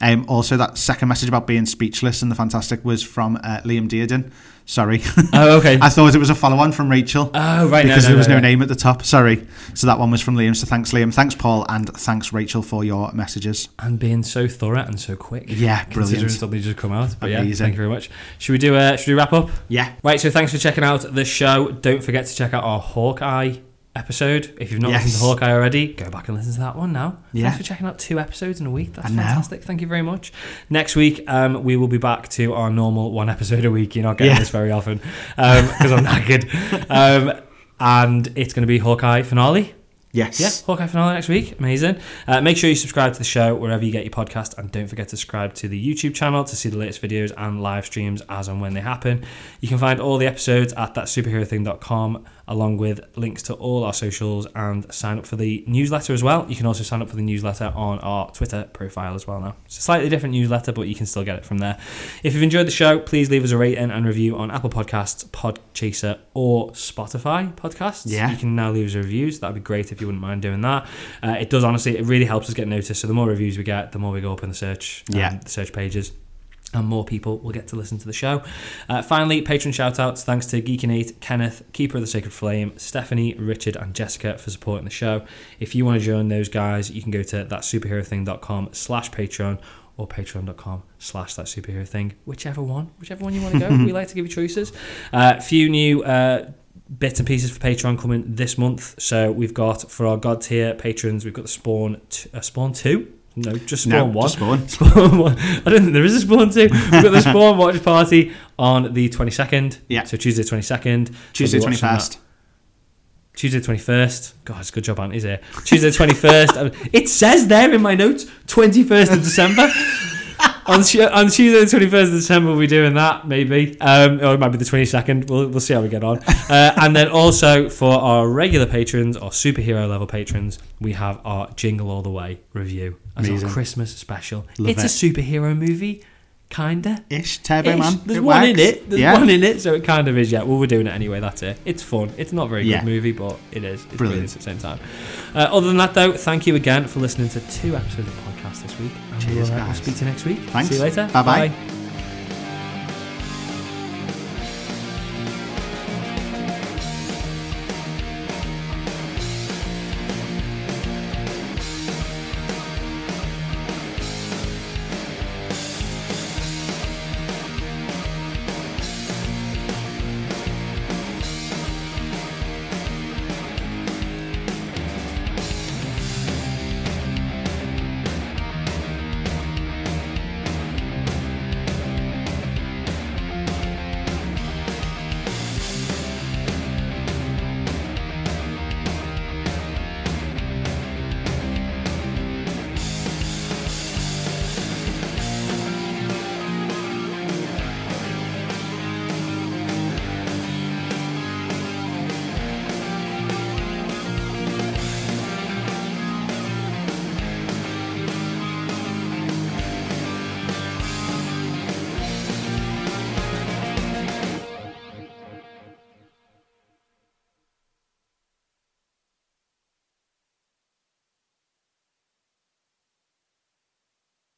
Speaker 3: Um, also, that second message about being speechless and the fantastic was from uh, Liam Dearden. Sorry.
Speaker 2: Oh, okay.
Speaker 3: I thought it was a follow on from Rachel.
Speaker 2: Oh, right, no,
Speaker 3: Because
Speaker 2: no,
Speaker 3: there was
Speaker 2: no,
Speaker 3: no,
Speaker 2: no.
Speaker 3: name at the top. Sorry. So that one was from Liam. So thanks, Liam. Thanks, Paul. And thanks, Rachel, for your messages.
Speaker 2: and being so thorough and so quick.
Speaker 3: Yeah,
Speaker 2: Considering
Speaker 3: brilliant.
Speaker 2: something just come out. But yeah,
Speaker 3: Amazing.
Speaker 2: thank you very much. Should we do? Uh, should we wrap up?
Speaker 3: Yeah.
Speaker 2: Right, so thanks for checking out the show. Don't forget to check out our Hawkeye episode. If you've not
Speaker 3: Yes.
Speaker 2: listened to Hawkeye already, go back and listen to that one now.
Speaker 3: Yeah.
Speaker 2: Thanks for checking out two episodes in a week. That's
Speaker 3: I know.
Speaker 2: fantastic. Thank you very much. Next week, um, we will be back to our normal one episode a week. You're not getting
Speaker 3: Yeah.
Speaker 2: this very often because I'm knackered. Um, and it's going to be Hawkeye finale.
Speaker 3: Yes.
Speaker 2: Yeah, Hawkeye finale next week. Amazing. Uh, make sure you subscribe to the show wherever you get your podcast, and don't forget to subscribe to the YouTube channel to see the latest videos and live streams as and when they happen. You can find all the episodes at thatsuperherothing.com, along with links to all our socials and sign up for the newsletter as well. You can also sign up for the newsletter on our Twitter profile as well now. It's a slightly different newsletter, but you can still get it from there. If you've enjoyed the show, please leave us a rating and review on Apple Podcasts, Podchaser, or Spotify podcasts.
Speaker 3: Yeah.
Speaker 2: You can can now leave us a review. So that'd be great if you wouldn't mind doing that. Uh, it does honestly, it really helps us get noticed. So the more reviews we get, the more we go up in the search, um,
Speaker 3: Yeah.
Speaker 2: the search pages. and more people will get to listen to the show. Uh, finally, patron shout outs. Thanks to Geekinate, Kenneth, Keeper of the Sacred Flame, Stephanie, Richard, and Jessica for supporting the show. If you want to join those guys, you can go to thatsuperherothing.com slash Patreon or patreon.com slash that superhero thing whichever one whichever one you want to go we like to give you choices uh, few new uh, bits and pieces for patreon coming this month so we've got for our god tier patrons we've got the spawn t- uh, spawn 2 no, just
Speaker 3: No,
Speaker 2: spawn one.
Speaker 3: just Spawn.
Speaker 2: Spawn one. I don't think there is a spawn two. We've got the spawn watch party on the twenty second.
Speaker 3: Yeah.
Speaker 2: So Tuesday twenty second.
Speaker 3: Tuesday twenty first.
Speaker 2: Tuesday 21st. God, it's a good job Auntie's here. Tuesday 21st. it says there in my notes, 21st of December. on, Tu- on Tuesday the 21st of December, we'll be doing that, maybe. Um, or it might be the 22nd. We'll, we'll see how we get on. Uh, and then also for our regular patrons, our superhero level patrons, we have our Jingle All the Way review as
Speaker 3: Amazing.
Speaker 2: our Christmas special.
Speaker 3: Love
Speaker 2: it's
Speaker 3: it.
Speaker 2: a superhero movie, kinda.
Speaker 3: Ish, Turbo
Speaker 2: Ish.
Speaker 3: Man.
Speaker 2: There's
Speaker 3: It
Speaker 2: one in
Speaker 3: works.
Speaker 2: it. There's
Speaker 3: Yeah.
Speaker 2: one in it, so it kind of is. Yeah. Well, we're doing it anyway. That's it. It's fun. It's not a very
Speaker 3: Yeah.
Speaker 2: good movie, but it is. It's brilliant.
Speaker 3: Brilliant.
Speaker 2: at the same time. Uh, other than that, though, thank you again for listening to two episodes of the podcast this week. And
Speaker 3: Cheers,
Speaker 2: we'll, uh, we'll
Speaker 3: guys.
Speaker 2: speak to you next week.
Speaker 3: Thanks.
Speaker 2: See you later.
Speaker 3: Bye-bye.
Speaker 2: Bye.